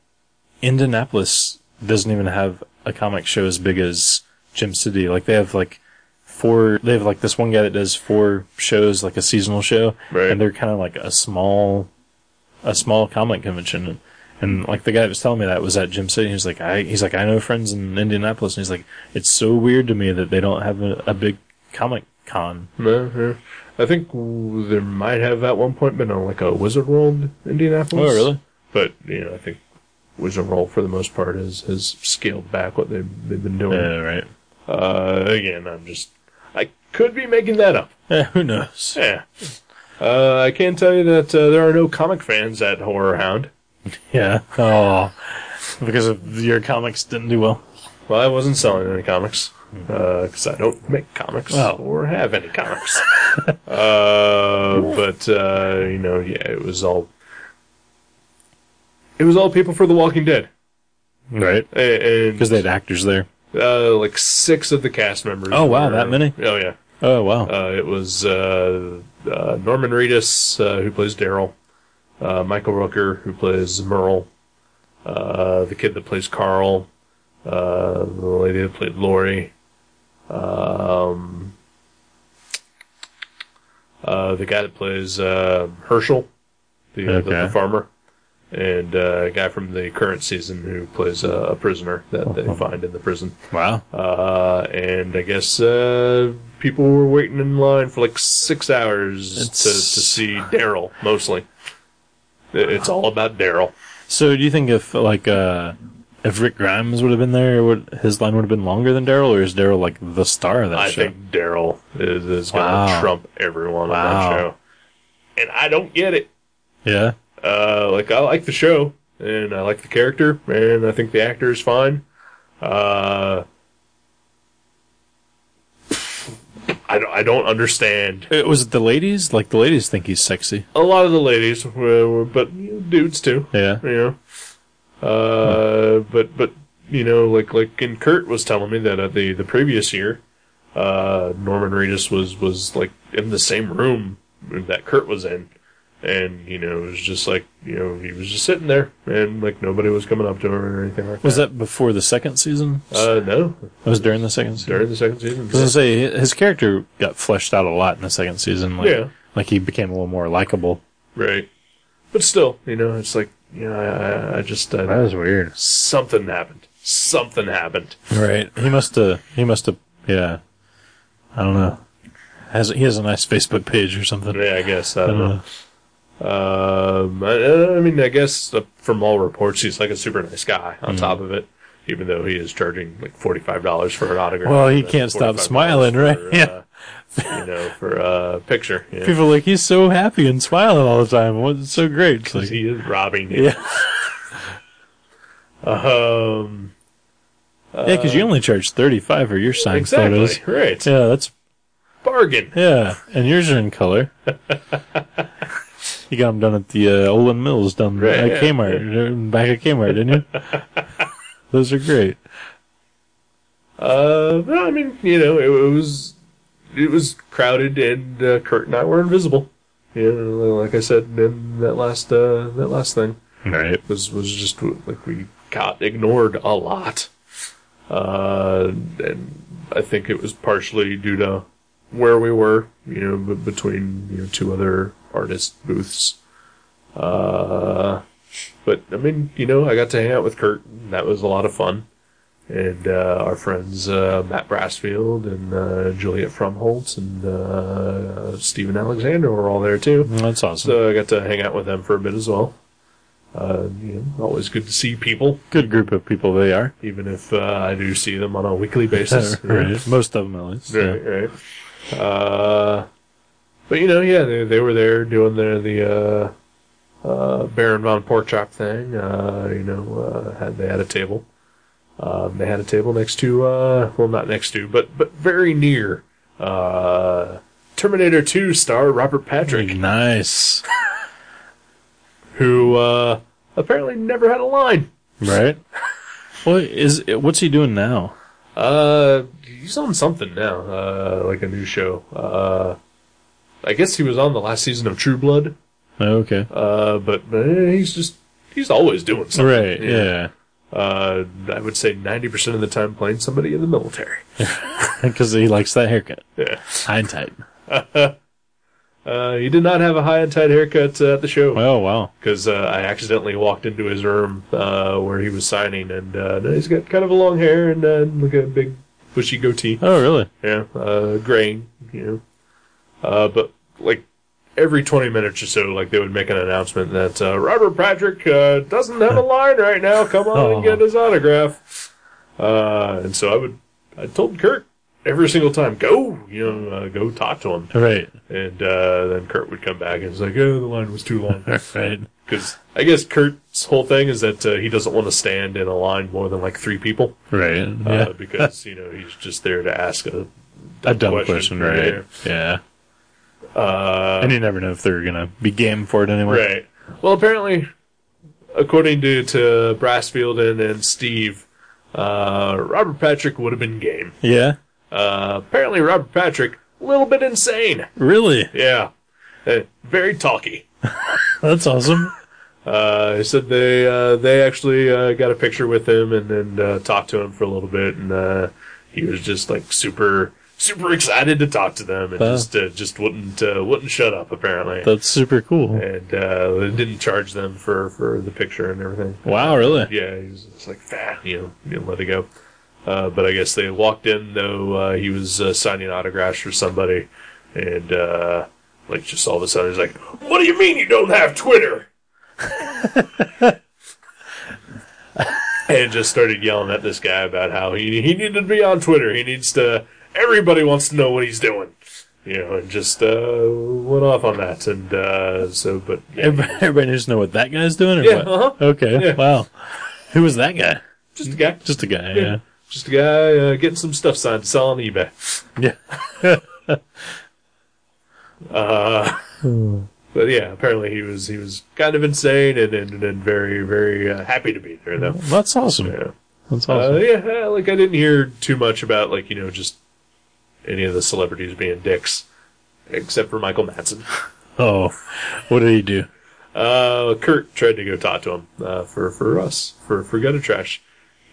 Speaker 2: Indianapolis doesn't even have a comic show as big as Jim City. Like they have like four. They have like this one guy that does four shows, like a seasonal show,
Speaker 1: Right.
Speaker 2: and they're kind of like a small a small comic convention, and, and like the guy that was telling me that was at Jim City. He was like, I he's like, I know friends in Indianapolis, and he's like, it's so weird to me that they don't have a, a big comic con.
Speaker 1: No, I think w- there might have at one point been a, like a Wizard World Indianapolis.
Speaker 2: Oh, really?
Speaker 1: But you know, I think Wizard World for the most part has has scaled back what they've, they've been doing.
Speaker 2: Yeah, right.
Speaker 1: Uh, again, I'm just I could be making that up.
Speaker 2: Eh, who knows?
Speaker 1: Yeah. Uh, I can tell you that uh, there are no comic fans at Horror Hound.
Speaker 2: Yeah. Oh, because of your comics didn't do well.
Speaker 1: Well, I wasn't selling any comics
Speaker 2: Hmm.
Speaker 1: because I don't make comics
Speaker 2: Oh.
Speaker 1: or have any comics. uh, but uh, you know, yeah, it was all it was all people for The Walking Dead,
Speaker 2: Right.
Speaker 1: A- and
Speaker 2: Because they had actors there.
Speaker 1: uh, like six of the cast members.
Speaker 2: Oh, wow, that many?
Speaker 1: Oh yeah,
Speaker 2: Oh wow.
Speaker 1: uh, it was uh, uh, Norman Reedus uh, who plays Daryl, uh, Michael Rooker who plays Merle, uh, the kid that plays Carl, uh, the lady that played Lori, um, uh, the guy that plays uh, Herschel, the, the- the
Speaker 2: Okay.
Speaker 1: farmer, and uh, a guy from the current season who plays a, a prisoner that they find in the prison.
Speaker 2: wow.
Speaker 1: Uh, and I guess uh, people were waiting in line for like six hours
Speaker 2: It's-
Speaker 1: to, to see Daryl, mostly. It- It's all about Daryl.
Speaker 2: So do you think if like uh if Rick Grimes would have been there, would his line would have been longer than Daryl, or is Daryl like the star of that
Speaker 1: I
Speaker 2: show?
Speaker 1: think Daryl is, is going to
Speaker 2: Oh, Wow.
Speaker 1: trump everyone on that
Speaker 2: Wow.
Speaker 1: show. And I don't get it.
Speaker 2: yeah.
Speaker 1: Uh, like, I like the show, and I like the character, and I think the actor is fine. Uh, I don't, I don't understand
Speaker 2: It was it the ladies? Like the ladies think he's sexy.
Speaker 1: a lot of the ladies, were, were- but you know, dudes too.
Speaker 2: Yeah.
Speaker 1: You know, uh, but but you know, like like and Kurt was telling me that at the the previous year, uh, Norman Reedus was was like in the same room that Kurt was in, and you know it was just like you know he was just sitting there and like nobody was coming up to him or anything like
Speaker 2: Was that before the second season?
Speaker 1: that. Uh, no,
Speaker 2: it was during the second season.
Speaker 1: during the second season.
Speaker 2: I was gonna say his character got fleshed out a lot in the second season. Like,
Speaker 1: Yeah.
Speaker 2: Like he became a little more likable.
Speaker 1: Right, but still, you know, it's like you know, I, I- I just uh,
Speaker 2: was weird.
Speaker 1: something happened. Something happened.
Speaker 2: Right. He must have. He must have. Yeah. I don't know. Has he has a nice Facebook page or something?
Speaker 1: Yeah, I guess. I
Speaker 2: I
Speaker 1: don't know. Um, I, I mean, I guess uh, from all reports, he's like a super nice guy.
Speaker 2: Mm.
Speaker 1: On top of it, even though he is charging like forty five dollars for an autograph.
Speaker 2: Well, he
Speaker 1: and
Speaker 2: can't stop
Speaker 1: $45
Speaker 2: smiling, right?
Speaker 1: for,
Speaker 2: Yeah.
Speaker 1: uh, you know, for a picture. Yeah.
Speaker 2: People are like he's so happy and smiling all the time. What- It's so great. It's
Speaker 1: 'Cause
Speaker 2: like,
Speaker 1: he is robbing. You.
Speaker 2: yeah.
Speaker 1: Um.
Speaker 2: yeah, because you only charge thirty five for your signed
Speaker 1: Uh, Exactly.
Speaker 2: photos.
Speaker 1: Right.
Speaker 2: Yeah, that's
Speaker 1: Bargain.
Speaker 2: yeah, and yours are in color. you got them done at the uh, Olin Mills down
Speaker 1: Right,
Speaker 2: at
Speaker 1: yeah,
Speaker 2: Kmart, uh, back at Kmart, didn't you? Those are great.
Speaker 1: Uh. well, I mean, you know, it, it was it was crowded, and uh, Kurt and I were invisible. You know, like I said in that last uh, that last thing.
Speaker 2: Right.
Speaker 1: was was just like we got ignored a lot, uh, and I think it was partially due to where we were, you know, b- between you know two other artist booths. Uh, but I mean, you know, I got to hang out with Kurt, and that was a lot of fun, and uh, our friends uh, Matt Brassfield and uh, Juliet Fromholtz and uh, Stephen Alexander were all there too.
Speaker 2: Mm, That's awesome.
Speaker 1: So I got to hang out with them for a bit as well. Uh, you know, always good to see people,
Speaker 2: Good group of people they are.
Speaker 1: even if uh, I do see them on a weekly basis.
Speaker 2: right. Most of them at least. yeah.
Speaker 1: right, right. Uh, but you know, yeah, they, they were there doing their the uh, uh, Baron von Porchop thing. Uh, you know, uh, had, they had a table. Um, they had a table next to, uh, well, not next to, but but very near uh, Terminator Two star Robert Patrick.
Speaker 2: Nice.
Speaker 1: who uh, apparently never had a line.
Speaker 2: Right. What is? What's he doing now?
Speaker 1: Uh, he's on something now, uh, like a new show. Uh, I guess he was on the last season of True Blood,
Speaker 2: Oh, Okay.
Speaker 1: uh, but but he's just he's always doing something.
Speaker 2: Right. Yeah.
Speaker 1: Uh, I would say ninety percent of the time playing somebody in the military.
Speaker 2: Because he likes that haircut.
Speaker 1: Yeah.
Speaker 2: Hindsight.
Speaker 1: Uh, he did not have a high and tight haircut uh, at the show.
Speaker 2: Oh wow.
Speaker 1: because uh, I accidentally walked into his room uh, where he was signing, and uh, he's got kind of a long hair and uh, like a big bushy goatee.
Speaker 2: Oh really?
Speaker 1: Yeah, uh, graying, you know. Uh, but like every 20 minutes or so, like they would make an announcement that uh, Robert Patrick uh, doesn't have a line right now. Come on
Speaker 2: Oh.
Speaker 1: and get his autograph. Uh, and so I would, I told Kurt every single time, go, you know, uh, go talk to him.
Speaker 2: Right.
Speaker 1: And uh, then Kurt would come back and was like, oh, the line was too long.
Speaker 2: Right.
Speaker 1: Because I guess Kurt's whole thing is that uh, he doesn't want to stand in a line more than like three people
Speaker 2: Right.
Speaker 1: uh,
Speaker 2: Yeah.
Speaker 1: because you know he's just there to ask a
Speaker 2: a dumb
Speaker 1: question,
Speaker 2: question, right?
Speaker 1: right.
Speaker 2: Yeah.
Speaker 1: uh,
Speaker 2: And you never know if they're gonna be game for it anyway.
Speaker 1: right. Well, apparently, according to to Brassfield and, and Steve, uh, Robert Patrick would have been game.
Speaker 2: Yeah.
Speaker 1: Uh, apparently, Robert Patrick a little bit insane.
Speaker 2: Really?
Speaker 1: Yeah, Uh, very talky.
Speaker 2: That's awesome.
Speaker 1: Uh, he said they uh, they actually uh, got a picture with him and then uh, talked to him for a little bit, and uh, he was just like super super excited to talk to them, and
Speaker 2: Wow.
Speaker 1: just uh, just wouldn't uh, wouldn't shut up apparently.
Speaker 2: That's super cool.
Speaker 1: and uh, they didn't charge them for, for the picture and everything.
Speaker 2: Wow, really?
Speaker 1: Yeah, he was just like, "Fah," you know, he didn't let it go. Uh, but I guess they walked in though. Uh, he was uh, signing autographs for somebody, and uh, like just all of a sudden he's like, "What do you mean you don't have Twitter?" and just started yelling at this guy about how he he needed to be on Twitter. He needs to. Everybody wants to know what he's doing, you know, and just uh, went off on that. And uh, so, but yeah,
Speaker 2: Everybody, everybody needs to know what that guy's doing or
Speaker 1: Yeah,
Speaker 2: what?
Speaker 1: uh-huh.
Speaker 2: Okay.
Speaker 1: Yeah.
Speaker 2: Wow. Who was that guy?
Speaker 1: just a guy.
Speaker 2: Just a guy,
Speaker 1: Yeah.
Speaker 2: yeah.
Speaker 1: Just a guy uh, getting some stuff signed to sell on eBay.
Speaker 2: Yeah.
Speaker 1: But yeah, apparently he was he was kind of insane and and, and very very uh, happy to be there though.
Speaker 2: That's awesome.
Speaker 1: Yeah.
Speaker 2: That's
Speaker 1: Uh,
Speaker 2: awesome.
Speaker 1: yeah, uh, like I didn't hear too much about like you know just any of the celebrities being dicks, except for Michael Madsen.
Speaker 2: oh. What did he do?
Speaker 1: Uh, Kurt tried to go talk to him uh, for for us for for gutter trash,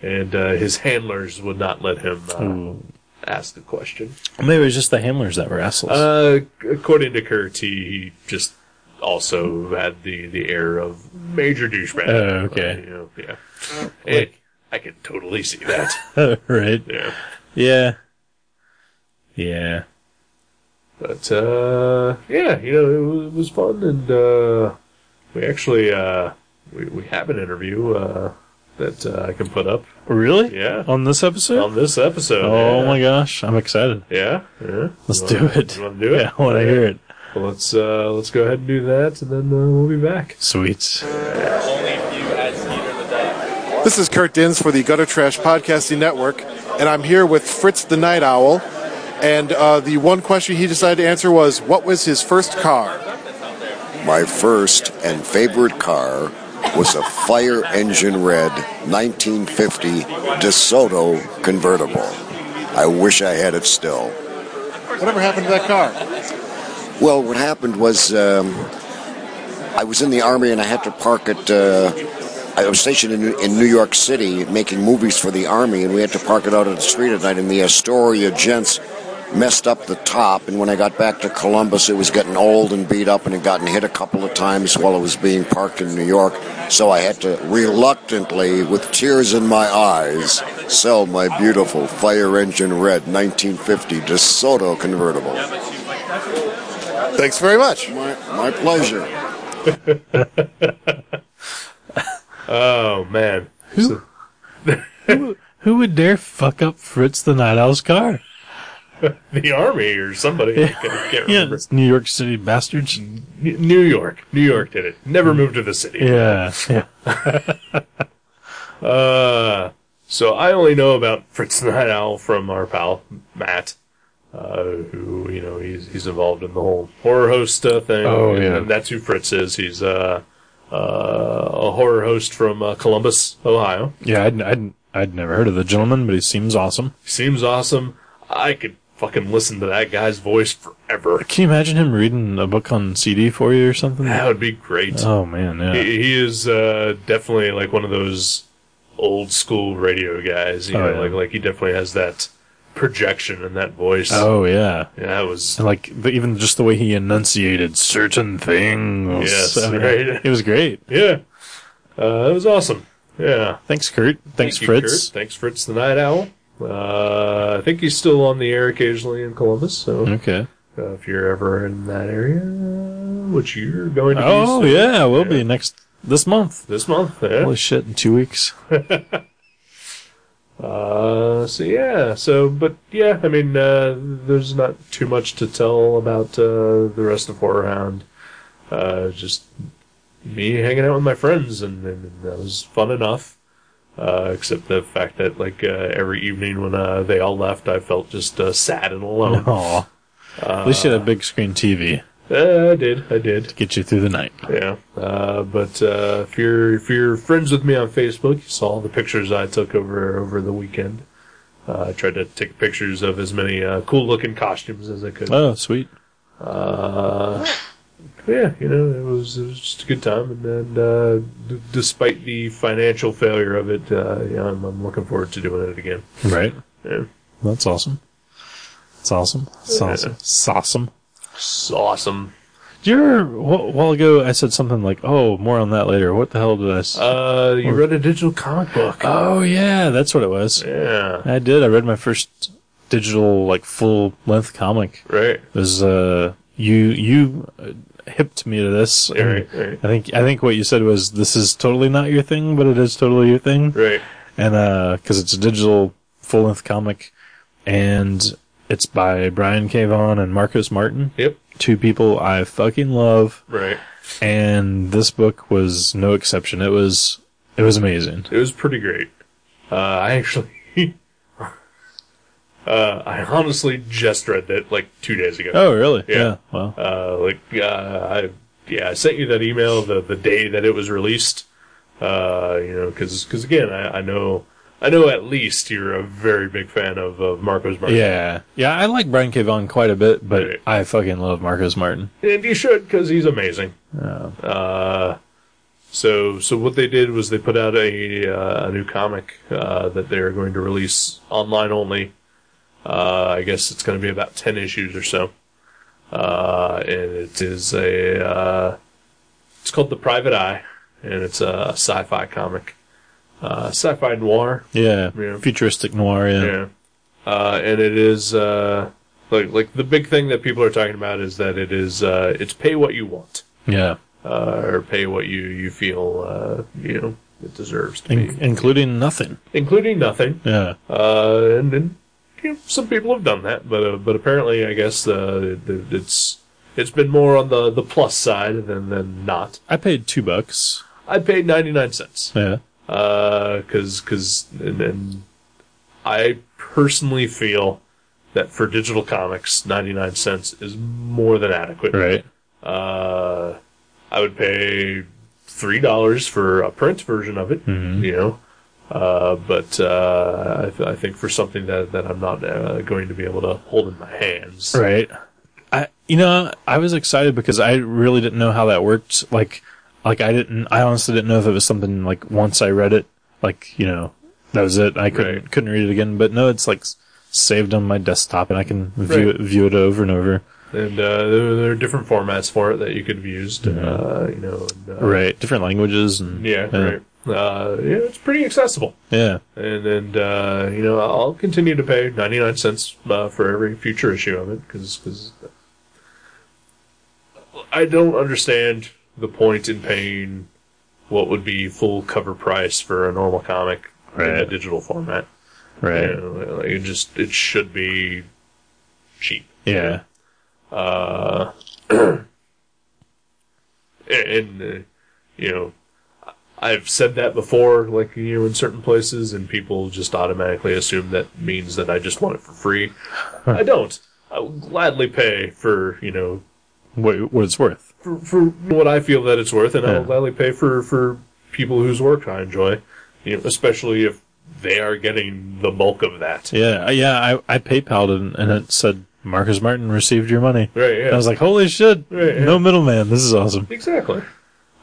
Speaker 1: and uh, his handlers would not let him uh,
Speaker 2: Hmm.
Speaker 1: ask a question.
Speaker 2: Maybe it was just the handlers that were assholes.
Speaker 1: Uh, according to Kurt, he, he just also had the, the air of major douchebag.
Speaker 2: Oh, okay.
Speaker 1: Uh, you know, yeah. And I can totally see that.
Speaker 2: right?
Speaker 1: yeah.
Speaker 2: Yeah. Yeah.
Speaker 1: But, uh, yeah, you know, it was, it was fun. And, uh, we actually, uh, we, we have an interview, uh, that uh, I can put up
Speaker 2: Really?
Speaker 1: Yeah.
Speaker 2: On this episode?
Speaker 1: on this episode.
Speaker 2: oh
Speaker 1: yeah.
Speaker 2: my gosh. I'm excited.
Speaker 1: Yeah, yeah.
Speaker 2: Let's
Speaker 1: You
Speaker 2: do
Speaker 1: wanna-
Speaker 2: it.
Speaker 1: You want to do it?
Speaker 2: Yeah, I want to hear it.
Speaker 1: Well, let's uh, let's go ahead and do that, and then uh, we'll be back.
Speaker 2: Sweet.
Speaker 4: This is Kurt Dins for the Gutter Trash Podcasting Network, and I'm here with Fritz the Night Owl. And uh, the one question he decided to answer was, "What was his first car?"
Speaker 5: My first and favorite car was a fire engine red 1950 DeSoto convertible. I wish I had it still.
Speaker 4: Whatever happened to that car?
Speaker 5: Well, what happened was um, I was in the army and I had to park at. Uh, I was stationed in, in New York City making movies for the army, and we had to park it out on the street at night. And the Astoria gents messed up the top. And when I got back to Columbus, it was getting old and beat up, and it gotten hit a couple of times while it was being parked in New York. So I had to reluctantly, with tears in my eyes, sell my beautiful fire engine red 1950 DeSoto convertible.
Speaker 4: Thanks very much.
Speaker 5: My, my pleasure.
Speaker 1: Oh man. So-
Speaker 2: Who would dare fuck up Fritz the Night Owl's car?
Speaker 1: the army or somebody. I can't, can't
Speaker 2: Yeah,
Speaker 1: remember.
Speaker 2: it's New York City bastards.
Speaker 1: N- New York. New York did it. Never moved to the city.
Speaker 2: Mm. Yeah, yeah.
Speaker 1: Uh, so I only know about Fritz Night Owl from our pal Matt, uh, who you know he's he's involved in the whole horror host uh, thing.
Speaker 2: Oh,
Speaker 1: and,
Speaker 2: yeah.
Speaker 1: and that's who Fritz is. He's uh, uh, a horror host from uh, Columbus, Ohio.
Speaker 2: Yeah, I'd, I'd, I'd never heard of the gentleman, but he seems awesome.
Speaker 1: Seems awesome. I could fucking listen to that guy's voice forever.
Speaker 2: Can you imagine him reading a book on CD for you or something?
Speaker 1: That would be great.
Speaker 2: Oh, man, yeah.
Speaker 1: He, he is uh, definitely like one of those old school radio guys. You
Speaker 2: Oh,
Speaker 1: know,
Speaker 2: yeah.
Speaker 1: like like he definitely has that projection in that voice.
Speaker 2: Oh yeah.
Speaker 1: Yeah, that was
Speaker 2: And like the, even just the way he enunciated certain things.
Speaker 1: Yes,
Speaker 2: I mean,
Speaker 1: right.
Speaker 2: It was great.
Speaker 1: yeah. Uh, that was awesome. Yeah.
Speaker 2: Thanks, Kurt. Thanks,
Speaker 1: Thank you,
Speaker 2: Fritz.
Speaker 1: Kurt. Thanks, Fritz the Night Owl. Uh, I think he's still on the air occasionally in Columbus, so
Speaker 2: Okay.
Speaker 1: uh, if you're ever in that area, which you're going to
Speaker 2: Oh
Speaker 1: be soon,
Speaker 2: yeah, we'll
Speaker 1: Yeah.
Speaker 2: be next this month.
Speaker 1: this month. yeah.
Speaker 2: Holy shit! In two weeks.
Speaker 1: Uh, so yeah, so but yeah, I mean, uh, there's not too much to tell about uh, the rest of Horror Hound. Uh, just me hanging out with my friends, and, and that was fun enough. Uh, except the fact that like uh, every evening when uh, they all left, I felt just uh, sad and alone.
Speaker 2: Oh. At least you had a big screen TV.
Speaker 1: Uh, I did, I did.
Speaker 2: Get you through the night.
Speaker 1: Yeah. Uh, but uh, if you're if you're friends with me on Facebook, you saw the pictures I took over over the weekend. Uh, I tried to take pictures of as many uh, cool looking costumes as I could.
Speaker 2: Oh, sweet.
Speaker 1: Uh, yeah, you know, it was, it was just a good time, and then uh, d- despite the financial failure of it, uh, yeah, I'm, I'm looking forward to doing it again.
Speaker 2: Right.
Speaker 1: Yeah.
Speaker 2: That's awesome. That's awesome. That's awesome. It's awesome.
Speaker 1: It's awesome.
Speaker 2: Do you remember a wh- while ago I said something like, "Oh, more on that later." What the hell did I? s-
Speaker 1: Uh, you read a digital comic book?
Speaker 2: oh yeah, that's what it was.
Speaker 1: yeah.
Speaker 2: I did. I read my first digital like full length comic.
Speaker 1: Right.
Speaker 2: It was uh you you uh, hipped me to this. and
Speaker 1: right, right.
Speaker 2: I think I think what you said was this is totally not your thing, but it is totally your thing.
Speaker 1: Right.
Speaker 2: and uh, because it's a digital full length comic, and it's by Brian K. Vaughan and Marcus Martin,
Speaker 1: Yep.
Speaker 2: two people I fucking love,
Speaker 1: Right.
Speaker 2: and this book was no exception. It was it was amazing.
Speaker 1: It was pretty great. Uh, I actually, uh, I honestly just read that like two days ago.
Speaker 2: Oh, really?
Speaker 1: Yeah.
Speaker 2: Wow.
Speaker 1: Uh, like, uh, I, yeah, I sent you that email the, the day that it was released. Uh, you know, cause, 'cause again, I, I know, I know at least you're a very big fan of, of Marcos Martin.
Speaker 2: Yeah. Yeah. I like Brian K. Vaughan quite a bit, but
Speaker 1: Right.
Speaker 2: I fucking love Marcus Martin.
Speaker 1: And you should, cause he's amazing. Uh, so, so what they did was they put out a, uh, a new comic, uh, that they're going to release online only. Uh, I guess it's going to be about 10 issues or so. Uh, and it is a, uh, it's called The Private Eye, and it's a sci fi comic. Uh, sci fi noir.
Speaker 2: Yeah.
Speaker 1: Yeah.
Speaker 2: Futuristic noir. Yeah.
Speaker 1: Yeah. Uh, and it is, uh, like, like the big thing that people are talking about is that it is, uh, it's pay what you want,
Speaker 2: Yeah.
Speaker 1: uh, or pay what you, you feel, uh, you know, it deserves to
Speaker 2: In-
Speaker 1: be,
Speaker 2: including nothing.
Speaker 1: including nothing.
Speaker 2: Yeah.
Speaker 1: Uh, and and you know, some people have done that, but uh, but apparently, I guess uh, it- it- it's it's been more on the, the plus side than than not.
Speaker 2: I paid two bucks.
Speaker 1: I paid ninety nine cents
Speaker 2: Yeah.
Speaker 1: because because and, and I personally feel that for digital comics, ninety nine cents is more than adequate.
Speaker 2: Right.
Speaker 1: Uh, I would pay three dollars for a print version of it.
Speaker 2: Mm-hmm.
Speaker 1: You know. Uh, but uh, I, th- I think for something that, that I'm not uh, going to be able to hold in my hands.
Speaker 2: Right. I you know, I was excited because I really didn't know how that worked. Like like I didn't I honestly didn't know if it was something like once I read it, like, you know, that was it. I couldn't
Speaker 1: Right.
Speaker 2: couldn't read it again. But no, it's like s- saved on my desktop and I can view
Speaker 1: Right.
Speaker 2: it view it over and over.
Speaker 1: And uh, there, there are different formats for it that you could have used. Uh, you know. And, uh,
Speaker 2: Mm-hmm. Right. Uh-huh. Different languages and
Speaker 1: Yeah.
Speaker 2: yeah.
Speaker 1: Right. Uh, yeah, it's pretty accessible.
Speaker 2: Yeah.
Speaker 1: and and uh, you know I'll continue to pay ninety nine cents uh, for every future issue of it because I don't understand the point in paying what would be full cover price for a normal comic in a
Speaker 2: Right.
Speaker 1: digital format.
Speaker 2: Right.
Speaker 1: You know, like, it just it should be cheap.
Speaker 2: yeah.
Speaker 1: and uh, you know I've said that before, like you know, in certain places, and people just automatically assume that means that I just want it for free. I don't. I will gladly pay for you know
Speaker 2: What what it's worth.
Speaker 1: for, for what I feel that it's worth, and I will
Speaker 2: Yeah.
Speaker 1: gladly pay for for people whose work I enjoy, you know, especially if they are getting the bulk of that.
Speaker 2: Yeah. uh, Yeah, I I PayPal'd and, and it said Marcus Martin received your money.
Speaker 1: Right? Yeah.
Speaker 2: I was like, "Holy shit!
Speaker 1: Right, yeah.
Speaker 2: No middleman. This is awesome."
Speaker 1: exactly.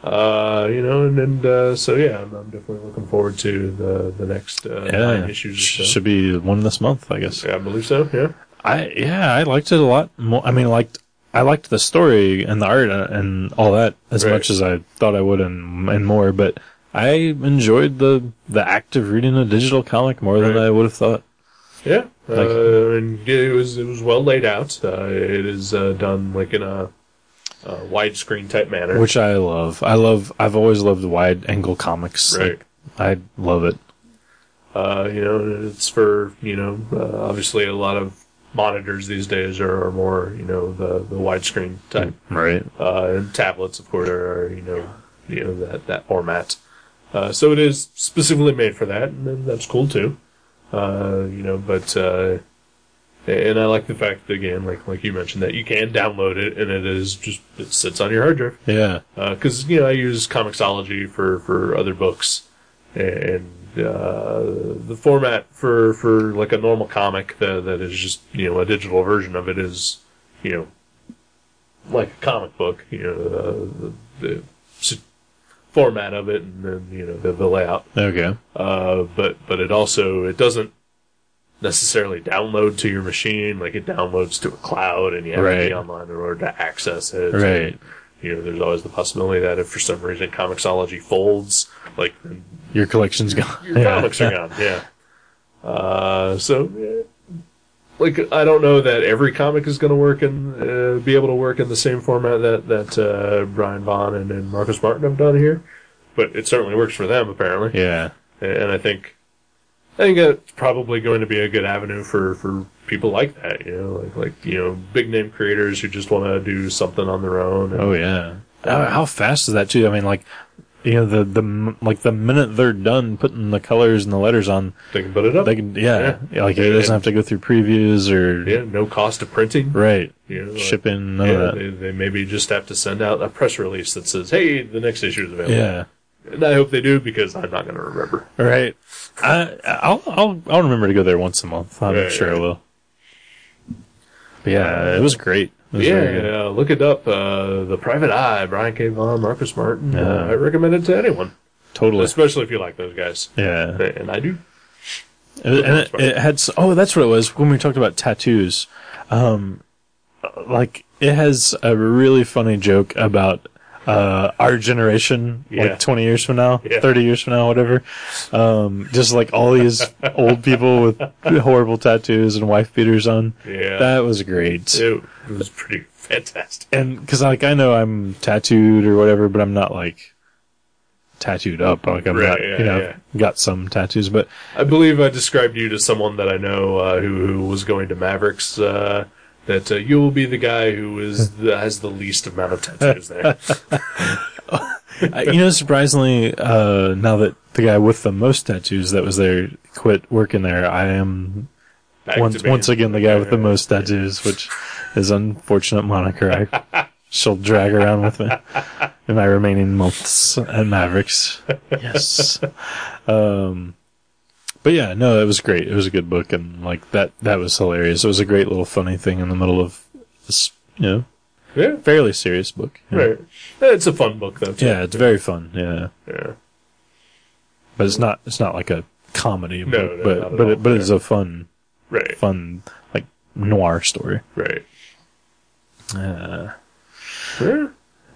Speaker 1: Uh, you know, and, and uh, so yeah, I'm, I'm definitely looking forward to the the next uh,
Speaker 2: Yeah,
Speaker 1: nine issues. or so.
Speaker 2: Sh- should be one this month, I guess.
Speaker 1: Yeah, I believe so. Yeah,
Speaker 2: I yeah, I liked it a lot. More. I mean, I liked I liked the story and the art uh, and all that as
Speaker 1: Right.
Speaker 2: much as I thought I would and and more. But I enjoyed the the act of reading a digital comic more than
Speaker 1: Right.
Speaker 2: I would have thought.
Speaker 1: yeah,
Speaker 2: Like-
Speaker 1: uh, and yeah, it was it was well laid out. Uh, it is uh, done like in a, a widescreen type manner.
Speaker 2: which I love. I love. I've always loved wide angle comics.
Speaker 1: Right.
Speaker 2: Like, I love it.
Speaker 1: uh, you know, and it's for you know, uh, obviously a lot of monitors these days are, are more you know the the widescreen type.
Speaker 2: Right.
Speaker 1: uh, and tablets, of course, are are, you know you know that that format. Uh, so it is specifically made for that, and then that's cool too. Uh, you know, but uh, and I like the fact that, again, like like you mentioned, that you can download it, and it is just it sits on your hard drive
Speaker 2: Yeah.
Speaker 1: because Uh, you know I use Comixology for for other books, and uh, the format for for like a normal comic that that is just you know a digital version of it is you know like a comic book, you know uh, the, the s- format of it, and then you know the, the layout.
Speaker 2: Okay.
Speaker 1: Uh, but but it also it doesn't necessarily download to your machine like it downloads to a cloud and you have to
Speaker 2: Right.
Speaker 1: be online in order to access it
Speaker 2: Right.
Speaker 1: you know, there's always the possibility that if for some reason Comixology folds, like then
Speaker 2: Your collection's gone.
Speaker 1: your comics are gone. Yeah. Uh, so, eh, like, I don't know that every comic is going to work and uh, be able to work in the same format that that uh, Brian Vaughn and, and Marcus Martin have done here, but it certainly works for them apparently.
Speaker 2: Yeah.
Speaker 1: And I think, I think that's probably going to be a good avenue for, for people like that, you know, like, like, you know, big name creators who just want to do something on their own. and-
Speaker 2: Oh yeah. How, how fast is that too? I mean, like, you know, the the m- like the minute they're done putting the colors and the letters on,
Speaker 1: They can put it up.
Speaker 2: they can yeah.
Speaker 1: Yeah.
Speaker 2: Like it doesn't have to go through previews or
Speaker 1: yeah, no cost of printing.
Speaker 2: right
Speaker 1: You know, like-
Speaker 2: shipping. None
Speaker 1: Yeah,
Speaker 2: of that.
Speaker 1: they, they maybe just have to send out a press release that says, "Hey, the next issue is available."
Speaker 2: yeah.
Speaker 1: and I hope they do because I'm not going to remember.
Speaker 2: Right. I, I'll, I'll, I'll remember to go there once a month. I'm
Speaker 1: Right,
Speaker 2: sure I
Speaker 1: right.
Speaker 2: will. But yeah, it was great. It was very good.
Speaker 1: yeah, uh, look it up. Uh, the Private Eye, Brian K. Vaughan, Marcus Martin. Uh,
Speaker 2: Yeah.
Speaker 1: I recommend it to anyone,
Speaker 2: Totally.
Speaker 1: especially if you like those guys.
Speaker 2: Yeah.
Speaker 1: And I do.
Speaker 2: And it, and it, it had, s- oh, that's what it was when we talked about tattoos. Um, like it has a really funny joke about, uh, our generation,
Speaker 1: Yeah.
Speaker 2: like 20 years from now,
Speaker 1: Yeah.
Speaker 2: 30 years from now, whatever. Um, just like all these old people with horrible tattoos and wife beaters on.
Speaker 1: Yeah.
Speaker 2: That was great.
Speaker 1: It was pretty fantastic.
Speaker 2: and because like I know I'm tattooed or whatever, but I'm not like tattooed up. Like I'm
Speaker 1: Right,
Speaker 2: not,
Speaker 1: yeah,
Speaker 2: you know,
Speaker 1: yeah.
Speaker 2: got some tattoos, but
Speaker 1: I believe I described you to someone that I know uh, who, who was going to Mavericks. Uh, that uh, you will be the guy who is the, has the least amount of tattoos there.
Speaker 2: I, Uh, you know, surprisingly, uh, now that the guy with the most tattoos that was there quit working there, I am
Speaker 1: Back to
Speaker 2: once
Speaker 1: me.
Speaker 2: once again the guy with the most tattoos, which is unfortunate moniker. I shall drag around with me in my remaining months at Mavericks. Yes. Um, but yeah, no, it was great. It was a good book, and like that, that was hilarious. It was a great little funny thing in the middle of this, you know,
Speaker 1: Yeah.
Speaker 2: fairly serious book. Yeah.
Speaker 1: Right. It's a fun book though. Too.
Speaker 2: Yeah, it's very fun. Yeah,
Speaker 1: Yeah.
Speaker 2: but it's not. It's not like a comedy
Speaker 1: No,
Speaker 2: book,
Speaker 1: no,
Speaker 2: but
Speaker 1: not at
Speaker 2: but
Speaker 1: all.
Speaker 2: it, but it's a fun
Speaker 1: Right.
Speaker 2: fun like noir story.
Speaker 1: Right. Uh, yeah.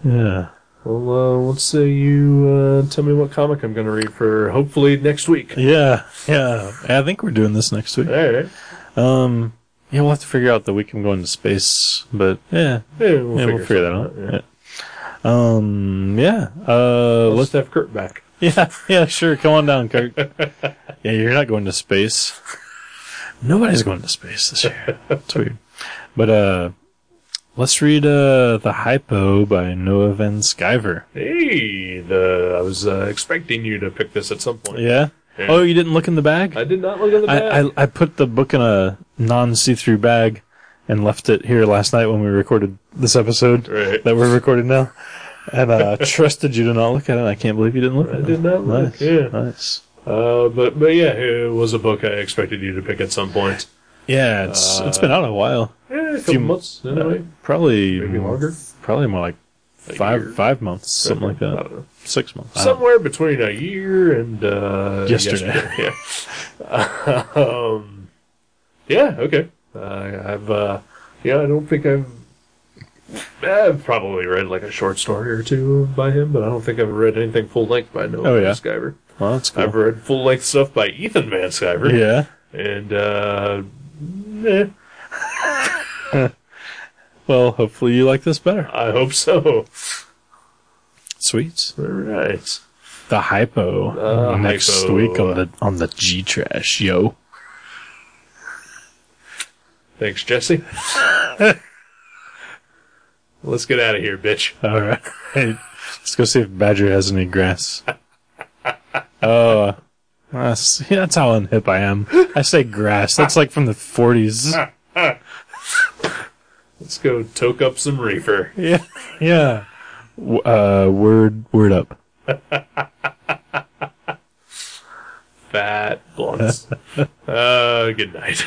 Speaker 2: Yeah.
Speaker 1: Well, uh, let's say you uh, tell me what comic I'm going to read for hopefully next week.
Speaker 2: Yeah, yeah. I think we're doing this next week.
Speaker 1: All right.
Speaker 2: Yeah, we'll have to figure out the week I'm going to space, but yeah,
Speaker 1: Yeah, we'll,
Speaker 2: yeah, we'll figure that out.
Speaker 1: something
Speaker 2: Yeah. Um, yeah. Uh,
Speaker 1: Let's
Speaker 2: let's,
Speaker 1: have Kurt back.
Speaker 2: yeah, yeah, sure. Come on down, Kirk. yeah, you're not going to space. Nobody's going to space this year. It's weird. But uh, let's read uh, the hypo by Noah Van Skyver.
Speaker 1: Hey, the I was uh, expecting you to pick this at some point.
Speaker 2: Yeah.
Speaker 1: Yeah.
Speaker 2: Oh, you didn't look in the bag.
Speaker 1: I did not look at the
Speaker 2: I,
Speaker 1: bag.
Speaker 2: I, I put the book in a non see through bag and left it here last night when we recorded this episode
Speaker 1: Right.
Speaker 2: that we're recording now. And uh, trusted you to not look at it. I can't believe you didn't look at it.
Speaker 1: did not look,
Speaker 2: Nice.
Speaker 1: yeah.
Speaker 2: Nice.
Speaker 1: uh, but but yeah, it was a book I expected you to pick at some point.
Speaker 2: Yeah,
Speaker 1: Uh,
Speaker 2: it's it's been out a while.
Speaker 1: Yeah, a couple
Speaker 2: Few- Uh,
Speaker 1: months anyway.
Speaker 2: Probably
Speaker 1: Maybe
Speaker 2: more-
Speaker 1: longer?
Speaker 2: Probably more like
Speaker 1: a
Speaker 2: five
Speaker 1: year.
Speaker 2: five months, something like
Speaker 1: I
Speaker 2: that.
Speaker 1: don't know.
Speaker 2: Six months. I don't-
Speaker 1: somewhere between a year and uh,
Speaker 2: Uh, Yesterday.
Speaker 1: Yeah. um, yeah. Okay. Uh, I've uh, yeah. I don't think I've I've probably read like a short story or two by him, but I don't think I've read anything full length by Noah
Speaker 2: Oh,
Speaker 1: oh,
Speaker 2: yeah.
Speaker 1: Skyver.
Speaker 2: Well, that's cool.
Speaker 1: I've read full length stuff by Ethan Van Sciver.
Speaker 2: yeah.
Speaker 1: And uh, eh,
Speaker 2: Well, hopefully you like this better.
Speaker 1: I hope so.
Speaker 2: Sweet.
Speaker 1: All right.
Speaker 2: The hypo
Speaker 1: The
Speaker 2: next
Speaker 1: hypo.
Speaker 2: week on the on the G trash, yo.
Speaker 1: Thanks, Jesse. Let's get out of here, bitch.
Speaker 2: All right, let's go see if Badger has any grass. Oh, that's, yeah, that's how unhip I am. I say grass. That's like from the forties.
Speaker 1: Let's go toke up some reefer.
Speaker 2: Yeah, yeah. W- Uh, word, word up.
Speaker 1: Fat blunts. uh, good night.